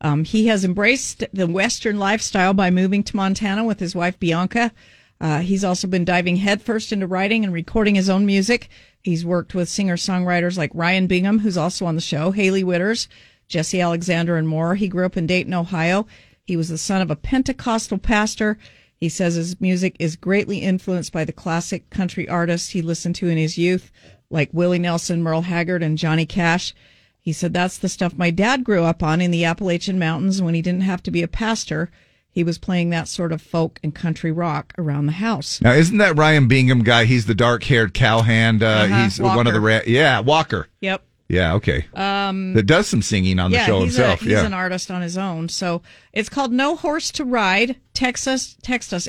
S3: Um, he has embraced the Western lifestyle by moving to Montana with his wife Bianca. Uh, he's also been diving headfirst into writing and recording his own music. He's worked with singer songwriters like Ryan Bingham, who's also on the show, Haley Witters, Jesse Alexander, and more. He grew up in Dayton, Ohio. He was the son of a Pentecostal pastor. He says his music is greatly influenced by the classic country artists he listened to in his youth, like Willie Nelson, Merle Haggard, and Johnny Cash. He said that's the stuff my dad grew up on in the Appalachian Mountains when he didn't have to be a pastor. He was playing that sort of folk and country rock around the house.
S2: Now, isn't that Ryan Bingham guy? He's the dark-haired cowhand. Uh,
S3: Uh-huh,
S2: he's one of the ra- yeah Walker.
S3: Yep.
S2: Yeah, okay.
S3: Um,
S2: that does some singing on the
S3: yeah,
S2: show
S3: he's
S2: himself.
S3: A, he's
S2: yeah,
S3: an artist on his own. So it's called No Horse to Ride. Text us, text us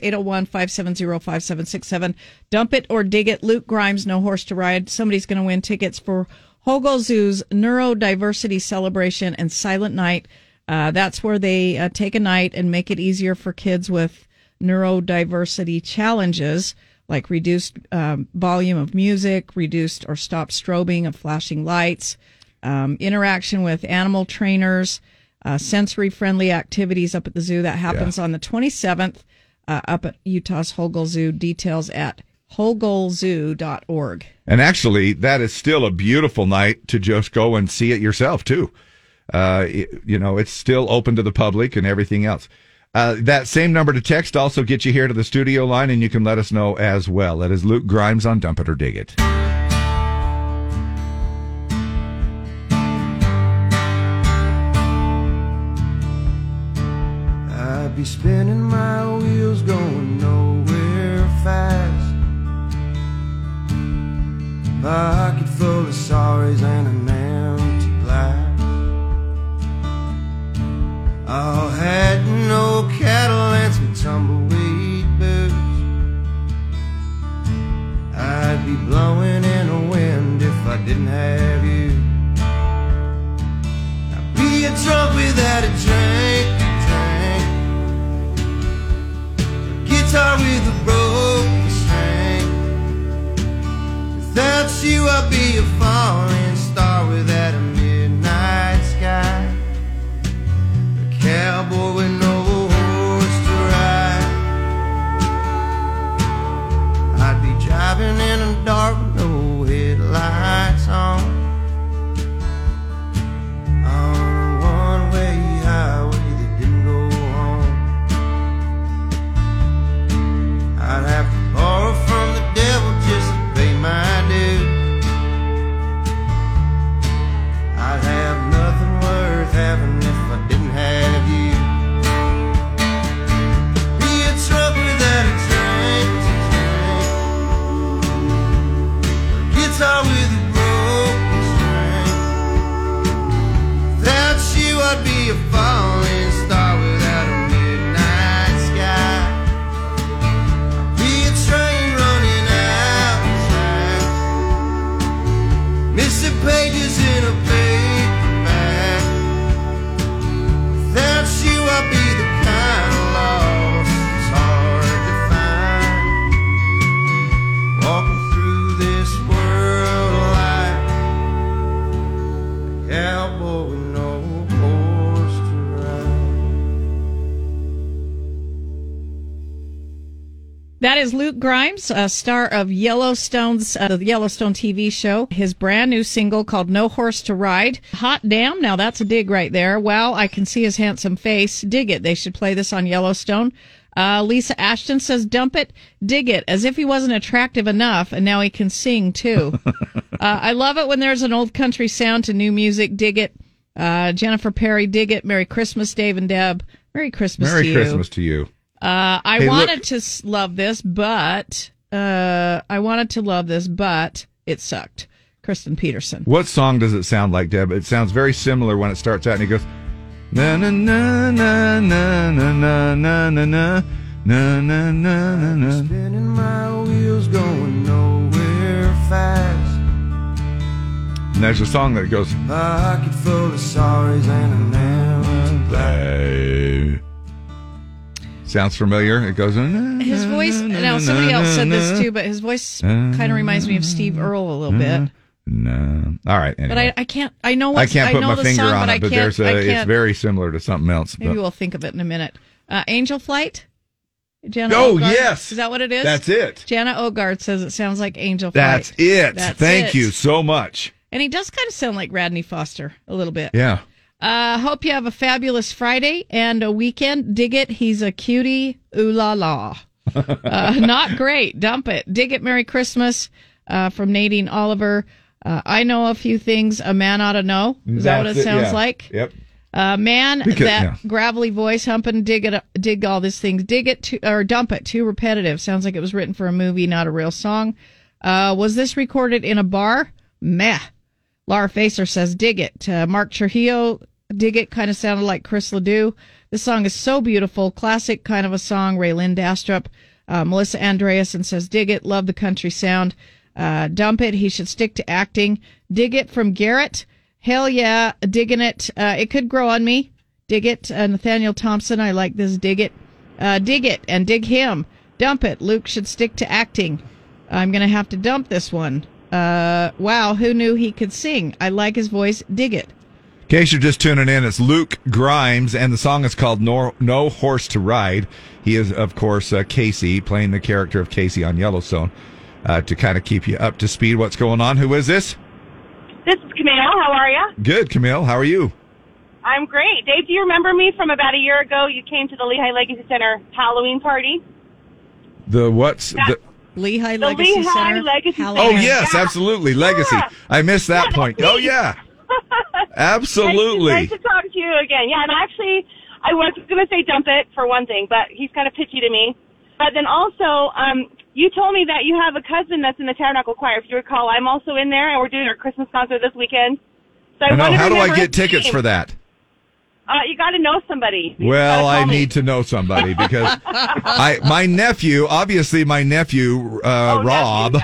S3: 801-570-5767. Dump it or dig it. Luke Grimes, No Horse to Ride. Somebody's going to win tickets for Hogo Zoo's Neurodiversity Celebration and Silent Night. Uh, that's where they uh, take a night and make it easier for kids with neurodiversity challenges like reduced um, volume of music, reduced or stopped strobing of flashing lights, um, interaction with animal trainers, uh, sensory friendly activities up at the zoo. That happens on the 27th uh, up at Utah's Holgol Zoo. Details at holgolzoo.org.
S2: and actually, that is still a beautiful night to just go and see it yourself too. Uh, it- you know, it's still open to the public and everything else. Uh, that same number to text also gets you here to the studio line, and you can let us know as well. That is Luke Grimes on Dump It or Dig It.
S6: I'd be spinning my wheels going nowhere fast. Pocket full of sorries and an empty glass. All had no cattle and some tumbleweed boots. I'd be blowing in a wind if I didn't have you. I'd be a drunk without a drink, drink guitar with a broken string. Without you, I'd be a falling star without a midnight sky. A cat
S3: That is Luke Grimes, a star of Yellowstone's uh, the Yellowstone TV show. His brand new single called "No Horse to Ride." Hot damn! Now that's a dig right there. Wow, I can see his handsome face. Dig it. They should play this on Yellowstone. Uh, Lisa Ashton says, "Dump it, dig it," as if he wasn't attractive enough, and now he can sing too. uh, I love it when there's an old country sound to new music. Dig it. Uh, Jennifer Perry, dig it. Merry Christmas, Dave and Deb. Merry Christmas.
S2: Merry
S3: to you.
S2: Christmas to you.
S3: Uh,
S2: Hey,
S3: I
S2: look.
S3: wanted to s- love this, but uh, I wanted to love this, but it sucked. Kristen Peterson.
S2: What song does it sound like, Deb? It sounds very similar when it starts out and he goes na na na na na na na na na na na na na na na.
S6: Spinning my wheels, going nowhere fast.
S2: And there's a song that goes
S6: Pocket full of sorries and an
S2: "Hey." Sounds familiar. It goes eh? "Na,
S3: His
S2: na,
S3: voice.
S2: na,
S3: Now
S2: na,
S3: somebody
S2: na,
S3: else said this
S2: na,
S3: too, but his voice
S2: na,
S3: kind of reminds me of Steve Earle a little bit.
S2: na." Mm-hmm. All right. Anyway.
S3: But I, I can't. I know.
S2: I
S3: What's,
S2: can't put
S3: know
S2: my
S3: the
S2: finger
S3: song,
S2: on
S3: but
S2: it, but
S3: I can't,
S2: there's a.
S3: I can't,
S2: It's very similar to something else.
S3: Maybe
S2: but-
S3: we'll think of it in a minute. Uh, Angel Flight. Jana.
S2: Oh,
S3: Ogard.
S2: yes.
S3: Is that what it is?
S2: That's it.
S3: Jana Ogard says it sounds like Angel
S2: That's
S3: Flight.
S2: it.
S3: That's
S2: Thank
S3: it.
S2: you so much.
S3: And he does kind of sound like Radney Foster a little bit.
S2: Yeah.
S3: Uh, hope you have a fabulous Friday and a weekend. Dig it. He's a cutie. Ooh
S2: [LAUGHS]
S3: la la. Uh, not great. Dump it. Dig it. Merry Christmas uh, from Nadine Oliver. Uh, I know a few things a man ought to know. Is that what
S2: That's
S3: it sounds
S2: yeah.
S3: like?
S2: Yep.
S3: Uh, man,
S2: Because-
S3: that
S2: yeah.
S3: gravelly voice humping, dig it, dig all these things, dig it to, or dump it. Too repetitive. Sounds like it was written for a movie, not a real song. Uh, was this recorded in a bar? Meh. Laura Facer says, dig it. Uh, Mark Trujillo, dig it. Kind of sounded like Chris Ledoux. This song is so beautiful. Classic kind of a song. Ray Lynn Dastrup. Uh, Melissa Andreasen says, dig it. Love the country sound. Uh, dump it. He should stick to acting. Dig it from Garrett. Hell yeah. Digging it. Uh, it could grow on me. Dig it. Uh, Nathaniel Thompson. I like this. Dig it. Uh, dig it and dig him. Dump it. Luke should stick to acting. I'm going to have to dump this one. Uh, wow, who knew he could sing? I like his voice. Dig it.
S2: In case you're just tuning in, it's Luke Grimes, and the song is called No, no Horse to Ride. He is, of course, uh, Casey, playing the character of Casey on Yellowstone uh, to kind of keep you up to speed. What's going on? Who is this?
S13: This is Camille. How are you?
S2: Good, Camille. How are you?
S13: I'm great. Dave, do you remember me from about a year ago? You came to the Lehigh Legacy Center Halloween party.
S2: The what's the.
S3: Lehigh
S13: The
S3: Legacy
S13: Lehigh
S3: Center.
S13: Legacy
S3: Halloween.
S2: Oh, yes, absolutely. Legacy. I missed that point. Oh,
S13: [LAUGHS]
S2: yeah.
S13: Nice
S2: Absolutely.
S13: to talk to you again. Yeah, and actually, I was going to say dump it for one thing, but he's kind of pitchy to me. But then also, um, you told me that you have a cousin that's in the Tabernacle Choir. If you recall, I'm also in there, and we're doing our Christmas concert this weekend. So I,
S2: I know.
S13: wanted to
S2: How do I
S13: remember
S2: get
S13: his
S2: tickets
S13: name.
S2: for that?
S13: Uh, you got to know somebody. You
S2: Well,
S13: gotta
S2: I
S13: call me.
S2: need to know
S13: [LAUGHS]
S2: somebody because I my nephew, obviously my nephew
S13: Oh,
S2: uh, Rob.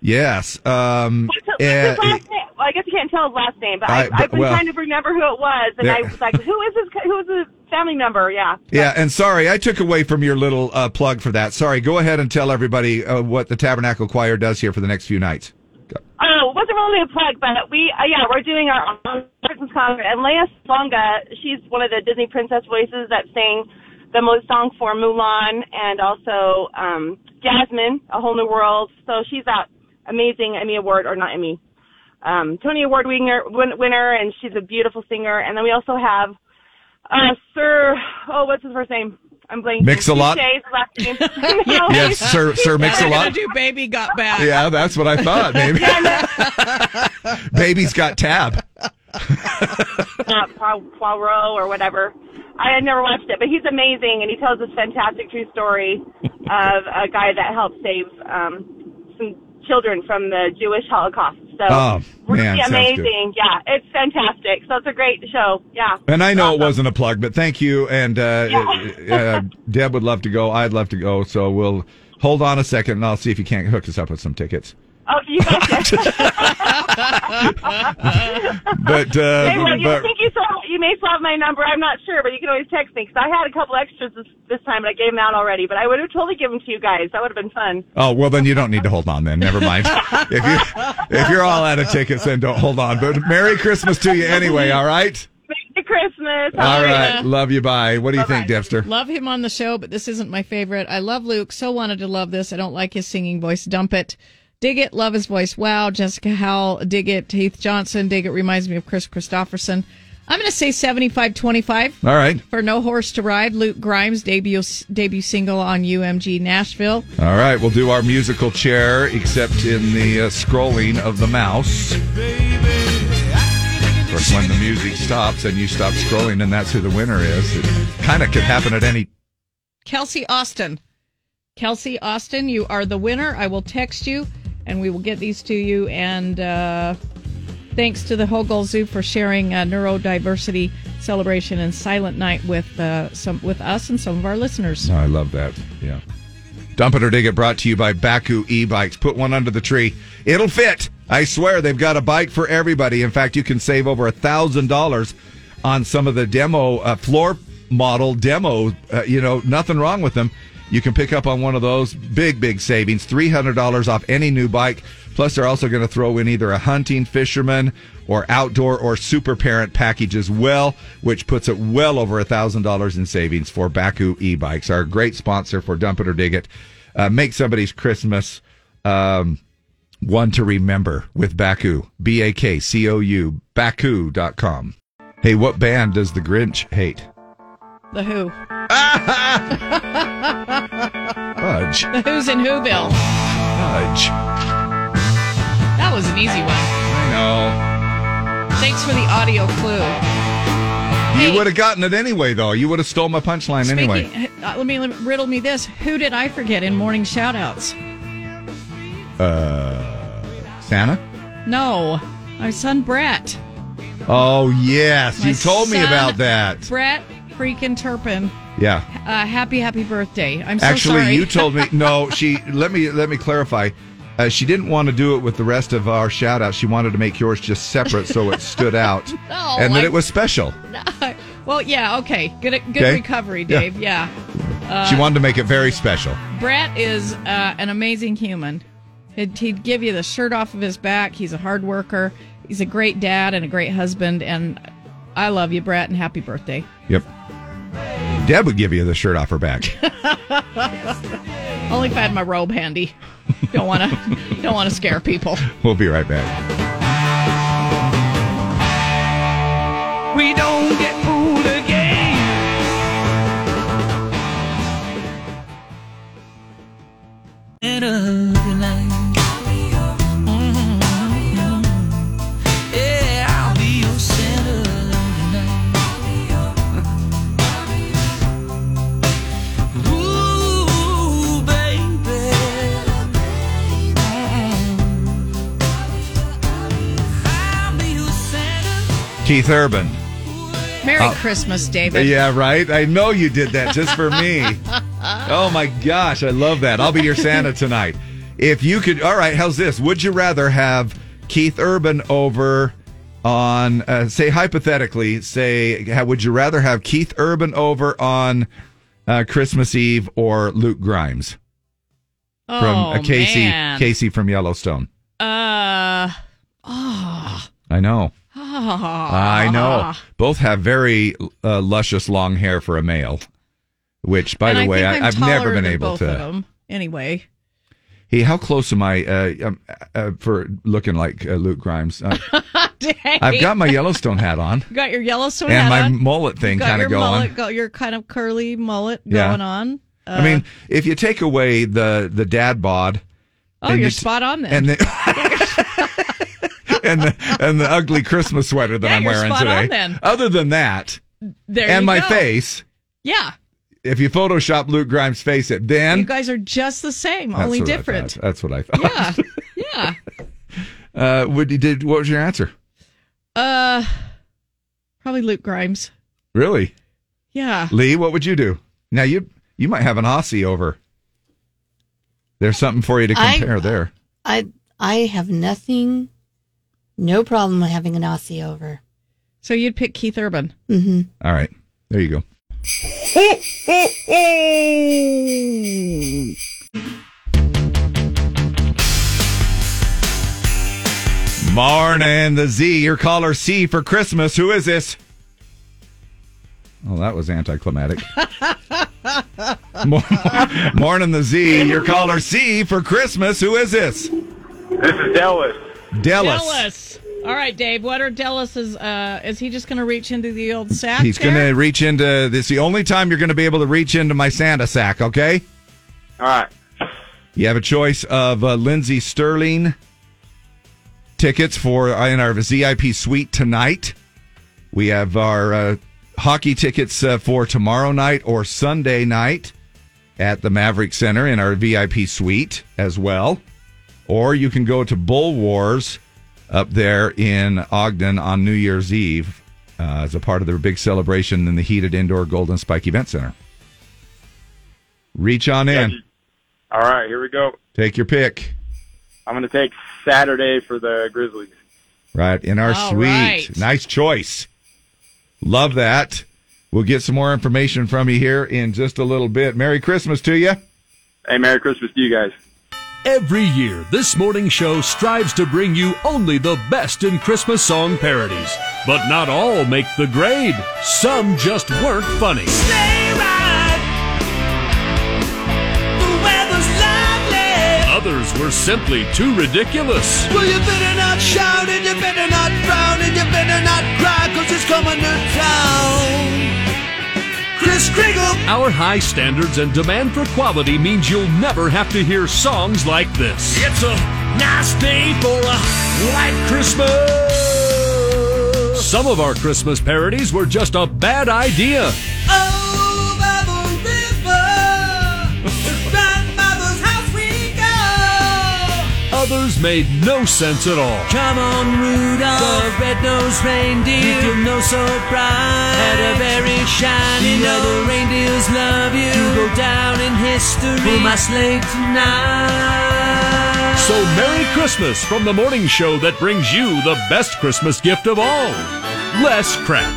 S2: Yes. Um,
S13: His
S2: and-
S13: last name, well, I guess you can't tell his last name, but
S2: I-
S13: I, I, have been
S2: well-
S13: trying to remember who it was, and I
S2: There-
S13: was like, "Who is his? Who is his family member?" Yeah.
S2: yeah, and sorry, I took away from your little uh, plug for that. Sorry, go ahead and tell everybody uh, what the Tabernacle Choir does here for the next few nights.
S13: Oh, it wasn't really a plug, but we, uh, yeah, we're doing our own Christmas concert. And Leia Slonga, she's one of the Disney princess voices that sang the most song for Mulan and also um, Jasmine, A Whole New World. So she's that amazing Emmy Award, or not Emmy, um, Tony Award winner, win, winner, and she's a beautiful singer. And then we also have uh, Sir, oh, what's his first name? I'm blanking.
S2: Mix-a-Lot?
S13: Touche, his
S2: [LAUGHS]
S13: last name. [LAUGHS] No.
S2: Yes, Sir- Sir Mix-a-Lot.
S3: Do baby got back.
S2: Yeah, that's what I thought.
S13: [LAUGHS]
S2: Maybe [LAUGHS] baby's got tab.
S13: uh, Poi- Poirot or whatever. I had never watched it, but he's amazing, and he tells this fantastic true story of a guy that helped save um, some children from the Jewish Holocaust. So
S2: Oh, man,
S13: really
S2: sounds good.
S13: amazing. Yeah, it's fantastic. So it's a great show.
S2: [LAUGHS]
S13: Yeah.
S2: And I know it wasn't a plug, but thank you. And uh,
S13: Yeah.
S2: [LAUGHS] uh, Deb would love to go. I'd love to go. So we'll hold on a second, and I'll see if you can't hook us up with some tickets.
S13: Oh, you guys.
S2: But uh,
S13: Hey, well, you
S2: but
S13: think you saw? You may still have my number. I'm not sure, but you can always text me because I had a couple extras this, this time, but I gave them out already. But I would have totally given them to you guys. That would have been fun.
S2: Oh well, then you don't need to hold on. Then never
S13: [LAUGHS]
S2: mind. if you if you're all out of tickets, then don't hold on. But Merry Christmas to you anyway. All right.
S13: Merry Christmas.
S2: All right. Love you. Bye. What do you think, Debster?
S3: Love him on the show, but this isn't my favorite. I love Luke. So wanted to love this. I don't like his singing voice. Dump it. Dig it. Love his voice. Wow. Jessica Howell. Dig it. Heath Johnson. Dig it. Reminds me of Chris Christopherson. I'm going to say 75 25.
S2: [LAUGHS] All right.
S3: For No Horse to Ride, Luke Grimes' debut debut single on UMG Nashville.
S2: All right. We'll do our musical chair, except in the uh, scrolling of the mouse. Of course, when the music stops and you stop scrolling, and that's who the winner is, it kind of could happen at any.
S3: Kelsey Austin. Kelsey Austin, you are the winner. I will text you and we will get these to you. And uh, thanks to the Hogel Zoo for sharing uh, neurodiversity celebration and silent night with uh, some with us and some of our listeners.
S2: Oh, I love that. Yeah. Dump it or dig it. Brought to you by Baku e-bikes. Put one under the tree. It'll fit. I swear they've got a bike for everybody. In fact, you can save over a thousand dollars on some of the demo uh, floor model demo. Uh, you know, nothing wrong with them. You can pick up on one of those big, big savings. Three hundred dollars off any new bike. Plus, they're also going to throw in either a hunting, fisherman, or outdoor or super parent package as well, which puts it well over $1,000 in savings for Baku e bikes, our great sponsor for Dump It or Dig It. Uh, make somebody's Christmas um, one to remember with Baku, B A K C O U, Baku.com. Hey, what band does the Grinch hate?
S3: The Who.
S2: Fudge.
S3: the Who's in Whoville.
S2: Fudge.
S3: That was an easy one.
S2: No.
S3: Thanks for the audio clue.
S2: You would have gotten it anyway, though. You would have stole my punchline anyway.
S3: Speaking- uh, let me let me- riddle me this. Who did I forget in morning shoutouts?
S2: Uh, Santa?
S3: No, my son Brett.
S2: Oh, yes.
S3: My
S2: you told me
S3: son,
S2: about that.
S3: Brett freaking Turpin.
S2: Yeah.
S3: Uh, happy happy birthday. I'm so
S2: Actually,
S3: sorry. [LAUGHS]
S2: you told me no. She let me let me clarify. Uh, she didn't want to do it with the rest of our shout out. She wanted to make yours just separate so it
S3: [LAUGHS]
S2: stood out
S3: No,
S2: and that
S3: I-
S2: it was special.
S3: [LAUGHS] well, yeah, okay. Good good
S2: Okay.
S3: recovery,
S2: Yeah.
S3: Dave. Yeah. Uh,
S2: she wanted to make it very special.
S3: Brett is uh, an amazing human. He'd, he'd give you the shirt off of his back. He's a hard worker. He's a great dad and a great husband. And I love you, Brett, and happy birthday.
S2: Yep. Deb would give you the shirt off her back.
S3: [LAUGHS] Only if I had my robe handy. [LAUGHS] Don't want to. don't want to scare people.
S2: [LAUGHS] We'll be right back.
S11: We don't get fooled again. And a good night. Mhm. Yeah, I'll be your Santa tonight. Ooh, baby. Mhm. I'll be your Santa.
S2: Keith Urban.
S3: Merry
S2: Oh.
S3: Christmas, David.
S2: Yeah, right. I know you did that just for
S3: [LAUGHS]
S2: me. Oh my gosh, I love that. I'll be your Santa tonight. If you could, all right. How's this? Would you rather have Keith Urban over on, uh, say hypothetically, say, how- would you rather have Keith Urban over on uh, Christmas Eve or Luke Grimes from
S3: oh,
S2: uh, Casey
S3: man.
S2: Casey from Yellowstone?
S3: Uh. Oh.
S2: I know,
S3: oh.
S2: I know. Both have very uh, luscious long hair for a male. Which, by
S3: And
S2: the
S3: I
S2: way,
S3: think I'm
S2: I, I've never
S3: taller
S2: been
S3: than
S2: able
S3: both
S2: to.
S3: Of them. Anyway, [LAUGHS]
S2: Hey, how close am I uh, um, uh, for looking like uh, Luke Grimes?
S3: [LAUGHS]
S2: Uh, I've got my Yellowstone hat on
S3: You got your Yellowstone
S2: and
S3: hat
S2: my
S3: on.
S2: mullet thing
S3: You got
S2: kind
S3: your
S2: of going.
S3: mullet, Got your kind of curly mullet
S2: Yeah.
S3: going on. Uh,
S2: I mean, if you take away the the dad bod,
S3: Oh,
S2: and
S3: you're
S2: you
S3: spot on then.
S2: and
S3: [LAUGHS]
S2: the, [LAUGHS] and the and the ugly Christmas sweater that
S3: Yeah,
S2: I'm
S3: you're
S2: wearing
S3: spot
S2: today.
S3: on then.
S2: Other than that,
S3: there
S2: and
S3: you
S2: my
S3: go.
S2: face.
S3: Yeah,
S2: If you Photoshop Luke Grimes' face, it then
S3: you guys are just the same,
S2: That's
S3: only
S2: what I
S3: different.
S2: thought. That's what I thought. [LAUGHS]
S3: Yeah.
S2: Uh, what you did? What was your answer?
S3: Uh, probably Luke Grimes.
S2: Really?
S3: Yeah.
S2: [LAUGHS] Lee, what would you do? Now you you might have an Aussie over. There's something for you to
S1: I-
S2: compare there.
S1: I I have nothing, no problem having an Aussie over.
S3: So you'd pick Keith Urban.
S1: Mm-hmm.
S2: All right, there you go. Morning, the Z, your caller C for Christmas. Who is this? Well, that was anticlimactic. [LAUGHS] Mor- [LAUGHS] Morning the Z, your caller C for Christmas. Who is this?
S7: This is Dallas.
S2: Dallas.
S3: Dallas. All right, Dave. What are Dallas's? Uh, is he just going to reach into the old sack?
S2: He's going to reach into this. is The only time you're going to be able to reach into my Santa sack, okay?
S7: All right.
S2: You have a choice of uh, Lindsey Sterling tickets for in our VIP suite tonight. We have our uh, hockey tickets uh, for tomorrow night or Sunday night at the Maverick Center in our VIP suite as well. Or you can go to Bull Wars up there in Ogden on New Year's Eve uh, as a part of their big celebration in the heated indoor Golden Spike Event Center. Reach on in.
S7: All right, here we go.
S2: Take your pick.
S7: I'm going to take Saturday for the Grizzlies.
S2: Right, in our
S7: All
S2: suite.
S7: right.
S2: Nice choice. Love that. We'll get some more information from you here in just a little bit. Merry Christmas to you.
S7: Hey, Merry Christmas to you guys.
S8: Every year, this morning show strives to bring you only the best in Christmas song parodies. But not all make the grade. Some just weren't funny. Others were simply too ridiculous.
S11: Well, you better not shout and you better not frown and you better not cry cause it's coming to town. Chris Kringle.
S8: Our high standards and demand for quality means you'll never have to hear songs like this. It's a nice day for a white Christmas. Some of our Christmas parodies were just a bad idea.
S11: Over Oh, the river, to grandmother's house we go.
S8: Others made no sense at all.
S11: Come on, Rudolph, red-nosed reindeer, you know so bright, had a very shiny the nose. Other reindeers love you, you go down in history for my sleigh tonight.
S8: So, Merry Christmas from the morning show that brings you the best Christmas gift of all less crap.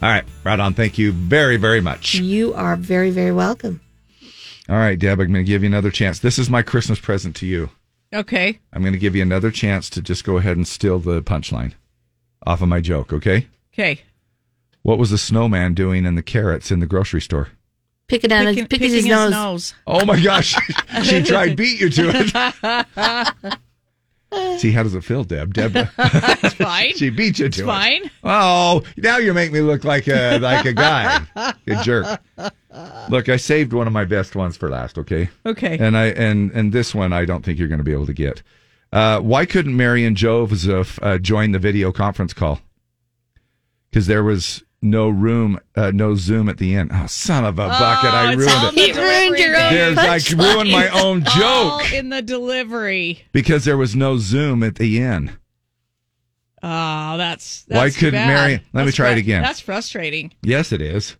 S2: All right, right on. Thank you very, very much.
S1: You are very, very welcome.
S2: All right, Deb, I'm going to give you another chance. This is my Christmas present to you.
S3: Okay.
S2: I'm going to give you another chance to just go ahead and steal the punchline off of my joke, okay?
S3: Okay.
S2: What was the snowman doing in the carrots in the grocery store?
S1: Picking out his, picking his, nose.
S2: Oh my gosh, [LAUGHS] she tried beat you
S3: [LAUGHS]
S2: to it. See, how does it feel, Deb? Deb,
S3: it's fine.
S2: [LAUGHS] she beat you to
S3: it's
S2: it.
S3: fine.
S2: Oh, now you make me look like a like a
S3: [LAUGHS]
S2: guy, a jerk. Look, I saved one of my best ones for last, okay?
S3: Okay.
S2: And I and and this one I don't think you're going to be able to get. Uh, why couldn't Marion Joseph uh, join the video conference call? Because there was no room, uh, no Zoom at the end. Oh, son of a bucket! I
S3: Oh,
S2: ruined
S3: it's all
S2: it.
S3: in the delivery,
S1: ruined your own
S3: Dave.
S2: There's,
S3: [LAUGHS]
S2: like, ruined my own
S3: It's all
S2: joke.
S3: in the delivery.
S2: because there was no Zoom at the end.
S3: Oh, that's, that's
S2: Why couldn't
S3: bad.
S2: Mary- let me
S3: That's
S2: try it
S3: fru-
S2: again.
S3: That's frustrating.
S2: Yes, it is.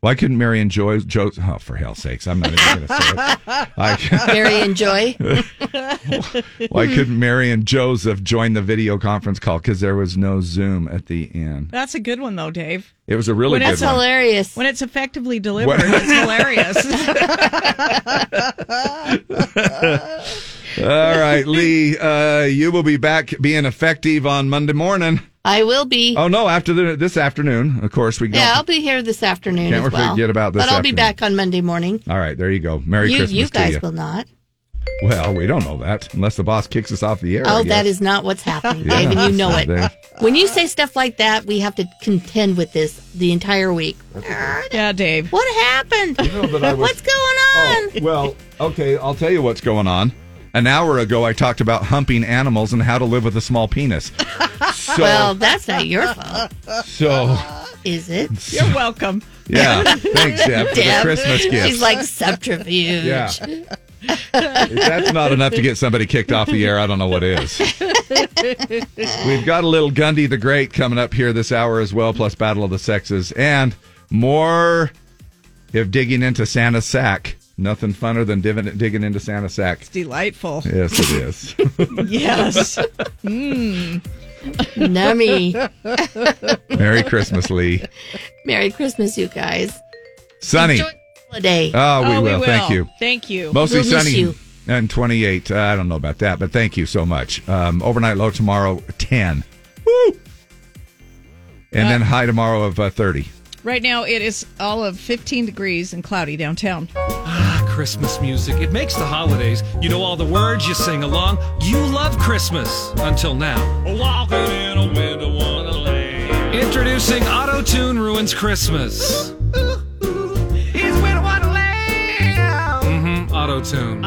S2: Why couldn't Mary enjoy Joseph? Oh, for hell's sakes! I'm not even going to say it.
S3: [LAUGHS]
S2: [LAUGHS] I-
S1: Very enjoy.
S2: [LAUGHS] Why couldn't Mary and Joseph join the video conference call? Because there was no Zoom at the end.
S3: That's a good one though, Dave.
S2: It was a really good one.
S1: hilarious.
S3: When it's effectively delivered,
S2: What-
S3: it's hilarious. [LAUGHS]
S2: [LAUGHS] All right, Lee, uh, you will be back being effective on Monday morning.
S1: [LAUGHS] I will be.
S2: Oh no, after the, this afternoon, of course we.
S1: yeah,
S2: don't-
S1: I'll be here this afternoon
S2: Can't
S1: as well.
S2: forget about this
S1: But I'll be
S2: afternoon.
S1: back on Monday morning.
S2: All right, there you go. Merry
S1: you,
S2: Christmas
S1: you
S2: to
S1: guys
S2: you.
S1: will not.
S2: Well, we don't know that unless the boss kicks us off the air. I
S1: oh, that
S2: guess.
S1: is not what's happening,
S2: Yeah,
S1: Dave, and you know
S2: so
S1: it.
S2: there-
S1: When you say stuff like that, we have to contend with this the entire week.
S3: Yeah, Dave.
S1: What
S2: [LAUGHS]
S1: happened? [LAUGHS]
S2: but I was- Oh,
S1: What's going on?
S2: Well, okay, I'll tell you what's going on. An hour ago, I talked about humping animals and how to live with a small penis. So,
S1: well, that's not your fault,
S2: so
S1: is it?
S3: You're welcome.
S2: yeah. Thanks, Deb, for the Christmas gift.
S1: She's like
S2: [LAUGHS]
S1: subterfuge.
S2: Yeah. if that's not enough to get somebody kicked off the air, I don't know what is. We've got a little Gundy the Great coming up here this hour as well, plus Battle of the Sexes, and more of digging into Santa's sack. Nothing funner than divin- digging into Santa's sack.
S3: Delightful.
S2: Yes, it is.
S3: Yes.
S1: Hmm.
S3: Mm.
S1: Nummy.
S2: Merry Christmas, Lee.
S1: Merry Christmas, you guys.
S2: Sunny.
S1: Enjoy the holiday.
S2: Oh, we, will. Thank you.
S3: Thank you.
S2: Mostly sunny and 28. Uh, I don't know about that, but thank you so much. Um, overnight low tomorrow, 10. Woo! and then high tomorrow of uh, 30.
S3: Right now, it is all of 15 degrees and cloudy downtown.
S5: Christmas music. It makes the holidays. You know all the words, you sing along. You love Christmas until now. Walking in a winter wonderland. Introducing Auto Tune Ruins Christmas. Mm-hmm, Auto Tune.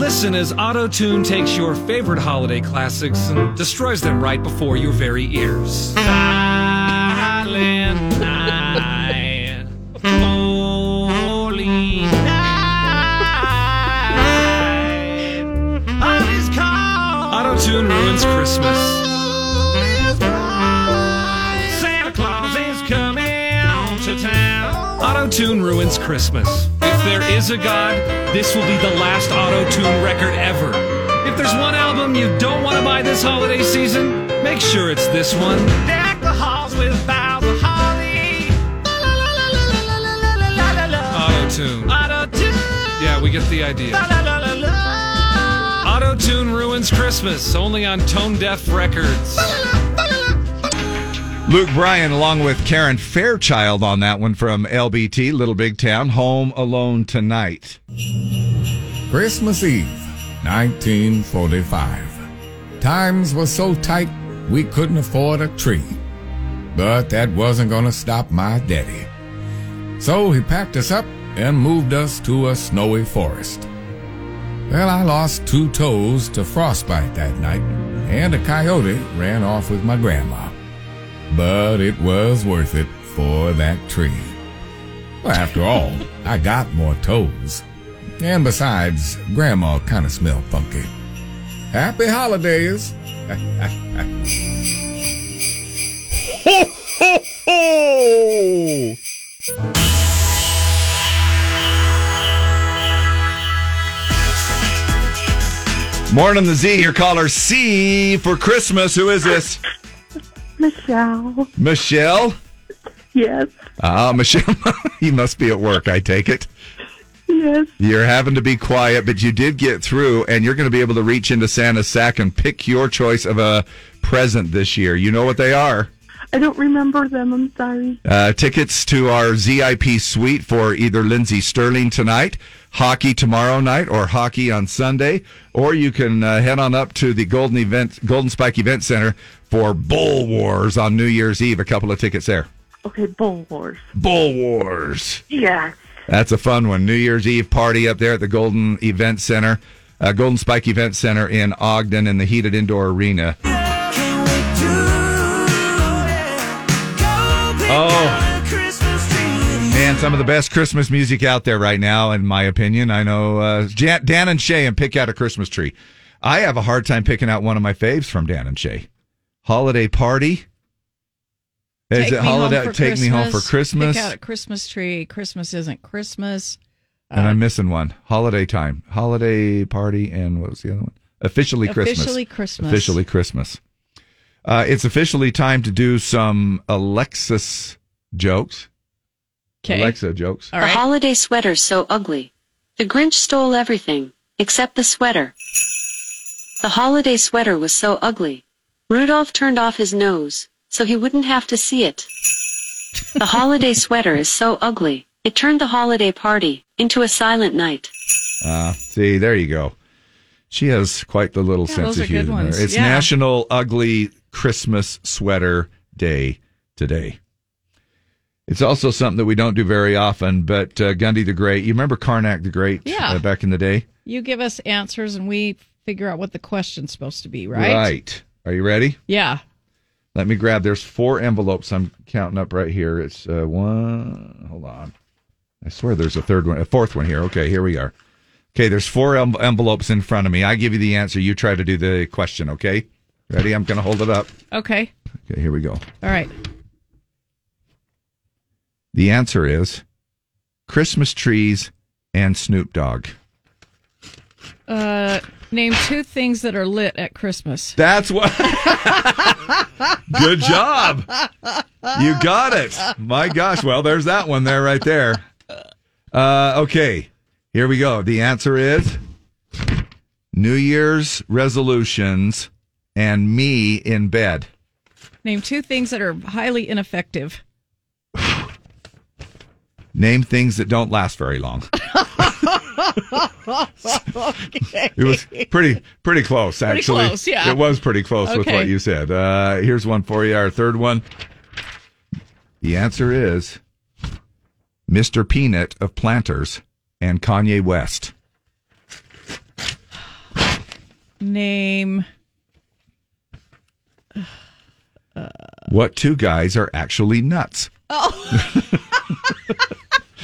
S5: Listen as Auto Tune takes your favorite holiday classics and destroys them right before your very ears. Silent night, holy Auto Tune ruins Christmas. Santa Claus is coming to town. Auto Tune ruins Christmas. If there is a God, this will be the last Auto Tune record ever. If there's one album you don't want to buy this holiday season, make sure it's this one. Deck the halls with boughs of holly. Auto Tune. Yeah, we get the idea. Auto Tune ruins Christmas, only on Tone Deaf Records.
S2: Luke Bryan, along with Karen Fairchild, on that one from LBT, Little Big Town, Home Alone Tonight.
S20: Christmas Eve, 1945. Times were so tight we couldn't afford a tree. But that wasn't going to stop my daddy. So he packed us up and moved us to a snowy forest. Well, I lost two toes to frostbite that night, and a coyote ran off with my grandma. But it was worth it for that tree. Well, after all, I got more toes. And besides, Grandma kind of smelled funky. Happy holidays! [LAUGHS]
S11: Ho, ho, ho!
S2: Morning the Z, your caller C for Christmas. Who is this?
S9: Michelle.
S2: Michelle?
S9: Yes.
S2: Ah, Michelle, [LAUGHS] you must be at work, I take it.
S9: Yes.
S2: You're having to be quiet, but you did get through, and you're going to be able to reach into Santa's sack and pick your choice of a present this year. You know what they are.
S9: [LAUGHS] I don't remember them. I'm sorry.
S2: Uh, tickets to our ZIP suite for either Lindsey Sterling tonight, hockey tomorrow night, or hockey on Sunday. Or you can uh, head on up to the Golden Event, Golden Spike Event Center for Bull Wars on New Year's Eve. A couple of tickets there.
S9: Okay, Bull Wars.
S2: Bull Wars.
S9: Yeah.
S2: That's a fun one. New Year's Eve party up there at the Golden Event Center, uh, Golden Spike Event Center in Ogden in the heated indoor arena. Oh. Man, some of the best Christmas music out there right now, in my opinion. I know uh, Jan- Dan and Shay and Pick Out a Christmas Tree. I have a hard time picking out one of my faves from Dan and Shay. Holiday Party. Is
S3: Take
S2: it
S3: Me Home
S2: Holiday
S3: for
S2: Take Me Home for Christmas?
S3: Pick out a Christmas tree. Christmas isn't Christmas.
S2: and
S23: Uh,
S2: I'm missing one. Holiday Time. Holiday Party and what was the other one? Officially Christmas.
S3: Officially Christmas.
S2: Officially Christmas. Uh, it's officially time to do some Alexis jokes.
S23: 'Kay.
S2: Alexa jokes.
S23: The holiday sweater's so ugly. The Grinch stole everything, except the sweater. The holiday sweater was so ugly. Rudolph turned off his nose, so he wouldn't have to see it. The holiday sweater is so ugly, it turned the holiday party into a silent night.
S2: Uh, see, there you go. She has quite the little
S23: Yeah,
S2: sense
S23: those
S2: of
S23: are good
S2: humor.
S23: ones.
S2: It's
S23: Yeah.
S2: National Ugly Christmas Sweater Day today. It's also something that we don't do very often, but uh, Gundy the Great, you remember Karnak the Great
S3: Yeah.
S2: uh, back in the day?
S3: You give us answers and we figure out what the question's supposed to be, right?
S2: Right. Are you ready?
S3: Yeah.
S2: Let me grab. There's four envelopes I'm counting up right here. It's uh, one. Hold on. I swear there's a third one, a fourth one here. Okay, here we are. Okay, there's four en- envelopes in front of me. I give you the answer. You try to do the question, okay? Ready? I'm going to hold it up.
S3: Okay.
S2: Okay, here we go.
S3: All right.
S2: The answer is Christmas trees and Snoop Dogg.
S3: Uh, name two things that are lit at Christmas.
S2: That's what. [LAUGHS] Good job.
S3: Ah.
S2: You got it. My gosh. Well, there's that one there right there. Uh, okay. Here we go. The answer is New Year's resolutions and me in bed.
S3: [LAUGHS] Name two things that are highly ineffective.
S2: Name things that don't last very long. It was pretty pretty close,
S3: Pretty
S2: actually.
S3: close, yeah.
S2: It was pretty close with
S3: Okay.
S2: what you said. Uh, here's one for you. Our third one. The answer is Mr. Peanut of Planters and Kanye West.
S3: Name.
S2: What two guys are actually nuts?
S3: Oh,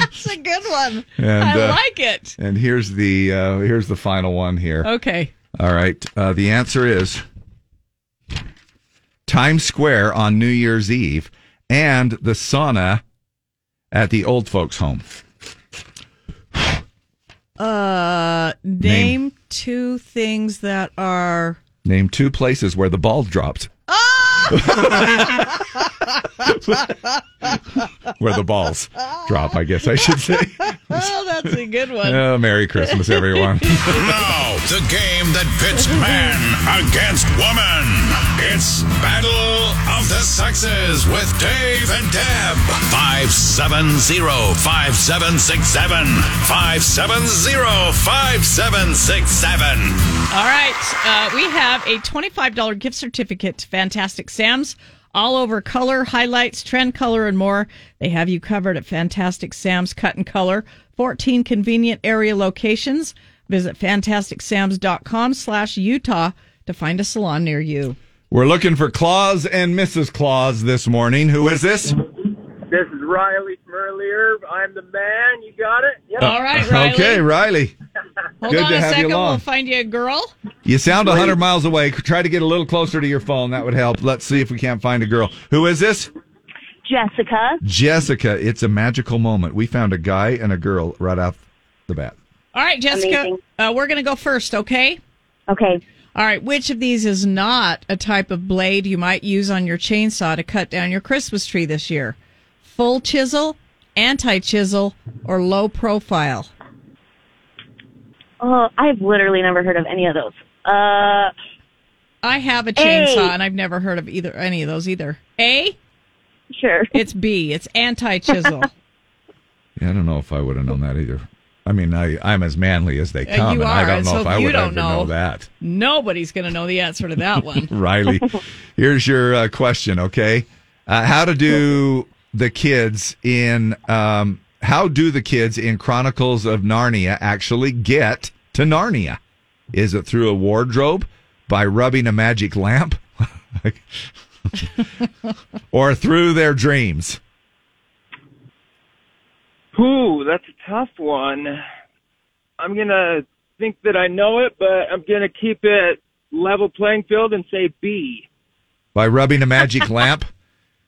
S3: that's a good one.
S2: [LAUGHS] And,
S3: I
S2: uh,
S3: like it.
S2: And here's the uh, here's the final one here.
S3: Okay.
S2: All right. Uh, the answer is Times Square on New Year's Eve and the sauna at the old folks' home.
S3: Uh, name, two things that [LAUGHS] are.
S2: Name two places where the ball dropped.
S3: Oh.
S2: [LAUGHS] Where the
S3: [LAUGHS]
S2: balls drop, I guess I should say.
S3: oh, that's a good one.
S2: Oh, Merry Christmas,
S3: [LAUGHS]
S2: everyone.
S19: [LAUGHS] now, the game that pits man against woman. It's Battle of the Sexes with Dave and Deb. 570-5767. 570-5767.
S3: All right. Uh, we have a $25 gift certificate to Fantastic Sam's. All over color, highlights, trend color, and more. They have you covered at Fantastic Sam's Cut and Color. 14 convenient area locations. Visit fantasticsams.com slash Utah to find a salon
S2: [LAUGHS]
S3: near you.
S2: We're looking for Claus and Mrs. Claus this morning. Who is this?
S16: This is Riley from earlier. I'm the man. You got it? Yep.
S2: Uh, Okay, Riley.
S3: Hold
S2: Good
S3: on
S2: to
S3: a
S2: have you
S3: second. We'll
S2: along.
S3: find you a girl.
S2: You sound 100 miles away. Try to get a little closer to your phone. That would help. Let's see if we can't find a girl. Who is this?
S9: Jessica.
S2: Jessica. It's a magical moment. We found a guy and a girl right off the bat.
S3: All right, Jessica, uh, we're going to go first, okay?
S9: Okay.
S3: All right, which of these is not a type of blade you might use on your chainsaw to cut down your Christmas tree this year? Full chisel, anti chisel, or low profile?
S9: Oh, I've literally never heard of any of those. Uh,
S3: I have a
S9: A.
S3: chainsaw and I've never heard of either any of those either. A?
S9: Sure.
S3: It's B. It's
S9: [LAUGHS]
S3: anti chisel.
S2: Yeah, I don't know if I would have known that either. I mean, I, I'm as manly as they
S3: Uh,
S2: come,
S3: you
S2: and I
S3: are,
S2: don't
S3: and
S2: know
S3: so
S2: if I
S3: you
S2: would
S3: don't
S2: ever
S3: know.
S2: know that.
S3: Nobody's going to know the answer to that one.
S2: [LAUGHS]
S9: [LAUGHS]
S2: Riley, here's your uh, question, okay? Uh, how to do the kids in um, how do the kids in Chronicles of Narnia actually get to Narnia? Is it through a wardrobe by rubbing a magic lamp [LAUGHS] or through their dreams?
S16: Ooh, that's a tough one. I'm gonna think that I know it, but I'm gonna keep it level playing field and say B.
S2: By rubbing a magic lamp?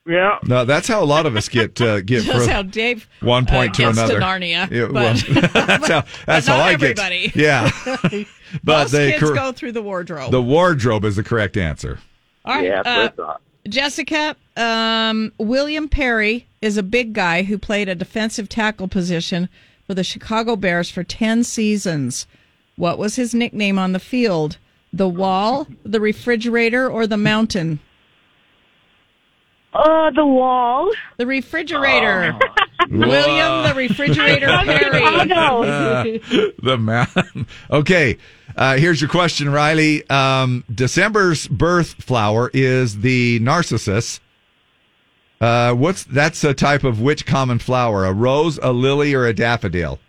S16: Yeah.
S2: No, that's how a lot of us get uh, get
S3: That's
S2: fro-
S3: how Dave
S2: one point
S3: uh,
S2: to
S3: gets
S2: another.
S3: To Narnia,
S2: Yeah,
S3: but
S2: well, [LAUGHS] that's how that's
S3: not
S2: how I
S3: everybody.
S2: get.
S3: [LAUGHS]
S2: Yeah, but
S3: Most
S2: they
S3: kids
S2: cor-
S3: go through the wardrobe.
S2: the wardrobe is the correct answer.
S3: All right,
S2: Yeah,
S3: uh,
S2: that's what I thought.
S3: Jessica, um, William Perry is a big guy who played a defensive tackle position for the Chicago Bears for 10 seasons. What was his nickname on the field? The wall, the refrigerator, or the mountain?
S9: Uh, the wall.
S3: The refrigerator. [LAUGHS]
S2: Oh.
S3: William the
S2: [LAUGHS]
S3: refrigerator
S11: [LAUGHS]
S3: Perry.
S2: Uh, the man. [LAUGHS] Okay, uh, here's your question, Riley. Um, December's birth flower is the narcissus. Uh, what's that's a type of which common flower? A rose, a lily, or a daffodil?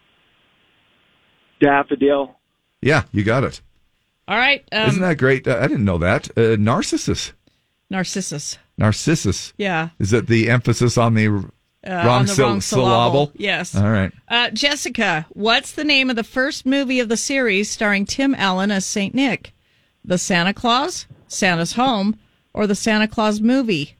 S16: Daffodil.
S2: Yeah, you got it.
S3: All right. Um,
S2: Isn't that great? Uh, I didn't know that. Uh, narcissus.
S3: Narcissus.
S2: Narcissus.
S3: Yeah.
S2: Is it the emphasis on the r-
S3: Uh,
S2: wrong,
S3: on the
S2: syl-
S3: wrong
S2: syllable?
S3: syllable. Yes.
S2: All right.
S3: Uh, Jessica, what's the name of the first movie of the series starring Tim Allen as Saint Nick? The Santa Claus, Santa's Home, or the Santa Claus movie?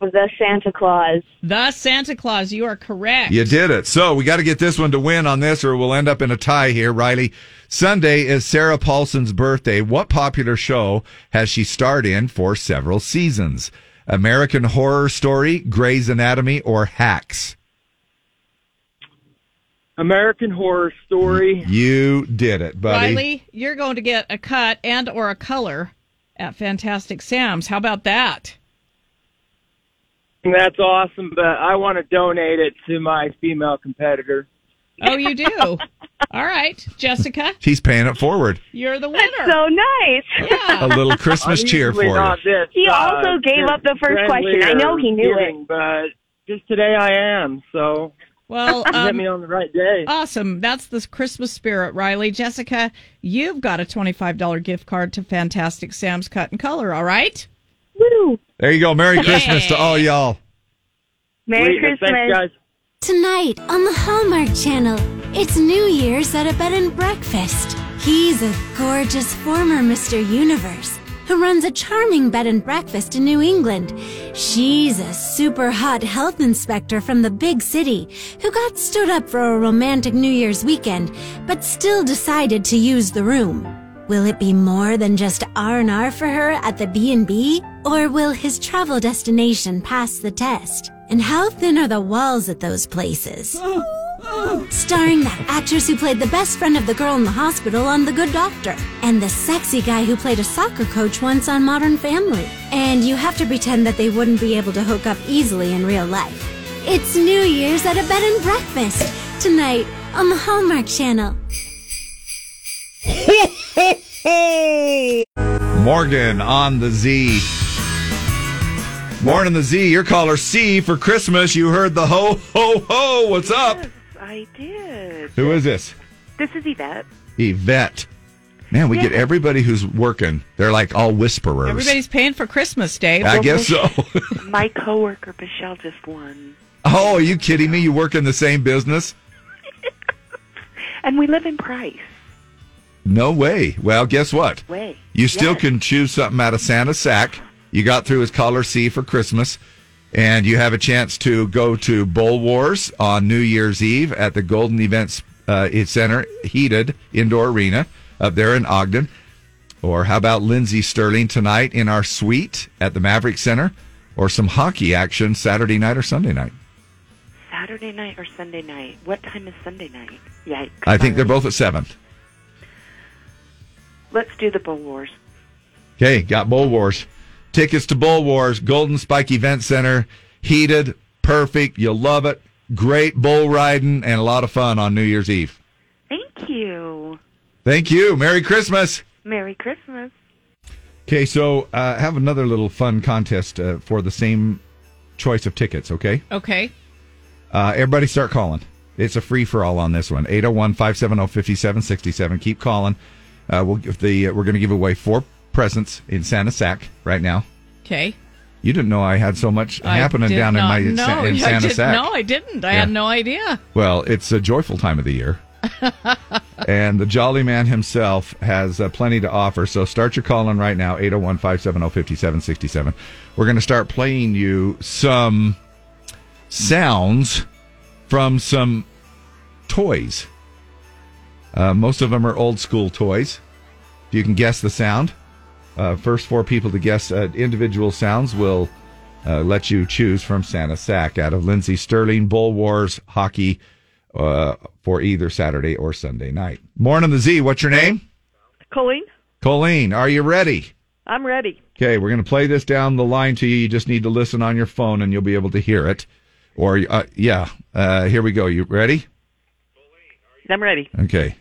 S9: The Santa
S3: [LAUGHS]
S9: Claus.
S3: The Santa Claus. You are correct.
S2: You did it. So we got to get this one to win on this, or we'll end up in a tie here, Riley. Sunday is Sarah Paulson's birthday. What popular show has she starred in for several seasons? American Horror Story, Grey's Anatomy, or Hacks?
S16: American Horror Story.
S2: You did it, buddy.
S3: Riley, you're going to get a cut and or a color at Fantastic Sam's. How about that?
S16: That's awesome, but I want to donate it to my female competitor.
S3: Oh, you do? All right, Jessica,
S2: She's paying it forward.
S3: you're the winner. so
S9: nice.
S2: A little Christmas cheer for you.
S9: He also gave up the first question. I know he knew it.
S16: but just today I am. So
S3: Well,
S16: You hit
S3: um,
S16: me on the right day.
S3: Awesome. That's the Christmas spirit, Riley. Jessica, you've got a $25 gift card to Fantastic Sam's Cut and Color, all right?
S9: Woo!
S2: There you go. Merry Christmas to all y'all.
S9: Merry Christmas.
S10: Tonight on the Hallmark Channel, it's New Year's at a bed and breakfast. He's a gorgeous former Mr. Universe who runs a charming bed and breakfast in New England. She's a super hot health inspector from the big city who got stood up for a romantic New Year's weekend but still decided to use the room. Will it be more than just R&R for her at the B&B or will his travel destination pass the test? And how thin are the walls at those places? Starring that actress who played the best friend of the girl in the hospital on The Good Doctor and the sexy guy who played a soccer coach once on Modern Family. And you have to pretend that they wouldn't be able to hook up easily in real life. It's New Year's at a bed and breakfast tonight on the Hallmark Channel.
S2: [LAUGHS] Morgan on the Z. Morning the Z, your caller C for Christmas. You heard the ho ho ho. What's up?
S12: I did.
S2: Who is this?
S12: This is Yvette.
S2: Yvette. Man, we get
S12: Yeah.
S2: everybody who's working. They're like all whisperers.
S3: Everybody's paying for Christmas, Dave.
S2: I guess so.
S12: My coworker Michelle just won,
S2: [LAUGHS] oh, are you kidding me? You work in the same business?
S12: and we live in Price.
S2: No way. Well, guess what?
S12: Way.
S2: You still can choose something out of Santa's sack. You got through his caller C for Christmas, and you have a chance to go to Bowl Wars on New Year's Eve at the Golden Events uh, Center heated indoor arena up there in Ogden. Or how about Lindsey Sterling tonight in our suite at the Maverick Center, or some hockey action Saturday night or Sunday night?
S12: Saturday night or Sunday night? What time is Sunday night? Yikes.
S2: I think they're both at seven.
S12: Let's do the Bowl Wars.
S2: Okay, got Bull Wars. Tickets to Bull Wars, Golden Spike Event Center, heated, perfect. You'll love it. Great bull riding and a lot of fun on New Year's Eve.
S12: Thank you.
S2: Thank you. Merry Christmas.
S12: Merry Christmas.
S2: Okay, so uh, have another little fun contest uh, for the same choice of tickets, okay?
S3: Okay.
S2: Uh, everybody start calling. It's a free for all on this one. oh, 801 570 5767. Keep calling. Uh, we'll give the, we're going to give away four presents in Santa Sack right now.
S3: Okay.
S2: You didn't know I had so much
S3: I
S2: happening
S3: did
S2: down in
S3: not
S2: my in
S3: know. [LAUGHS]
S2: Sa- in
S3: I
S2: Santa
S3: did-
S2: Sack.
S3: No, I didn't. I
S2: Yeah.
S3: had no idea.
S2: Well, it's a joyful time of the
S3: [LAUGHS]
S2: year. and the Jolly Man himself has uh, plenty to offer. So start your calling right now, 801 570 5767. We're going to start playing you some sounds from some toys. Uh, most of them are old school toys. If you can guess the sound, uh, first four people to guess uh, individual sounds will uh, let you choose from Santa Sack out of Lindsay Sterling, Bull Wars, hockey uh, for either Saturday or Sunday night. Morning the Z, what's your name?
S17: Colleen,
S2: Colleen, are you ready?
S17: I'm ready.
S2: Okay, we're going to play this down the line to you. You just need to listen on your phone and you'll be able to hear it. Or, uh, yeah, uh, here we go. You ready?
S17: I'm ready.
S2: Okay.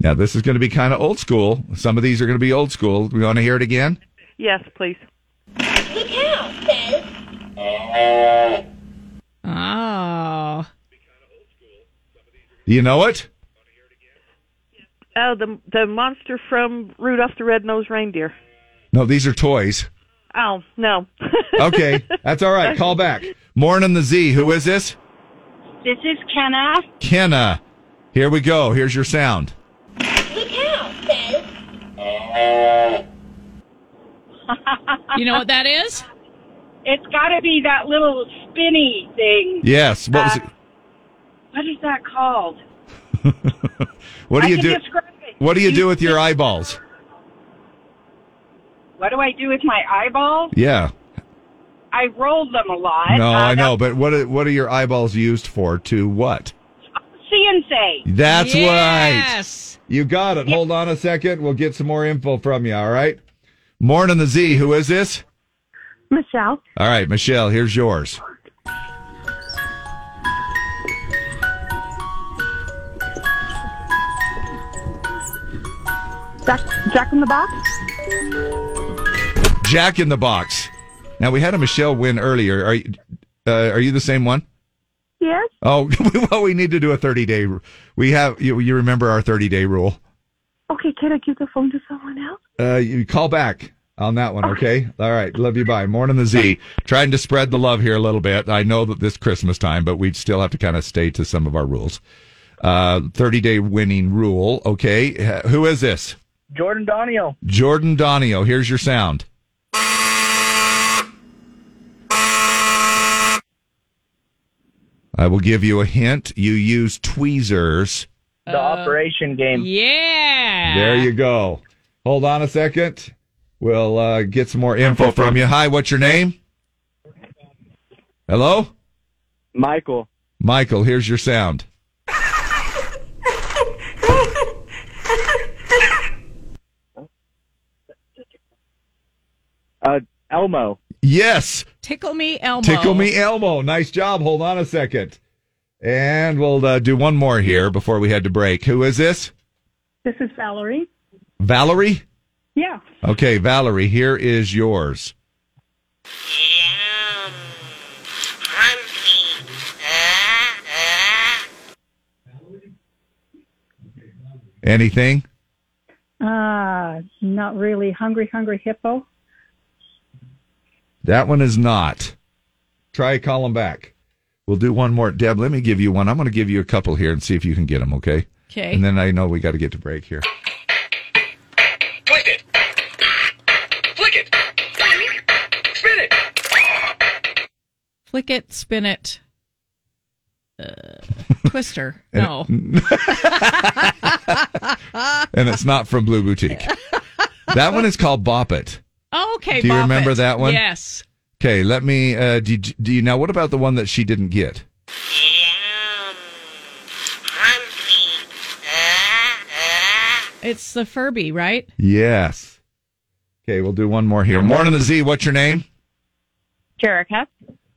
S2: Now, this is going to be kind of old school. Some of these are going to be old school. We want to hear it again?
S17: Yes, please.
S3: Oh.
S2: Do you know it?
S17: Oh, the the monster from Rudolph the Red-Nosed Reindeer.
S2: No, these are toys.
S17: Oh no.
S24: [LAUGHS]
S2: Okay, that's all right. Call back. Morning the Z. Who is this?
S24: This is Kenna.
S2: Kenna. Here we go. Here's your sound.
S24: [LAUGHS] you know what that is? It's got to be that little spinny thing.
S2: Yes. What was
S24: Uh,
S2: it?
S24: What is that called?
S2: What do
S24: I
S2: you
S24: can
S2: do?
S24: describe it.
S2: What do you do with your eyeballs?
S24: What do I do with my eyeballs?
S2: Yeah.
S24: I roll them a lot.
S2: No,
S24: uh,
S2: I know, but what are, what are your eyeballs used for? To what?
S24: CNC.
S2: That's
S24: yes.
S2: right. You got it. Hold on a second. We'll get some more info from you. All right. Morning on the Z. Who is this?
S9: Michelle.
S2: All right, Michelle, here's yours.
S9: Jack, Jack in the Box.
S2: Jack in the Box. Now, we had a Michelle win earlier. Are you, uh, are you the same one?
S9: Yes.
S2: Oh, [LAUGHS] well, we need to do a 30 day. ru- We have, you, you remember our 30 day rule.
S9: Okay, can I give the phone to someone else?
S2: Uh, you call back on that one, okay? All right. Love you. Bye. Morning the Z. Trying to spread the love here a little bit. I know that this Christmas time, but we still have to kind of stay to some of our rules. Uh, 30 day winning rule. Okay. Uh, Who is this?
S15: Jordan Donio.
S2: Jordan Donio. Here's your sound. I will give you a hint. You use tweezers.
S15: The operation game. Yeah.
S11: Uh,
S2: There you go. Hold on a second. We'll uh, get some more info from you. Hi, what's your name? Hello?
S15: Michael.
S2: Michael, here's your sound.
S15: [LAUGHS] Uh, Elmo.
S2: Yes.
S3: Tickle me, Elmo.
S2: Tickle me Elmo. Nice job. Hold on a second. And we'll uh, do one more here before we head to break. Who is this?
S14: This is Valerie.
S2: Valerie?
S14: Yeah.
S2: Okay, Valerie, here is yours. Anything?
S14: Uh, not really. Hungry, hungry hippo.
S2: That one is not. Try calling back. We'll do one more. Deb, let me give you one. I'm going to give you a couple here and see if you can get them, okay?
S3: 'Kay.
S2: And then I know we got to get to break here.
S18: Twist it. Flick it. Spin it.
S3: Flick it, spin it.
S2: [LAUGHS]
S3: Uh, twister.
S2: And [LAUGHS]
S3: No.
S2: And it's not from Blue
S3: [LAUGHS]
S2: Boutique. that one is called Bop It.
S3: Oh, okay.
S2: Do you
S3: bop
S2: remember
S3: it.
S2: that one?
S3: Yes.
S2: Okay, let me. Uh, do, you- do you now? What about the one that she didn't get?
S9: Um,
S3: It's the Furby, right?
S2: Yes. Okay, we'll do one more here. Morning, the Z. What's your name?
S14: Jerica.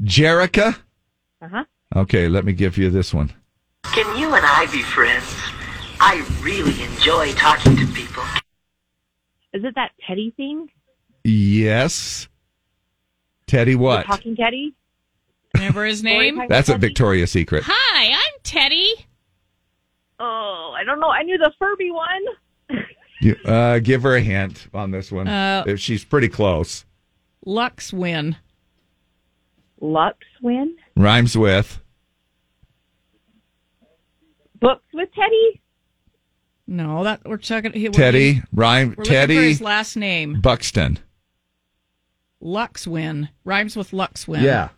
S2: Jerica.
S14: Uh huh.
S9: Uh-huh.
S2: Okay, let me give you this one.
S21: Can you and I be friends? I really enjoy talking to
S2: [LAUGHS]
S21: people.
S9: Is it that petty thing?
S2: Yes. Teddy, what?
S9: Talking Teddy?
S3: Remember his name?
S2: That's a Victoria's Secret.
S3: Hi, I'm Teddy.
S9: Oh, I don't know. I knew the Furby one.
S2: You, uh, give her a hint on this one.
S3: Uh,
S2: if she's pretty close.
S3: Lux win.
S9: Lux win?
S2: Rhymes with.
S9: Books with Teddy?
S3: No, that we're talking. he- we're-
S2: Teddy, rhyme,
S3: We're looking for
S2: Teddy
S3: his last name.
S2: Buxton.
S3: Lux win rhymes with Lux win.
S2: Yeah.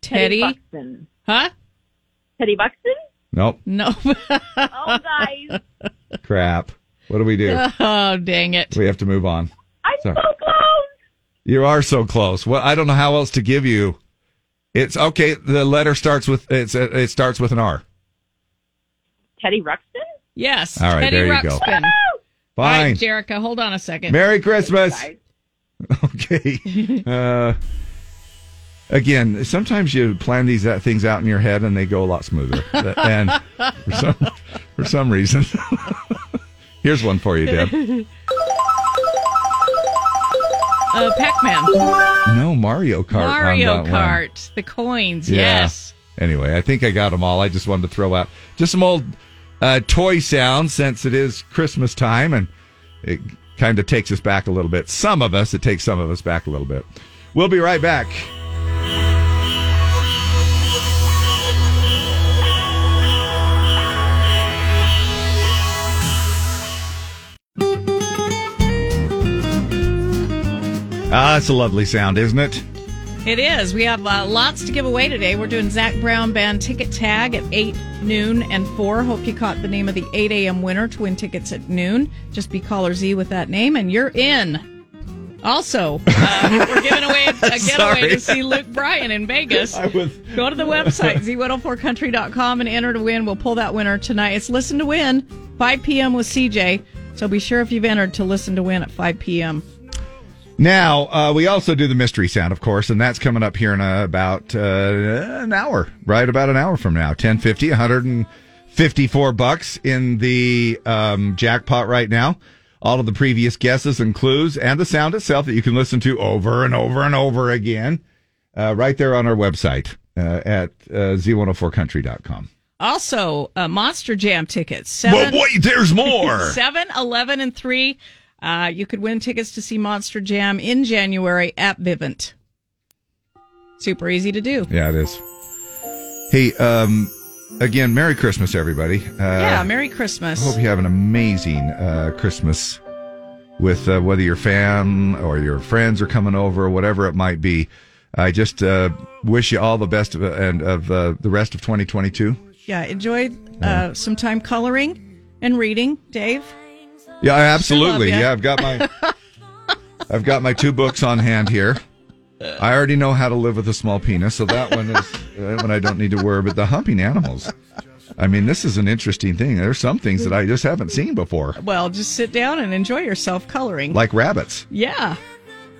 S3: Teddy.
S9: Teddy Buxton.
S3: Huh?
S9: Teddy Buxton?
S2: Nope.
S3: No.
S9: Oh, guys.
S2: Crap. What do we do?
S3: [LAUGHS] oh, dang it.
S2: we have to move on.
S9: I'm
S2: Sorry.
S9: so close.
S2: You are so close. Well, I don't know how else to give you. It's okay. The letter starts with it's. uh, It starts with an R.
S9: Teddy Ruxpin?
S3: Yes.
S2: All right,
S3: Teddy
S2: there you go.
S3: Ruxpin. All
S2: Fine.
S3: right, Jerica, hold on a second.
S2: Merry Christmas. [LAUGHS] Okay. Uh, again, sometimes you plan these uh, things out in your head and they go a lot
S3: [LAUGHS]
S2: smoother. and for some, for some reason, [LAUGHS] here's one for you,
S3: [LAUGHS]
S2: Deb.
S9: [LAUGHS]
S3: Uh, Pac-Man.
S2: No Mario Kart. on
S3: Mario
S2: that one.
S3: Kart. The coins.
S2: Yeah.
S3: Yes.
S2: Anyway, I think I got them all. I just wanted to throw out just some old uh, toy sounds since it is Christmas time and it kind of takes us back a little bit. Some of us, it takes some of us back a little bit. We'll be right back. Ah, it's a lovely sound, isn't it?
S3: It is. We have uh, lots to give away today. We're doing Zach Brown Band Ticket Tag at 8, noon, and 4. Hope you caught the name of the 8 a.m. winner. Twin tickets at noon. Just be caller Z with that name, and you're in. Also,
S11: [LAUGHS]
S3: uh, we're giving away a, a getaway
S11: Sorry.
S3: to see Luke Bryan in Vegas.
S11: I was-
S3: Go to the website,
S11: [LAUGHS]
S3: z104country.com, and enter to win. We'll pull that winner tonight. It's Listen to Win, 5 p.m. with CJ. So be sure if you've entered to listen to win at 5 p.m.
S2: Now, uh, we also do the mystery sound, of course, and that's coming up here in uh, about uh, an hour, right about an hour from now. 1050, 154 bucks in the um, jackpot right now. All of the previous guesses and clues and the sound itself that you can listen to over and over and over again uh, right there on our website uh, at uh, z104country.com.
S3: Also, uh, Monster Jam tickets. Seven,
S2: Well, wait, there's more.
S3: [LAUGHS] seven, eleven, and three. Uh, you could win tickets to see Monster Jam in January at Vivint. Super easy to do.
S2: Yeah, it is. Hey, um, again, Merry Christmas, everybody. Uh,
S3: yeah, Merry Christmas.
S2: I hope you have an amazing uh, Christmas with uh, whether your fam or your friends are coming over, whatever it might be. I just uh, wish you all the best of, and of uh, the rest of 2022.
S3: yeah, enjoy uh, some time coloring and reading, Dave.
S2: Yeah, I- absolutely.
S3: Sure love ya.
S2: yeah, I've got
S3: [LAUGHS]
S2: my I've got my two books on hand here. I already know how to live with a small penis, so that one is that one I don't need to worry. But the humping animals, I mean, this is an interesting thing. There's some things that I just haven't seen before,
S3: Well, just sit down and enjoy yourself coloring.
S2: like rabbits.
S3: yeah.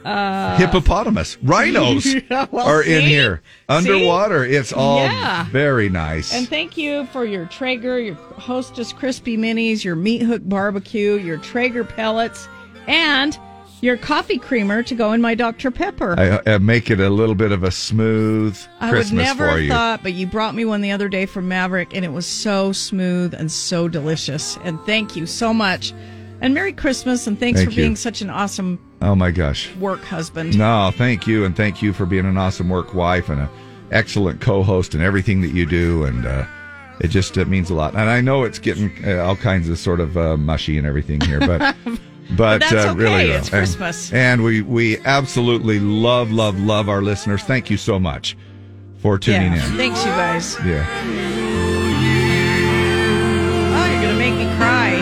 S3: Uh,
S2: hippopotamus rhinos
S3: [LAUGHS] Yeah, well,
S2: are in
S3: see?
S2: here underwater it's all
S3: Yeah.
S2: very nice
S3: And thank you for your Traeger, your Hostess Crispy Minis, your Meat Hook Barbecue, your Traeger Pellets, and your coffee creamer to go in my Dr. Pepper.
S2: I, uh, I make it a little bit of a smooth
S3: I would
S2: christmas
S3: never
S2: for
S3: have
S2: you
S3: thought, but you brought me one the other day from Maverick, and it was so smooth and so delicious. And thank you so much. And Merry Christmas, and thanks
S2: Thank
S3: for
S2: you.
S3: being such an awesome
S2: oh my gosh
S3: work husband.
S2: no thank you and thank you for being an awesome work wife and an excellent co-host and everything that you do and uh it just it means a lot and i know it's getting uh, all kinds of sort of uh, mushy and everything [LAUGHS] here
S3: [LAUGHS]
S2: but But,
S3: that's
S2: uh,
S3: okay.
S2: really, though.
S3: It's
S2: And-
S3: Christmas.
S2: and we we absolutely love, love, love our listeners. Thank you so much for tuning
S3: yeah.
S2: in.
S3: Thanks, you guys.
S2: Yeah.
S3: Oh, you're going to make me cry.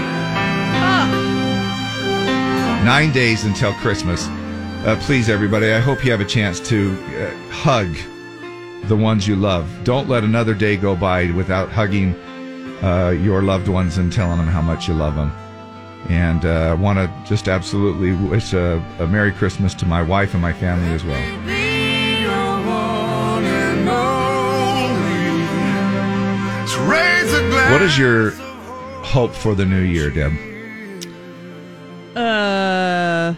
S3: Oh,
S2: Nine days until Christmas. Uh, please, everybody, I hope you have a chance to uh, hug the ones you love. Don't let another day go by without hugging uh, your loved ones and telling them how much you love them. And uh, I want to just absolutely wish a, a Merry Christmas to my wife and my family as well. What is your hope for the new year, Deb?
S3: uh,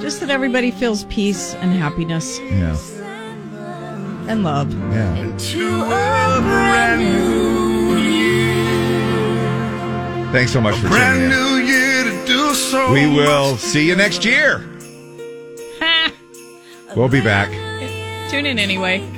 S3: just that everybody feels peace and happiness
S2: Yeah.
S3: and love.
S2: Yeah. Thanks so much for tuning in.
S19: year to do so.
S2: We will see you next year.
S3: Ha!
S2: We'll be back.
S3: Tune in anyway.